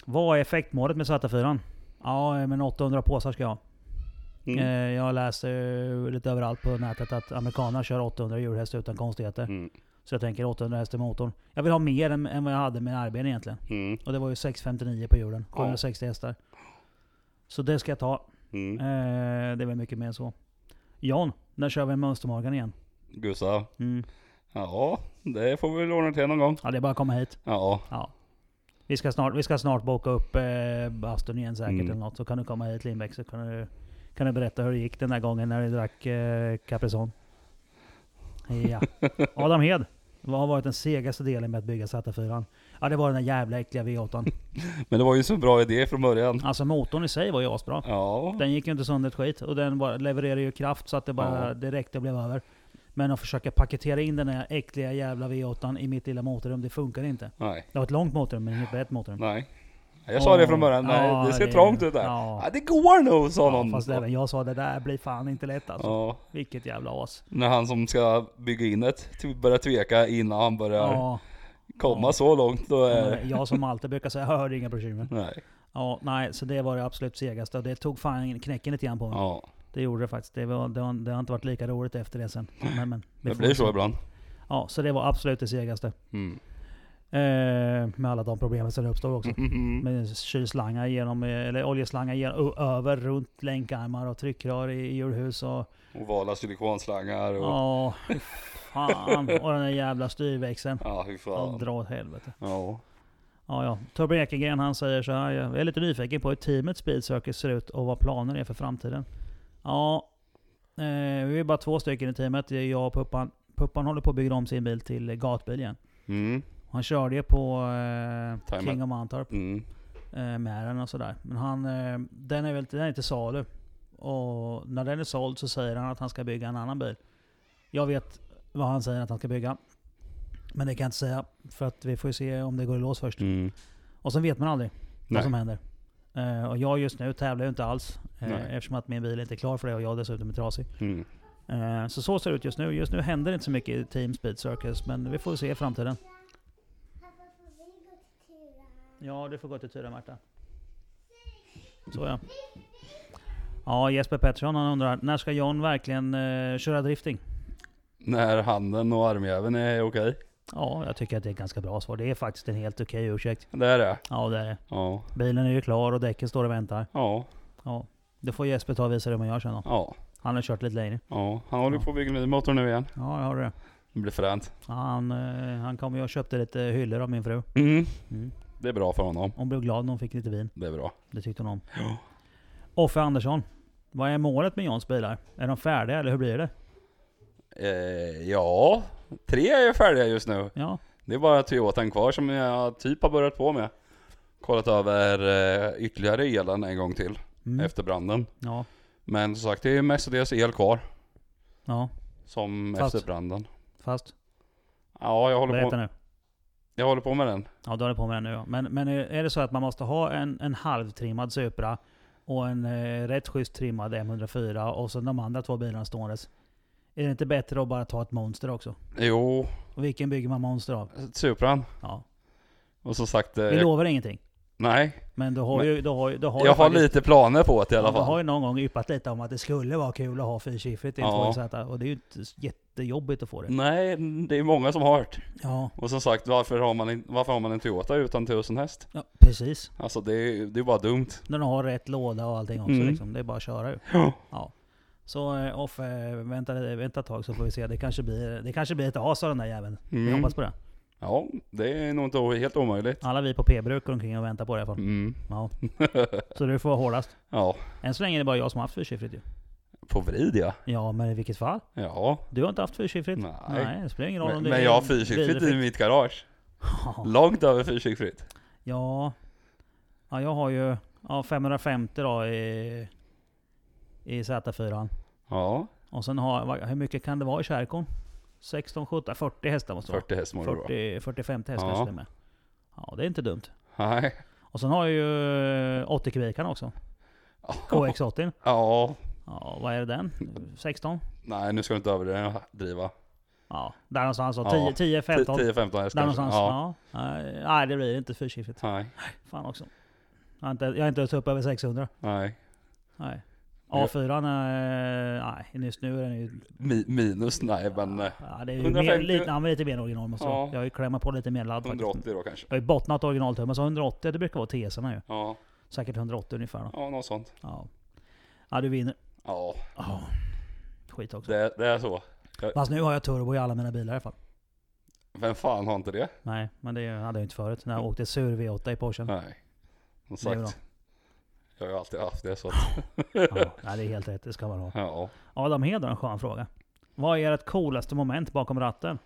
[SPEAKER 2] Vad är effektmålet med Svarta Fyran? Ja, men 800 påsar ska jag ha.
[SPEAKER 1] Mm.
[SPEAKER 2] Eh, Jag läser lite överallt på nätet att amerikanerna kör 800 djurhästar utan konstigheter.
[SPEAKER 1] Mm.
[SPEAKER 2] Så jag tänker 800 hästar i motorn. Jag vill ha mer än, än vad jag hade med Arben egentligen.
[SPEAKER 1] Mm.
[SPEAKER 2] Och det var ju 659 på hjulen. 760 hästar. Så det ska jag ta.
[SPEAKER 1] Mm.
[SPEAKER 2] Eh, det är väl mycket mer än så. Jan, när kör vi en mönstermagan igen?
[SPEAKER 1] Gustav.
[SPEAKER 2] Mm.
[SPEAKER 1] Ja, det får vi väl ordna till någon gång.
[SPEAKER 2] Ja, det är bara att komma hit.
[SPEAKER 1] Ja.
[SPEAKER 2] Ja. Vi ska snart, vi ska snart boka upp eh, bastun igen säkert
[SPEAKER 1] Mm.
[SPEAKER 2] eller något. Så kan du komma hit Lindbäck så kan du, kan du berätta hur det gick den där gången när du drack eh, Caprison. Ja. Adam Hed. Vad har varit den segaste delen med att bygga Z4? Ja det var den där jävla äckliga V8.
[SPEAKER 1] Men det var ju så bra idé från början.
[SPEAKER 2] Alltså motorn i sig var ju asbra.
[SPEAKER 1] Ja.
[SPEAKER 2] Den gick ju inte sönder ett skit och den bara levererade ju kraft så att det bara
[SPEAKER 1] Ja.
[SPEAKER 2] det räckte och blev över. Men att försöka paketera in den här äckliga jävla V8 i mitt lilla motorrum, det funkar inte.
[SPEAKER 1] Nej.
[SPEAKER 2] Det var ett långt motorrum men inget brett motorrum.
[SPEAKER 1] Nej. Jag sa det från början. Nej,
[SPEAKER 2] Ja,
[SPEAKER 1] det ser
[SPEAKER 2] det-
[SPEAKER 1] trångt ut där.
[SPEAKER 2] ja.
[SPEAKER 1] Ja. det går nog, sa
[SPEAKER 2] Ja,
[SPEAKER 1] någon.
[SPEAKER 2] fast även jag sa det där blir fan inte lätt alltså.
[SPEAKER 1] Mm. Ja,
[SPEAKER 2] Vilket jävla as.
[SPEAKER 1] när han som ska bygga in ett ty- börjar tveka innan han börjar
[SPEAKER 2] Ja, Mm.
[SPEAKER 1] komma så långt. Då är...
[SPEAKER 2] men jag som alltid brukar säga, jag hörde inga bekymmer.
[SPEAKER 1] Nej.
[SPEAKER 2] Ja, nej, så det var det absolut segaste och det tog fan knäcken lite grann på mig.
[SPEAKER 1] Ja,
[SPEAKER 2] Det gjorde det faktiskt. Det, var, det, har, det har inte varit lika roligt efter det sen. Men, men, vi
[SPEAKER 1] det
[SPEAKER 2] får
[SPEAKER 1] blir
[SPEAKER 2] se.
[SPEAKER 1] så ibland.
[SPEAKER 2] Ja, så det var absolut det segaste.
[SPEAKER 1] Mm.
[SPEAKER 2] Eh, med alla de problemen som uppstår också.
[SPEAKER 1] Mm.
[SPEAKER 2] Med kylslangar genom, eh, eller oljeslangar genom, ö- över, runt länkarmar och tryckrör i, i hjulhus och
[SPEAKER 1] Ovala silikonslangar och... Ja,
[SPEAKER 2] Ja, fy fan. Och den där jävla styrväxeln.
[SPEAKER 1] ja hur
[SPEAKER 2] Ja,
[SPEAKER 1] fan.
[SPEAKER 2] dra åt helvete.
[SPEAKER 1] Ja.
[SPEAKER 2] Ja, ja. Torben Ekengren han säger så här. Jag är lite nyfiken på hur teamet Speed Circus ser ut och vad planen är för framtiden. Ja, eh, vi är bara två stycken i teamet. Det är jag och Puppan. Puppan håller på att bygga om sin bil till gatbil igen.
[SPEAKER 1] Mm.
[SPEAKER 2] Han körde ju på eh,
[SPEAKER 1] Timer.
[SPEAKER 2] King of Mantorp
[SPEAKER 1] Mm.
[SPEAKER 2] eh, med den och sådär. Men han, eh, den är väl den är inte salu. Och när den är såld så säger han att han ska bygga en annan bil. Jag vet vad han säger att han ska bygga. Men det kan jag inte säga. För att vi får ju se om det går i lås först.
[SPEAKER 1] Mm.
[SPEAKER 2] Och sen vet man aldrig vad
[SPEAKER 1] Nej.
[SPEAKER 2] som händer. Eh, och jag just nu tävlar ju inte alls. Eh,
[SPEAKER 1] Nej.
[SPEAKER 2] eftersom att min bil inte är klar för det och jag dessutom är trasig.
[SPEAKER 1] Mm.
[SPEAKER 2] Eh, Så så ser det ut just nu. Just nu händer det inte så mycket i Team Speed Circus, men vi får se i framtiden.
[SPEAKER 4] Pappa, får vi gå till Tyra?
[SPEAKER 2] Ja, du får gå till Tyra Märta. Så ja. Ja, Jesper Pettersson han undrar, när ska John verkligen eh, köra drifting?
[SPEAKER 1] När handen och armjäveln är okej.
[SPEAKER 2] Ja, jag tycker att det är ett ganska bra svar. Det är faktiskt en helt okej ursäkt.
[SPEAKER 1] Det är det.
[SPEAKER 2] Ja, det är det.
[SPEAKER 1] Ja.
[SPEAKER 2] Bilen är ju klar och däcken står och väntar.
[SPEAKER 1] Ja.
[SPEAKER 2] Ja. Det får Jesper ta och visa dig hur man gör sen då.
[SPEAKER 1] Ja.
[SPEAKER 2] Han har kört lite längre.
[SPEAKER 1] Ja. Han håller
[SPEAKER 2] Ja.
[SPEAKER 1] på att bygga en ny motor nu igen.
[SPEAKER 2] Ja, jag har det.
[SPEAKER 1] Det blir fränt.
[SPEAKER 2] Ja, Han, eh, han kom ju och köpte lite hyllor av min fru.
[SPEAKER 1] Mm.
[SPEAKER 2] Mm.
[SPEAKER 1] Det är bra för honom.
[SPEAKER 2] Hon blev glad när hon fick lite vin.
[SPEAKER 1] Det är bra.
[SPEAKER 2] Det tyckte hon om.
[SPEAKER 1] Ja.
[SPEAKER 2] Offe Andersson. Vad är målet med Johns bilar? Är de färdiga eller hur blir det?
[SPEAKER 1] Eh, ja. Tre är ju färdiga just nu.
[SPEAKER 2] Ja,
[SPEAKER 1] Det är bara Toyotan kvar som jag typ har börjat på med. Kollat över eh, ytterligare elen en gång till
[SPEAKER 2] Mm.
[SPEAKER 1] efter branden.
[SPEAKER 2] ja,
[SPEAKER 1] Men som sagt, det är mestadels el kvar
[SPEAKER 2] ja.
[SPEAKER 1] som
[SPEAKER 2] Fast-
[SPEAKER 1] efter branden.
[SPEAKER 2] Fast,
[SPEAKER 1] Ja, jag håller,
[SPEAKER 2] berätta
[SPEAKER 1] på,
[SPEAKER 2] nu.
[SPEAKER 1] jag håller på med den.
[SPEAKER 2] Ja, du håller på med den nu ja. men, men är det så att man måste ha en, en halvtrimmad Supra och en eh, rätt schysst trimmad M104 och så de andra två bilarna ståendes. Är det inte bättre att bara ta ett monster också?
[SPEAKER 1] Jo,
[SPEAKER 2] Och vilken bygger man monster av?
[SPEAKER 1] Supran.
[SPEAKER 2] Ja.
[SPEAKER 1] Och som sagt, eh,
[SPEAKER 2] Vi lovar ingenting.
[SPEAKER 1] nej.
[SPEAKER 2] Men du har
[SPEAKER 1] Men-
[SPEAKER 2] ju... Du har, ju- du har
[SPEAKER 1] Jag
[SPEAKER 2] ju
[SPEAKER 1] har
[SPEAKER 2] faktiskt-
[SPEAKER 1] lite planer på det i
[SPEAKER 2] ja,
[SPEAKER 1] alla
[SPEAKER 2] Du har
[SPEAKER 1] fall.
[SPEAKER 2] ju någon gång yppat lite om att det skulle vara kul att ha fyrsiffrigt i en
[SPEAKER 1] Ja. Mm.
[SPEAKER 2] 2XZ. Och det är ju inte jättejobbigt att få det.
[SPEAKER 1] Nej, det är många som har hört.
[SPEAKER 2] Ja,
[SPEAKER 1] Och som sagt, varför har man, in, varför har man en Toyota utan 1000 häst?
[SPEAKER 2] ja precis.
[SPEAKER 1] Alltså det, är- det är bara dumt.
[SPEAKER 2] När de har rätt låda och allting också
[SPEAKER 1] Mm.
[SPEAKER 2] liksom. Det är bara att köra ju.
[SPEAKER 1] Ja.
[SPEAKER 2] Så eh, Offe, vänta, vänta ett tag så får vi se. Det kanske blir, det kanske blir ett as av den där jäveln. Vi
[SPEAKER 1] Mm.
[SPEAKER 2] hoppas på det.
[SPEAKER 1] Ja, det är nog inte o- helt omöjligt.
[SPEAKER 2] Alla vi på P-bruk går omkring och väntar på det i alla fall.
[SPEAKER 1] Mm.
[SPEAKER 2] Ja. Så du får vara hårdast.
[SPEAKER 1] Ja,
[SPEAKER 2] Än så länge är det bara jag som har haft fyrsiffrigt ju.
[SPEAKER 1] på vrid ja.
[SPEAKER 2] Ja, men i vilket fall.
[SPEAKER 1] Ja,
[SPEAKER 2] Du har inte haft fyrsiffrigt?
[SPEAKER 1] nej.
[SPEAKER 2] det spelar ingen roll
[SPEAKER 1] Men,
[SPEAKER 2] om det
[SPEAKER 1] men
[SPEAKER 2] är
[SPEAKER 1] jag har fyrsiffrigt i
[SPEAKER 2] bilreflex.
[SPEAKER 1] mitt garage. Långt över fyrsiffrigt.
[SPEAKER 2] Ja. ja, jag har ju ja, 550 då i, i Z4.
[SPEAKER 1] Ja,
[SPEAKER 2] Och sen har vad- hur mycket kan det vara i kärkon? 16, 17, 40 hästar måste det vara.
[SPEAKER 1] 40 häst må det vara.
[SPEAKER 2] 40, 40-50 hästar
[SPEAKER 1] Ja.
[SPEAKER 2] ja. med. Ja, det är inte dumt.
[SPEAKER 1] Nej.
[SPEAKER 2] Och sen har jag ju 80 kubikarna också. KX80.
[SPEAKER 1] Ja,
[SPEAKER 2] Ja, vad är den? 16?
[SPEAKER 1] nej nu ska du inte överdriva.
[SPEAKER 2] Ja, där någonstans.
[SPEAKER 1] Ja.
[SPEAKER 2] 10, 10 15.
[SPEAKER 1] 10-15 häst
[SPEAKER 2] Där
[SPEAKER 1] kanske.
[SPEAKER 2] någonstans.
[SPEAKER 1] Ja.
[SPEAKER 2] Ja. Nej, Nej, det blir inte fyrsiffrigt.
[SPEAKER 1] Nej,
[SPEAKER 2] Fan också. Jag har inte, jag har inte ens upp över 600.
[SPEAKER 1] nej.
[SPEAKER 2] Nej.
[SPEAKER 1] Ja.
[SPEAKER 2] A4, nej. Just nu är den ju...
[SPEAKER 1] Mi- minus, nej men eh,
[SPEAKER 2] Ja, det är ju
[SPEAKER 1] 150.
[SPEAKER 2] mer, lite, ja, men lite mer original måste jag
[SPEAKER 1] Ja.
[SPEAKER 2] Jag har ju klämmat på lite mer ladd faktiskt.
[SPEAKER 1] 180 då kanske.
[SPEAKER 2] Jag har ju bottnat originaltummen, så 180 det brukar vara TSarna ju.
[SPEAKER 1] Ja,
[SPEAKER 2] Säkert 180 ungefär då.
[SPEAKER 1] ja något sånt.
[SPEAKER 2] Ja. Ja, du vinner.
[SPEAKER 1] Ja,
[SPEAKER 2] Ja. Skit också.
[SPEAKER 1] det, det är så.
[SPEAKER 2] Fast nu har jag turbo i alla mina bilar i alla fall.
[SPEAKER 1] Vem fan har inte det?
[SPEAKER 2] Nej, men det hade jag inte förut. När jag åkte sur V8 i Porschen. Ja.
[SPEAKER 1] Nej. Som
[SPEAKER 2] Det är
[SPEAKER 1] sagt, jag har ju alltid haft det så att,
[SPEAKER 2] nej, det är helt rätt. Det ska man ha.
[SPEAKER 1] ja.
[SPEAKER 2] Adam Hed har en skön fråga. Vad är ert coolaste moment bakom ratten?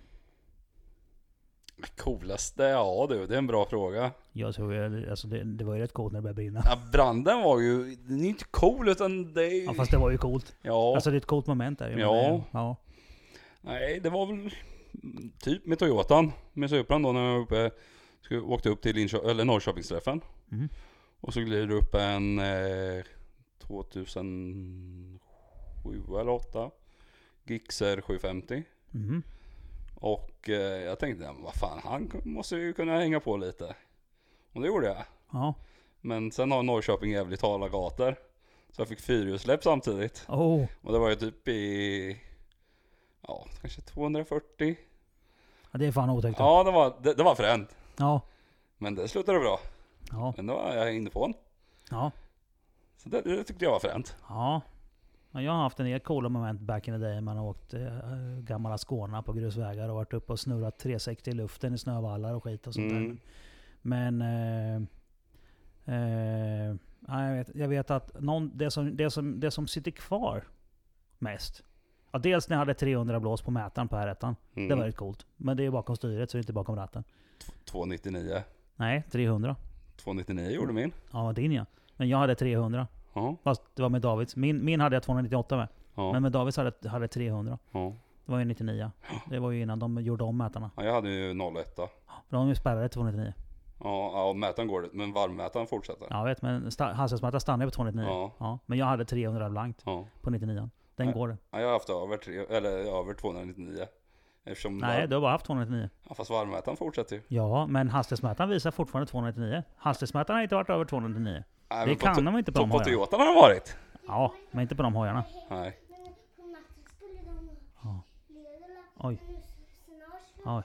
[SPEAKER 1] Coolaste? Ja du, det är en bra fråga.
[SPEAKER 2] Jag tror ju, alltså det, det var ju rätt coolt när det började brinna.
[SPEAKER 1] Ja, branden var ju, den är ju inte cool utan det är ju...
[SPEAKER 2] Ja, fast det var ju coolt.
[SPEAKER 1] Ja,
[SPEAKER 2] Alltså det är ett coolt moment där. ju.
[SPEAKER 1] Ja.
[SPEAKER 2] Men, ja.
[SPEAKER 1] nej det var väl typ med Toyotan, med Supran då när jag var uppe, skulle, åkte upp till Linköp- eller Norrköpingsträffen.
[SPEAKER 2] Mm.
[SPEAKER 1] Och så glider det upp en eh, 2007 eller 8 Gixxer 750.
[SPEAKER 2] Mhm.
[SPEAKER 1] Och eh, jag tänkte, "Ja, men vad fan han måste ju kunna hänga på lite. Och det gjorde jag.
[SPEAKER 2] Ja.
[SPEAKER 1] Men sen har Norrköping jävligt hala gator. Så jag fick fyrhjulssläpp samtidigt.
[SPEAKER 2] Oh.
[SPEAKER 1] Och det var ju typ i... Ja, kanske 240.
[SPEAKER 2] Ja, det är fan otäckt. Ja.
[SPEAKER 1] Ja, det var, det, det var fränt.
[SPEAKER 2] Ja.
[SPEAKER 1] Men det slutade bra.
[SPEAKER 2] Ja.
[SPEAKER 1] Men då var jag inne på en.
[SPEAKER 2] Ja.
[SPEAKER 1] Så det, det tyckte jag var fränt.
[SPEAKER 2] ja. Jag har haft en del coola moment back in the day. Man har åkt eh, gamla Skåne på grusvägar och varit uppe och snurrat 360 i luften i snövallar och skit och sånt där.
[SPEAKER 1] Mm.
[SPEAKER 2] Men... Eh, eh, ja, jag, vet, jag vet att någon, det, som, det, som, det som sitter kvar mest. Ja, dels när jag hade 300 blås på mätaren på R1.
[SPEAKER 1] Mm.
[SPEAKER 2] Det var rätt coolt. Men det är bakom styret så det är inte bakom ratten.
[SPEAKER 1] 299.
[SPEAKER 2] Nej, 300.
[SPEAKER 1] 299 gjorde min.
[SPEAKER 2] Ja, vad din ja. Men jag hade 300.
[SPEAKER 1] Ja,
[SPEAKER 2] Fast det var med Davids. Min, min hade jag 298 med.
[SPEAKER 1] ja,
[SPEAKER 2] Men med Davids hade hade jag 300.
[SPEAKER 1] ja.
[SPEAKER 2] Det var ju 99. Det var ju innan de gjorde om mätarna.
[SPEAKER 1] ja jag hade ju 01. Ja,
[SPEAKER 2] För de spärrade 299.
[SPEAKER 1] ja mätaren går det. Men varmmätaren fortsätter.
[SPEAKER 2] Ja, jag vet. Men sta- hastighetsmätaren stannade på 299.
[SPEAKER 1] Ja.
[SPEAKER 2] Ja, men jag hade 300 blankt
[SPEAKER 1] Ja.
[SPEAKER 2] på 99. Den går det.
[SPEAKER 5] Ja, jag har haft över, tre, eller, över 299. Eftersom
[SPEAKER 2] Nej,
[SPEAKER 5] var,
[SPEAKER 2] du har bara haft 299.
[SPEAKER 5] ja, fast varmmätaren fortsätter ju.
[SPEAKER 2] Ja, men hastighetsmätaren visar fortfarande 299. Hastighetsmätaren har inte varit över 299.
[SPEAKER 5] Nej,
[SPEAKER 2] Det
[SPEAKER 5] men på
[SPEAKER 2] kan
[SPEAKER 5] to-
[SPEAKER 2] de inte på de
[SPEAKER 5] På
[SPEAKER 2] hojarna.
[SPEAKER 5] Toyotan har den varit.
[SPEAKER 2] Ja, men inte på de hojarna.
[SPEAKER 5] Nej.
[SPEAKER 6] Men på natten skulle de
[SPEAKER 2] Ja.
[SPEAKER 6] ha Lidl.
[SPEAKER 2] Oj.
[SPEAKER 6] Men nu snart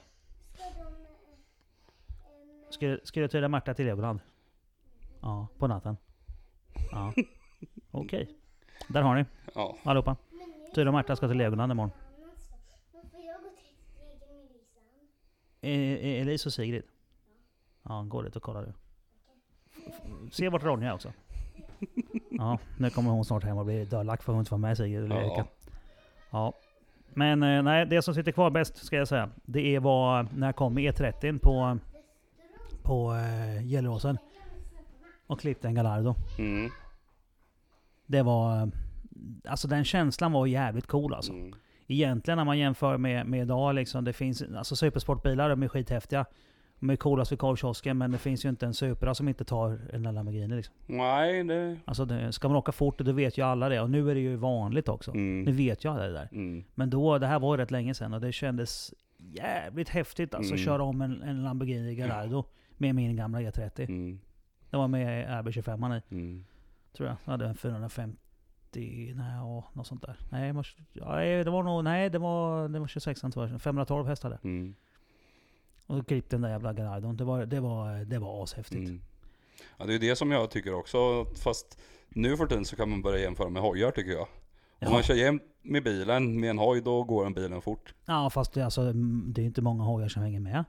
[SPEAKER 2] Oj.
[SPEAKER 6] så ska de... eh,
[SPEAKER 2] Ska,
[SPEAKER 6] em,
[SPEAKER 2] ska jag tyda Marta till Legoland? Ja, på natten. Ja. Okej. Där har ni
[SPEAKER 5] Ja.
[SPEAKER 2] allihopa.
[SPEAKER 6] men nu
[SPEAKER 2] Tyra och Marta ska till Legoland imorgon.
[SPEAKER 6] annan sak. Men får jag gå till egen med Lisan?
[SPEAKER 2] E- e- Elise och Sigrid? Ja, gå dit och kolla du. Se vart Ronja är också. Ja, nu kommer hon snart hem och blir dödlack för hon inte var med Sigrid eller Erika.
[SPEAKER 5] Ja.
[SPEAKER 2] Ja. Men eh, nej, det som sitter kvar bäst ska jag säga, det är vad, när jag kom med E30 på, på eh, Gelleråsen och klippte en Gallardo.
[SPEAKER 5] Mm.
[SPEAKER 2] Det var... eh, Alltså den känslan var jävligt cool alltså.
[SPEAKER 5] Mm.
[SPEAKER 2] Egentligen när man jämför med, med idag liksom, det finns alltså supersportbilar, de är skithäftiga. De är coolast vid korvkiosken, men det finns ju inte en Supra som inte tar en Lamborghini liksom.
[SPEAKER 5] Nej, det...
[SPEAKER 2] Alltså det, ska man åka fort, då vet ju alla det. Och nu är det ju vanligt också.
[SPEAKER 5] Mm.
[SPEAKER 2] Nu vet ju alla det där.
[SPEAKER 5] Mm.
[SPEAKER 2] Men då, det här var rätt länge sedan och det kändes jävligt häftigt alltså att
[SPEAKER 5] Mm.
[SPEAKER 2] köra om en, en Lamborghini Gallardo med min gamla E30.
[SPEAKER 5] Mm.
[SPEAKER 2] Det var med RB25 i,
[SPEAKER 5] Mm.
[SPEAKER 2] tror jag. Jag hade en 450, nej, ja, något sånt där. Nej, det var- ja, det var nog, nej det var, det var 26 tror jag. 512 hästar där.
[SPEAKER 5] Mm.
[SPEAKER 2] Och så klippte den där jävla Gallardon. Det var, det var, det var ashäftigt.
[SPEAKER 5] Mm. Ja, det är det som jag tycker också. Fast nu för tiden så kan man börja jämföra med hojar tycker jag.
[SPEAKER 2] Ja.
[SPEAKER 5] Om man kör jämt med bilen med en hoj, då går den bilen fort.
[SPEAKER 2] Ja fast det, är alltså, mm, det är inte många hojar som hänger med.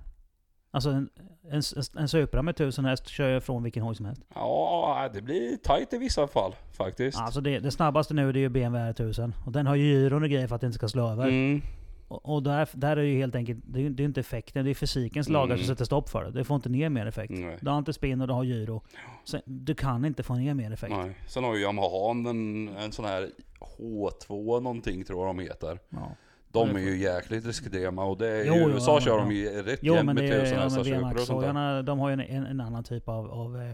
[SPEAKER 2] Alltså en, en, en Supra med 1000 häst kör ju från vilken hoj som helst.
[SPEAKER 5] Ja, det blir tajt i vissa fall faktiskt.
[SPEAKER 2] Alltså det, det snabbaste nu det är ju BMW R1000. Och den har ju gyron och grejer för att den inte ska slå över.
[SPEAKER 5] Mm.
[SPEAKER 2] Och, och där, där är det ju helt enkelt, det är ju det är ju inte effekten, det är fysikens
[SPEAKER 5] Mm.
[SPEAKER 2] lagar som sätter stopp för det. Du får inte ner mer effekt.
[SPEAKER 5] Nej.
[SPEAKER 2] Du har inte spinn och du har gyro. Så du kan inte få ner mer effekt.
[SPEAKER 5] Nej. Sen har ju Yamaha en, en sån här H2 någonting tror jag de heter.
[SPEAKER 2] Ja.
[SPEAKER 5] De är ju jäkligt riskdrema och det är,
[SPEAKER 2] Jo,
[SPEAKER 5] i
[SPEAKER 2] jo,
[SPEAKER 5] USA
[SPEAKER 2] ja,
[SPEAKER 5] kör de
[SPEAKER 2] ja.
[SPEAKER 5] ju rätt
[SPEAKER 2] Jo
[SPEAKER 5] jämnt
[SPEAKER 2] men,
[SPEAKER 5] med
[SPEAKER 2] det, är-
[SPEAKER 5] tusen
[SPEAKER 2] ja, men
[SPEAKER 5] hästar supra och sånt där.
[SPEAKER 2] VMAX-hojarna de har ju en, en, en annan typ av, av eh,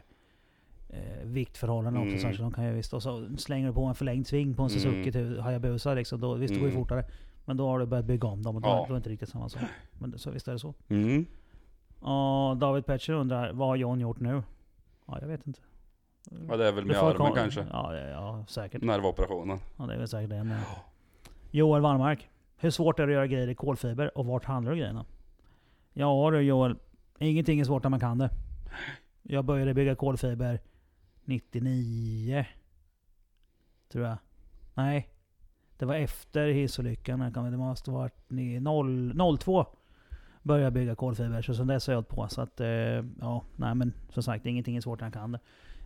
[SPEAKER 2] eh, viktförhållanden också.
[SPEAKER 5] Mm.
[SPEAKER 2] Så här, så de kan ju visst, och så slänger du på en förlängd sving på en
[SPEAKER 5] Mm.
[SPEAKER 2] Suzuki till Hayabusa liksom. Då, visst det går ju
[SPEAKER 5] Mm.
[SPEAKER 2] fortare. Men då har du börjat bygga om dem och då,
[SPEAKER 5] Ja.
[SPEAKER 2] då är det inte riktigt samma sak. Men det- så visst är det så.
[SPEAKER 5] Mm.
[SPEAKER 2] Och David Petcher undrar, vad har John gjort nu? Ja, jag vet inte.
[SPEAKER 5] Ja, det är väl
[SPEAKER 2] Du
[SPEAKER 5] med
[SPEAKER 2] Mm. får
[SPEAKER 5] armen
[SPEAKER 2] kolla-
[SPEAKER 5] kanske.
[SPEAKER 2] Ja, ja, ja säkert.
[SPEAKER 5] Nervoperationen.
[SPEAKER 2] Ja, det är väl säkert det. Men... Joel Wallmark. Hur svårt är det att göra grejer i kolfiber och vart handlar du grejerna? Ja du Joel, ingenting är svårt när man kan det. Jag började bygga kolfiber 99. Tror jag. Nej. Det var efter hissolyckan. Jag kan- Det måste ha varit ni- 0 02. Började jag bygga kolfiber. Så sen dess har jag hållit på. Så att, eh, ja, nej men som sagt, ingenting är svårt när man kan det.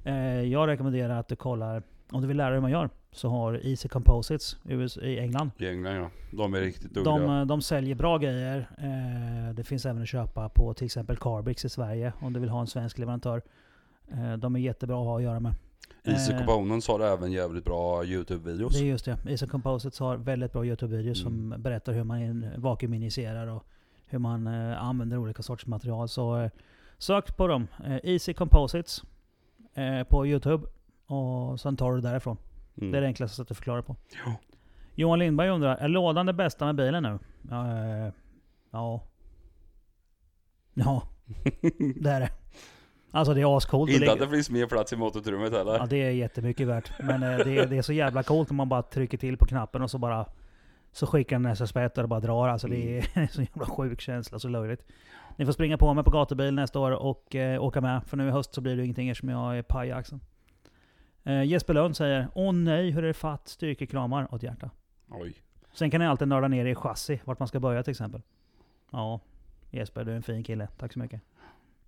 [SPEAKER 2] Eh, jag rekommenderar att du kollar, om du vill lära dig hur man gör, så har Easy Composites i US- i England.
[SPEAKER 5] I England ja. De är riktigt duktiga.
[SPEAKER 2] De, de säljer bra grejer. Eh, Det finns även att köpa på till exempel Carbix i Sverige om du vill ha en svensk leverantör. Eh, De är jättebra att ha att göra med.
[SPEAKER 5] Easy
[SPEAKER 2] eh,
[SPEAKER 5] Component så har det även jävligt bra
[SPEAKER 2] Det
[SPEAKER 5] YouTube-videos.
[SPEAKER 2] är just det. Easy Composites har väldigt bra Youtube-videos som berättar hur man in- vakuuminjicerar och hur man eh, använder olika sorters material. Så eh, sök på dem. Eh, Easy Composites eh, på Youtube. Och sen tar du det därifrån.
[SPEAKER 5] Mm.
[SPEAKER 2] Det är det enklaste sättet att förklara på.
[SPEAKER 5] Ja.
[SPEAKER 2] Johan Lindberg undrar, är lådan det bästa med bilen nu? Eh, ja. Ja. Det är det. Alltså det är ascoolt. att
[SPEAKER 5] Inte
[SPEAKER 2] ligga-
[SPEAKER 5] att det finns mer plats i motorutrymmet heller.
[SPEAKER 2] Ja, det är jättemycket värt. Men eh, det, är- det är så jävla coolt om man bara trycker till på knappen och så bara så skickar den SSB och bara drar. Alltså det är en så jävla sjuk känsla, så löjligt. Ni får springa på mig på gatubil nästa år och eh, åka med. För nu i höst så blir det ju ingenting eftersom jag är paj i axeln. Eh, Jesper Lund säger Åh nej, hur är det fatt, styrkekramar åt hjärta.
[SPEAKER 5] Oj.
[SPEAKER 2] Sen kan ni alltid nörda ner er i chassi, vart man ska börja till exempel. Ja, Jesper du är en fin kille. Tack så mycket.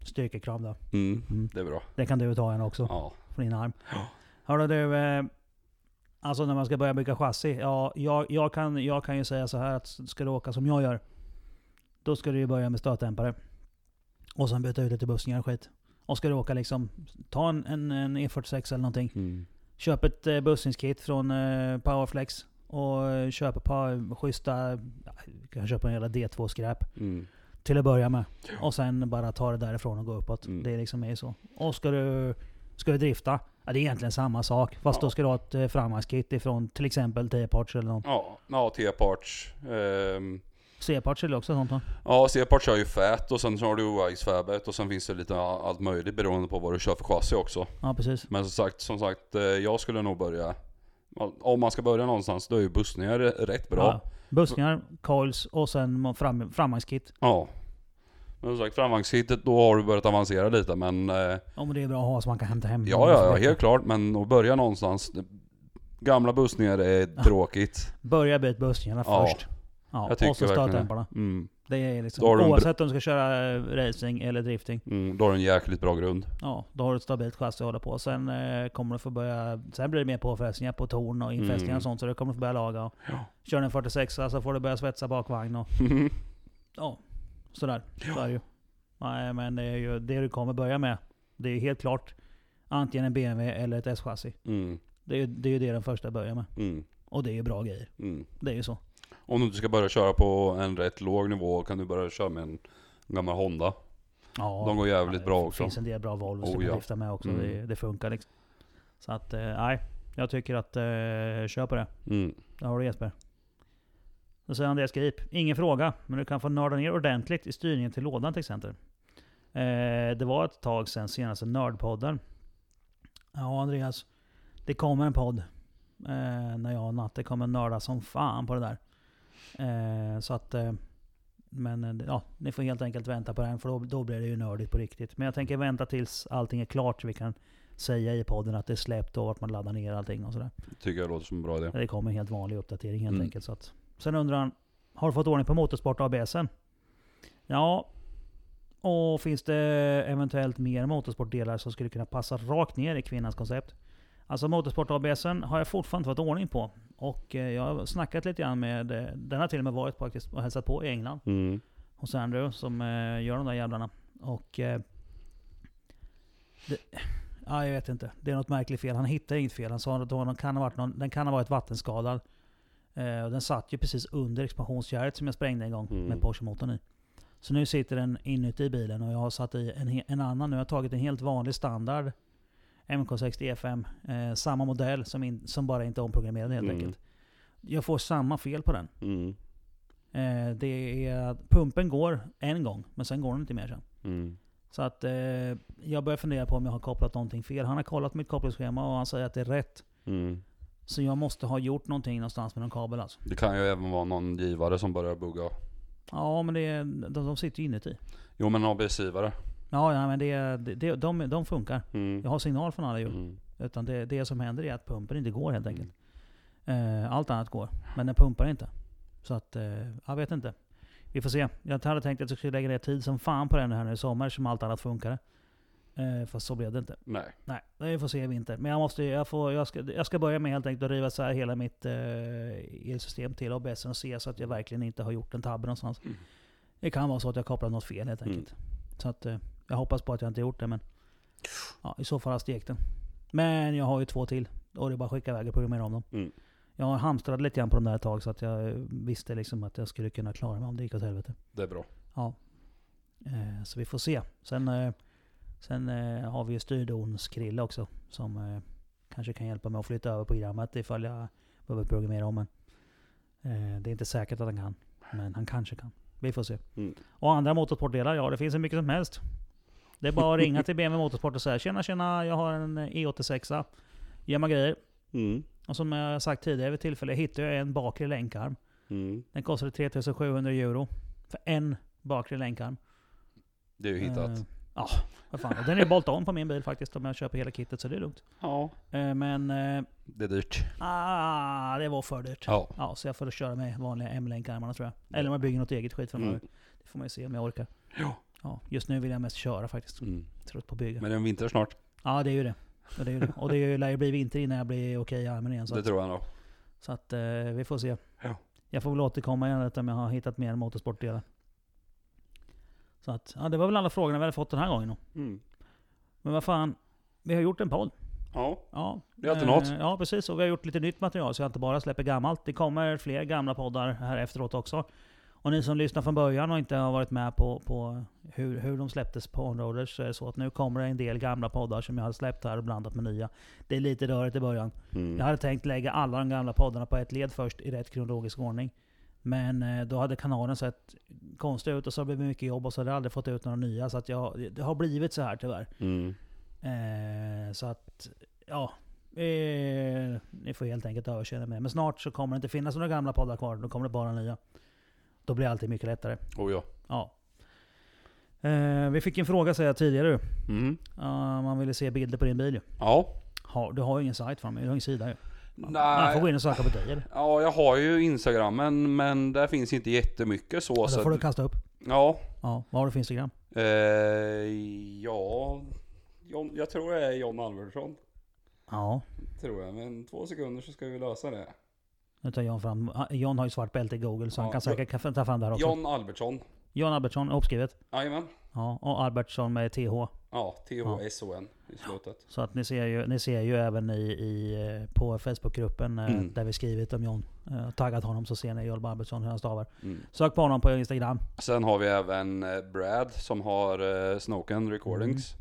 [SPEAKER 2] Styrkekram då.
[SPEAKER 5] Mm.
[SPEAKER 2] Mm.
[SPEAKER 5] Det är bra.
[SPEAKER 2] Det kan du ta en också
[SPEAKER 5] Ja.
[SPEAKER 2] på din arm. Hörru du, eh, alltså när man ska börja bygga chassi. Ja, jag, jag, kan, jag kan ju säga så här att ska du åka som jag gör, då ska du ju börja med stötdämpare. Och sen byta ut lite bussningar och skit. Och ska du åka liksom, ta en, en, en E46 eller någonting.
[SPEAKER 5] Mm.
[SPEAKER 2] Köp ett eh, bussningskit från eh, Powerflex. Och eh, köp ett par schyssta, ja, du kan köpa en jävla D2-skräp.
[SPEAKER 5] Mm.
[SPEAKER 2] Till att börja med. Och sen bara ta det därifrån och gå uppåt.
[SPEAKER 5] Mm.
[SPEAKER 2] Det liksom är ju så. Och ska du, ska du drifta, Ja, det är egentligen samma sak. Fast
[SPEAKER 5] Ja.
[SPEAKER 2] då ska du ha ett eh, framhandskit ifrån till exempel T-parts eller någon.
[SPEAKER 5] Ja, ja T-parts. ehm,
[SPEAKER 2] C-parts eller också sånt va?
[SPEAKER 5] Ja, C-parts är ju fät och sen så har du OIS-fäbet och sen finns det lite a- allt möjligt beroende på vad du kör för chassi också.
[SPEAKER 2] Ja, precis.
[SPEAKER 5] Men som sagt, som sagt eh, jag skulle nog börja... Om man ska börja någonstans, då är ju bussningar rätt bra.
[SPEAKER 2] Ja. Buskningar, coils och sen må- fram, framhandskit.
[SPEAKER 5] Ja. Men som sagt, framvagnshittet då har du börjat avancera lite men... Eh, ja,
[SPEAKER 2] Om det är bra att ha så man kan hämta hem.
[SPEAKER 5] ja, ja, helt klart. Men att börja någonstans. Gamla bussningar är tråkigt.
[SPEAKER 2] Börja byt buskningarna
[SPEAKER 5] Ja.
[SPEAKER 2] först. Ja,
[SPEAKER 5] Jag tycker
[SPEAKER 2] och så
[SPEAKER 5] verkligen det.
[SPEAKER 2] stötdämparna.
[SPEAKER 5] Mm,
[SPEAKER 2] Det är
[SPEAKER 5] Då har
[SPEAKER 2] liksom,
[SPEAKER 5] du en br-
[SPEAKER 2] oavsett om du ska köra eh, racing eller drifting.
[SPEAKER 5] mm, då har du en jäkligt bra grund.
[SPEAKER 2] Ja, då har du ett stabilt chassi att hålla på. Sen eh, kommer du få börja... Sen blir det mer påfrestningar på torn och infästningar
[SPEAKER 5] Mm.
[SPEAKER 2] och sånt. Så du kommer få börja laga. Och, Kör du en 46 så får du börja svetsa bakvagn och...
[SPEAKER 5] Mm,
[SPEAKER 2] Ja, sådär. Så är det ju. Nej, men det är ju det du kommer börja med. Det är ju helt klart antingen en BMW eller ett S-chassi.
[SPEAKER 5] Mm,
[SPEAKER 2] Det är ju det, är ju det den första börjar med.
[SPEAKER 5] mm,
[SPEAKER 2] Och det är ju bra grejer.
[SPEAKER 5] mm.
[SPEAKER 2] Det är ju så.
[SPEAKER 5] Om du inte ska börja köra på en rätt låg nivå kan du börja köra med en gammal Honda.
[SPEAKER 2] Ja,
[SPEAKER 5] De går jävligt
[SPEAKER 2] det
[SPEAKER 5] bra
[SPEAKER 2] fin-
[SPEAKER 5] också.
[SPEAKER 2] finns en del bra Volvos
[SPEAKER 5] Oh,
[SPEAKER 2] du kan
[SPEAKER 5] ja.
[SPEAKER 2] drifta med också.
[SPEAKER 5] Mm.
[SPEAKER 2] Det, det funkar liksom. Så att, eh, nej. jag tycker att eh, kör på det.
[SPEAKER 5] Mm.
[SPEAKER 2] Där har du Jesper. Då säger Andreas Grip. Ingen fråga, men du kan få nörda ner ordentligt i styrningen till lådan till exempel. Eh, det var ett tag sedan senaste Nördpodden. Ja Andreas, det kommer en podd. Eh, när jag och Natte kommer nörda som fan på det där. Eh, så att... Eh, men eh, ja, ni får helt enkelt vänta på den för då, då blir det ju nördigt på riktigt. Men jag tänker vänta tills allting är klart så vi kan säga i podden att det är släppt och att man laddar ner allting och sådär.
[SPEAKER 5] Tycker jag låter som en bra idé.
[SPEAKER 2] Ja, Det kommer en helt vanlig uppdatering helt
[SPEAKER 5] Mm.
[SPEAKER 2] enkelt. Så att. Sen undrar han, har du fått ordning på motorsport ABSen? Ja. Och finns det eventuellt mer motorsportdelar som skulle kunna passa rakt ner i kvinnans koncept? Alltså motorsport ABSen har jag fortfarande inte fått ordning på. Och eh, jag har snackat lite grann med, eh, den har till och med varit faktiskt och hälsat på i England
[SPEAKER 5] Mm.
[SPEAKER 2] hos Andrew som eh, gör de där jävlarna. Och... Eh, det, ja, jag vet inte. Det är något märkligt fel. Han hittar inget fel. Han sa att det var någon- kan ha varit någon, den kan ha varit vattenskadad. Eh, och den satt ju precis under expansionskärret som jag sprängde en gång
[SPEAKER 5] Mm.
[SPEAKER 2] med Porsche-motorn i. Så nu sitter den inuti bilen och jag har satt i en, he- en annan. Nu har jag tagit en helt vanlig standard MK60 E5. Eh, samma modell som, in, som bara inte är omprogrammerad helt
[SPEAKER 5] Mm.
[SPEAKER 2] enkelt. Jag får samma fel på den.
[SPEAKER 5] Mm.
[SPEAKER 2] Eh, det är att pumpen går en gång, men sen går den inte mer sen.
[SPEAKER 5] Mm.
[SPEAKER 2] Så att eh, jag börjar fundera på om jag har kopplat någonting fel. Han har kollat mitt kopplingsschema och han säger att det är rätt.
[SPEAKER 5] Mm.
[SPEAKER 2] Så jag måste ha gjort någonting någonstans med någon kabel alltså.
[SPEAKER 5] Det kan ju även vara någon givare som börjar bugga.
[SPEAKER 2] Ja men det är, de, de sitter ju inuti.
[SPEAKER 5] Jo men ABS-givare.
[SPEAKER 2] Ja, ja men det, är- det, det, de, de funkar.
[SPEAKER 5] Mm.
[SPEAKER 2] Jag har signal från alla hjul.
[SPEAKER 5] Mm.
[SPEAKER 2] Utan det, det som händer är att pumpen inte går helt enkelt. Eh, allt annat går, men den pumpar inte. Så att, eh, jag vet inte. Vi får se. Jag hade tänkt att jag skulle lägga ner tid som fan på den här nu i sommar som allt annat funkade. Eh, fast så blev det inte.
[SPEAKER 5] Nej.
[SPEAKER 2] Nej, vi får se i vinter. Men jag, måste, jag, får, jag, ska, jag ska börja med helt enkelt att riva så här hela mitt eh, elsystem till ABS och se så att jag verkligen inte har gjort en tabbe någonstans. Det kan vara så att jag kopplat något fel helt enkelt. Så att, eh, jag hoppas på att jag inte gjort det men ja, i så fall har jag stekt den. Men jag har ju två till. Och det är bara att skicka iväg och programmera om dem.
[SPEAKER 5] Mm.
[SPEAKER 2] Jag har hamstrat lite grann på dem där ett tag så att jag visste liksom att jag skulle kunna klara mig om det gick åt helvete.
[SPEAKER 5] Det är bra.
[SPEAKER 2] Ja. Eh, så vi får se. Sen, eh, sen eh, har vi ju styrdonskrille också. Som eh, kanske kan hjälpa mig att flytta över programmet ifall jag behöver programmera om en. Eh, det är inte säkert att han kan. Men han kanske kan. Vi får se.
[SPEAKER 5] Mm.
[SPEAKER 2] Och andra motorsportdelar, ja det finns hur mycket som helst. Det är bara att ringa till BMW Motorsport och säga tjena tjena, jag har en eh, E86. Ge mig grejer.
[SPEAKER 5] Mm.
[SPEAKER 2] Och som jag sagt tidigare vid tillfälle hittade jag en bakre länkarm.
[SPEAKER 5] Mm.
[SPEAKER 2] Den kostade 3700 euro. För en bakre länkarm.
[SPEAKER 5] Det är ju hittat.
[SPEAKER 2] Eh, ja, vad fan. Och Den är bolt on på min bil faktiskt om jag köper hela kittet så det är lugnt.
[SPEAKER 5] Ja.
[SPEAKER 2] Eh, men eh,
[SPEAKER 5] Det är dyrt.
[SPEAKER 2] ah, det var för dyrt.
[SPEAKER 5] Ja.
[SPEAKER 2] Ja, så jag får köra med vanliga M-länkarmarna tror jag. Eller om jag bygger något eget skit framöver.
[SPEAKER 5] Mm.
[SPEAKER 2] Det får man ju se om jag orkar.
[SPEAKER 5] Ja.
[SPEAKER 2] Ja, just nu vill jag mest köra faktiskt.
[SPEAKER 5] Mm.
[SPEAKER 2] Trött på att bygga.
[SPEAKER 5] Men det är en vinter snart.
[SPEAKER 2] Ja, det är ju det. Ja, det, är ju det. Och det är ju- lär ju bli vinter innan jag blir okej i armen igen. Så
[SPEAKER 5] Det
[SPEAKER 2] att,
[SPEAKER 5] tror jag nog.
[SPEAKER 2] så att eh, vi får se.
[SPEAKER 5] Ja.
[SPEAKER 2] Jag får väl återkomma igen om jag har hittat mer motorsportdelar. Så att, ja, det var väl alla frågorna vi hade fått den här gången. då.
[SPEAKER 5] Mm.
[SPEAKER 2] Men vad fan, vi har gjort en podd.
[SPEAKER 5] Ja.
[SPEAKER 2] Ja, Eh,
[SPEAKER 5] Det är alltid något.
[SPEAKER 2] Ja, precis. Och vi har gjort lite nytt material så jag inte bara släpper gammalt. Det kommer fler gamla poddar här efteråt också. Och ni som lyssnar från början och inte har varit med på, på hur, hur de släpptes på Onroaders så är det så att nu kommer det en del gamla poddar som jag har släppt här och blandat med nya. Det är lite rörigt i början.
[SPEAKER 1] Mm.
[SPEAKER 2] Jag hade tänkt lägga alla de gamla poddarna på ett led först i rätt kronologisk ordning. Men eh, då hade kanalen sett konstig ut och så har det blivit mycket jobb och så hade jag aldrig fått ut några nya. Så att jag, det har blivit så här tyvärr.
[SPEAKER 1] Mm.
[SPEAKER 2] Eh, så att, ja. Eh, ni får helt enkelt överkänna med det. Men snart så kommer det inte finnas några gamla poddar kvar. Då kommer det bara nya. Då blir allting mycket lättare.
[SPEAKER 5] Oh ja.
[SPEAKER 2] Ja. Eh, vi fick en fråga säger jag tidigare. ju.
[SPEAKER 5] Mm.
[SPEAKER 2] Ja, man ville se bilder på din bil ju.
[SPEAKER 5] Ja.
[SPEAKER 2] Ha, du har ju ingen sajt för mig, du har ingen sida ju. Man får gå
[SPEAKER 5] Nej.
[SPEAKER 2] in och söka på dig eller?
[SPEAKER 5] Ja, jag har ju instagrammen men där finns inte jättemycket så.
[SPEAKER 2] Och
[SPEAKER 5] så
[SPEAKER 2] då får du
[SPEAKER 5] att,
[SPEAKER 2] kasta upp.
[SPEAKER 5] ja.
[SPEAKER 2] Ja, vad har du för Instagram?
[SPEAKER 5] Eh, ja. John, jag tror det är John Alvardsson.
[SPEAKER 2] Ja,
[SPEAKER 5] Tror jag. Men två sekunder så ska vi lösa det.
[SPEAKER 2] nu tar John fram. ah, John har ju svart bälte i Google så han
[SPEAKER 5] Ja,
[SPEAKER 2] kan säkert kan ta fram det här också. John,
[SPEAKER 5] John Albertsson.
[SPEAKER 2] Albertsson, uppskrivet.
[SPEAKER 5] Jajamän.
[SPEAKER 2] Ja, och Albertsson med TH.
[SPEAKER 5] Ja, T-H-S-O-N i slutet.
[SPEAKER 2] Så att ni ser ju, ni ser ju även i, i, eh, på Facebookgruppen eh,
[SPEAKER 5] Mm.
[SPEAKER 2] där vi skrivit om John. eh, och Taggat honom så ser ni Jolba Albertsson hur han stavar.
[SPEAKER 5] Mm.
[SPEAKER 2] Sök på honom på Instagram.
[SPEAKER 5] Sen har vi även eh, Brad som har eh, Snoken Recordings.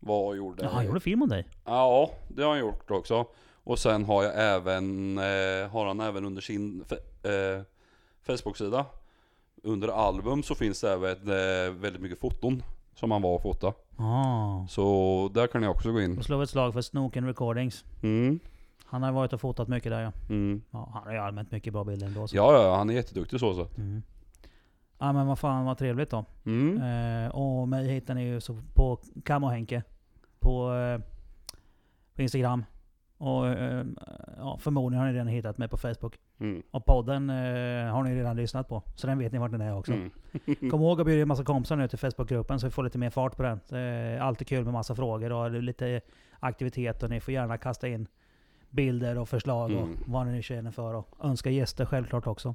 [SPEAKER 5] Vad gjorde
[SPEAKER 2] Mm. Ja, han gjorde film om dig.
[SPEAKER 5] Ja, det har han gjort också. Och sen har jag även, eh, har han även under sin fe- eh, Facebook-sida under album så finns det även eh, väldigt mycket foton som han var och fotade.
[SPEAKER 2] Ah.
[SPEAKER 5] Så där kan ni också gå
[SPEAKER 2] Då
[SPEAKER 5] in.
[SPEAKER 2] slår vi ett slag för Snoken Recordings.
[SPEAKER 5] Mm,
[SPEAKER 2] Han har varit och fotat mycket där ja.
[SPEAKER 5] mm.
[SPEAKER 2] ja han har ju allmänt mycket bra bilder ändå. Så.
[SPEAKER 5] Ja, ja, han är jätteduktig så sett.
[SPEAKER 2] Mm. Ja men vad fan vad trevligt då.
[SPEAKER 5] Mm.
[SPEAKER 2] Eh, och mig hittar ni ju så på Cam och Henke. På, eh, på Instagram. Och eh, ja, förmodligen har ni redan hittat mig på Facebook.
[SPEAKER 5] Mm.
[SPEAKER 2] Och podden eh, har ni redan lyssnat på. Så den vet ni vart den är också.
[SPEAKER 5] Mm.
[SPEAKER 2] Kom ihåg att bjuda en massa kompisar nu till Facebookgruppen så vi får lite mer fart på den. Det är alltid kul med massa frågor och lite aktivitet. Och ni får gärna kasta in bilder och förslag
[SPEAKER 5] Mm.
[SPEAKER 2] och vad ni känner för. Och önska gäster självklart också.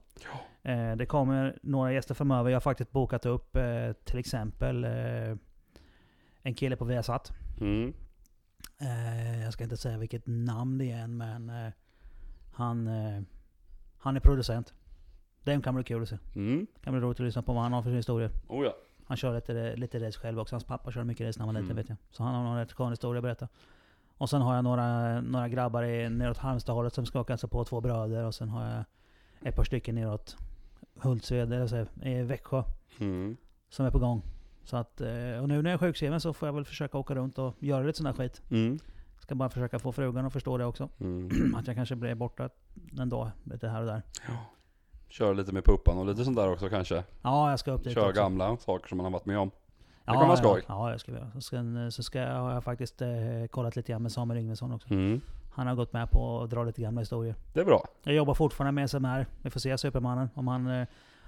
[SPEAKER 2] Eh, det kommer några gäster framöver. Jag har faktiskt bokat upp eh, till exempel eh, en kille på Viasat.
[SPEAKER 5] Mm.
[SPEAKER 2] Eh, jag ska inte säga vilket namn det är än, men eh, han, eh, han är producent. Den kan bli kul att se.
[SPEAKER 5] Mm.
[SPEAKER 2] Kan bli roligt att lyssna på vad han har för historier.
[SPEAKER 5] Oh ja.
[SPEAKER 2] Han kör lite, lite race själv också. Hans pappa körde mycket race när han var liten
[SPEAKER 5] Mm.
[SPEAKER 2] vet jag. Så han har någon rätt skön historia att berätta. Och sen har jag några, några grabbar i, neråt Halmstadhållet som skakar sig på två bröder. Och sen har jag ett par stycken neråt Hultsfred, eller så här, i Växjö,
[SPEAKER 5] Mm.
[SPEAKER 2] som är på gång. Så att, eh, och nu när jag är sjukskriven så får jag väl försöka åka runt och göra lite sån här skit.
[SPEAKER 5] Mm.
[SPEAKER 2] Ska bara försöka få frugan att förstå det också.
[SPEAKER 5] Mm.
[SPEAKER 2] Att jag kanske blir borta en dag, lite här och där.
[SPEAKER 5] Kör lite med puppan och lite sånt där också kanske.
[SPEAKER 2] Ja, jag ska upp dit
[SPEAKER 5] Kör
[SPEAKER 2] också.
[SPEAKER 5] gamla saker som man har varit med om. Det kan vara skoj.
[SPEAKER 2] Ja, ja, jag ska vi göra. Så ska, så ska jag, har jag faktiskt eh, kollat lite grann med Samuel Yngvesson också.
[SPEAKER 5] Mm.
[SPEAKER 2] Han har gått med på att dra lite gamla historier.
[SPEAKER 5] Det är bra.
[SPEAKER 2] Jag jobbar fortfarande med SMR. Vi får se Supermannen. Om han, eh,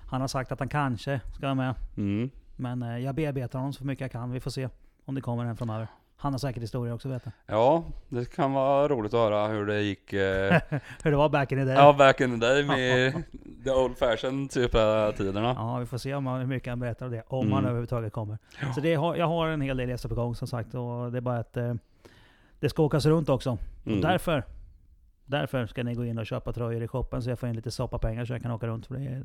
[SPEAKER 2] han har sagt att han kanske ska vara med.
[SPEAKER 5] Mm.
[SPEAKER 2] Men eh, jag bearbetar honom så mycket jag kan. Vi får se om det kommer en framöver. Han har säkert historier också vet jag.
[SPEAKER 5] Ja, det kan vara roligt att höra hur det gick. Eh,
[SPEAKER 2] Hur det var back in the day.
[SPEAKER 5] ja, back in the day med the old fashion typ av tiderna.
[SPEAKER 2] Ja, vi får se om han, hur mycket han berättar om det. Om
[SPEAKER 5] Mm.
[SPEAKER 2] han överhuvudtaget kommer. Så det, har- jag har en hel del gäster på gång som sagt. Och det är bara att eh, det ska åkas runt också.
[SPEAKER 5] Mm.
[SPEAKER 2] Och därför, därför ska ni gå in och köpa tröjor i shoppen så jag får in lite soppapengar så jag kan åka runt. För det,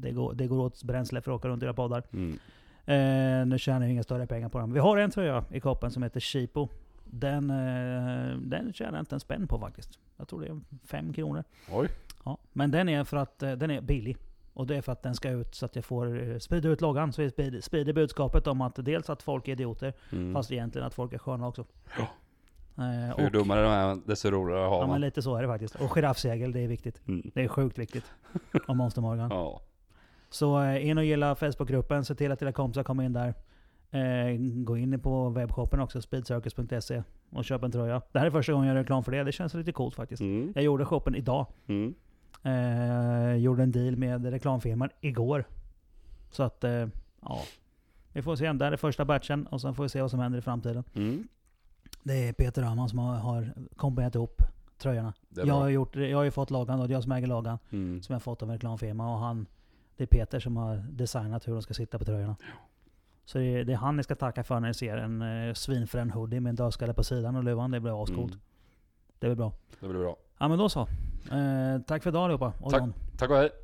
[SPEAKER 2] det, går, det går åt bränsle för att åka runt i era poddar.
[SPEAKER 5] Mm.
[SPEAKER 2] Eh, nu tjänar jag inga större pengar på dem. Vi har en tröja i shoppen som heter Chipo. Den, eh, den tjänar jag inte en spänn på faktiskt. Jag tror det är 5 kronor.
[SPEAKER 5] Oj.
[SPEAKER 2] Ja, men den är för att eh, den är billig. Och det är för att den ska ut så att jag får eh, sprida ut loggan. Så vi sprider, sprider budskapet om att dels att folk är idioter,
[SPEAKER 5] Mm.
[SPEAKER 2] fast egentligen att folk är sköna också.
[SPEAKER 5] Ja.
[SPEAKER 2] Eh,
[SPEAKER 5] Ju
[SPEAKER 2] och,
[SPEAKER 5] dummare de är, desto roligare har
[SPEAKER 2] ja men
[SPEAKER 5] man.
[SPEAKER 2] lite så är det faktiskt. Och giraffsegel, det är viktigt.
[SPEAKER 5] Mm.
[SPEAKER 2] Det är sjukt viktigt. Om Monster Morgan.
[SPEAKER 5] Ja.
[SPEAKER 2] Så eh, in och gilla Facebookgruppen, se till att era kompisar kommer in där. Eh, gå in på webbshoppen också, speedcircus.se och köp en tröja. Det här är första gången jag gör reklam för det, det känns lite coolt faktiskt.
[SPEAKER 5] Mm.
[SPEAKER 2] Jag gjorde shoppen idag.
[SPEAKER 5] Mm.
[SPEAKER 2] Eh, gjorde en deal med reklamfirman igår. Så att, eh, ja. Vi får se, det här är första batchen och sen får vi se vad som händer i framtiden.
[SPEAKER 5] Mm.
[SPEAKER 2] Det är Peter Öhman som har, har kombinerat ihop tröjorna.
[SPEAKER 5] Det är
[SPEAKER 2] Jag har,
[SPEAKER 5] bra.
[SPEAKER 2] gjort, jag har ju fått lagan då, det är jag som äger lagan.
[SPEAKER 5] Mm.
[SPEAKER 2] Som jag fått av en reklamfirma och han Det är Peter som har designat hur de ska sitta på tröjorna. Så det är, det är han ni ska tacka för när ni ser en eh, svinfrän hoodie med en dödskalle på sidan och luvan. Det blir ascoolt.
[SPEAKER 5] Mm.
[SPEAKER 2] Det blir bra.
[SPEAKER 5] Det blir bra.
[SPEAKER 2] Ja men då så. Eh, tack för idag allihopa. Och
[SPEAKER 5] Tack.
[SPEAKER 2] John.
[SPEAKER 5] Tack och hej.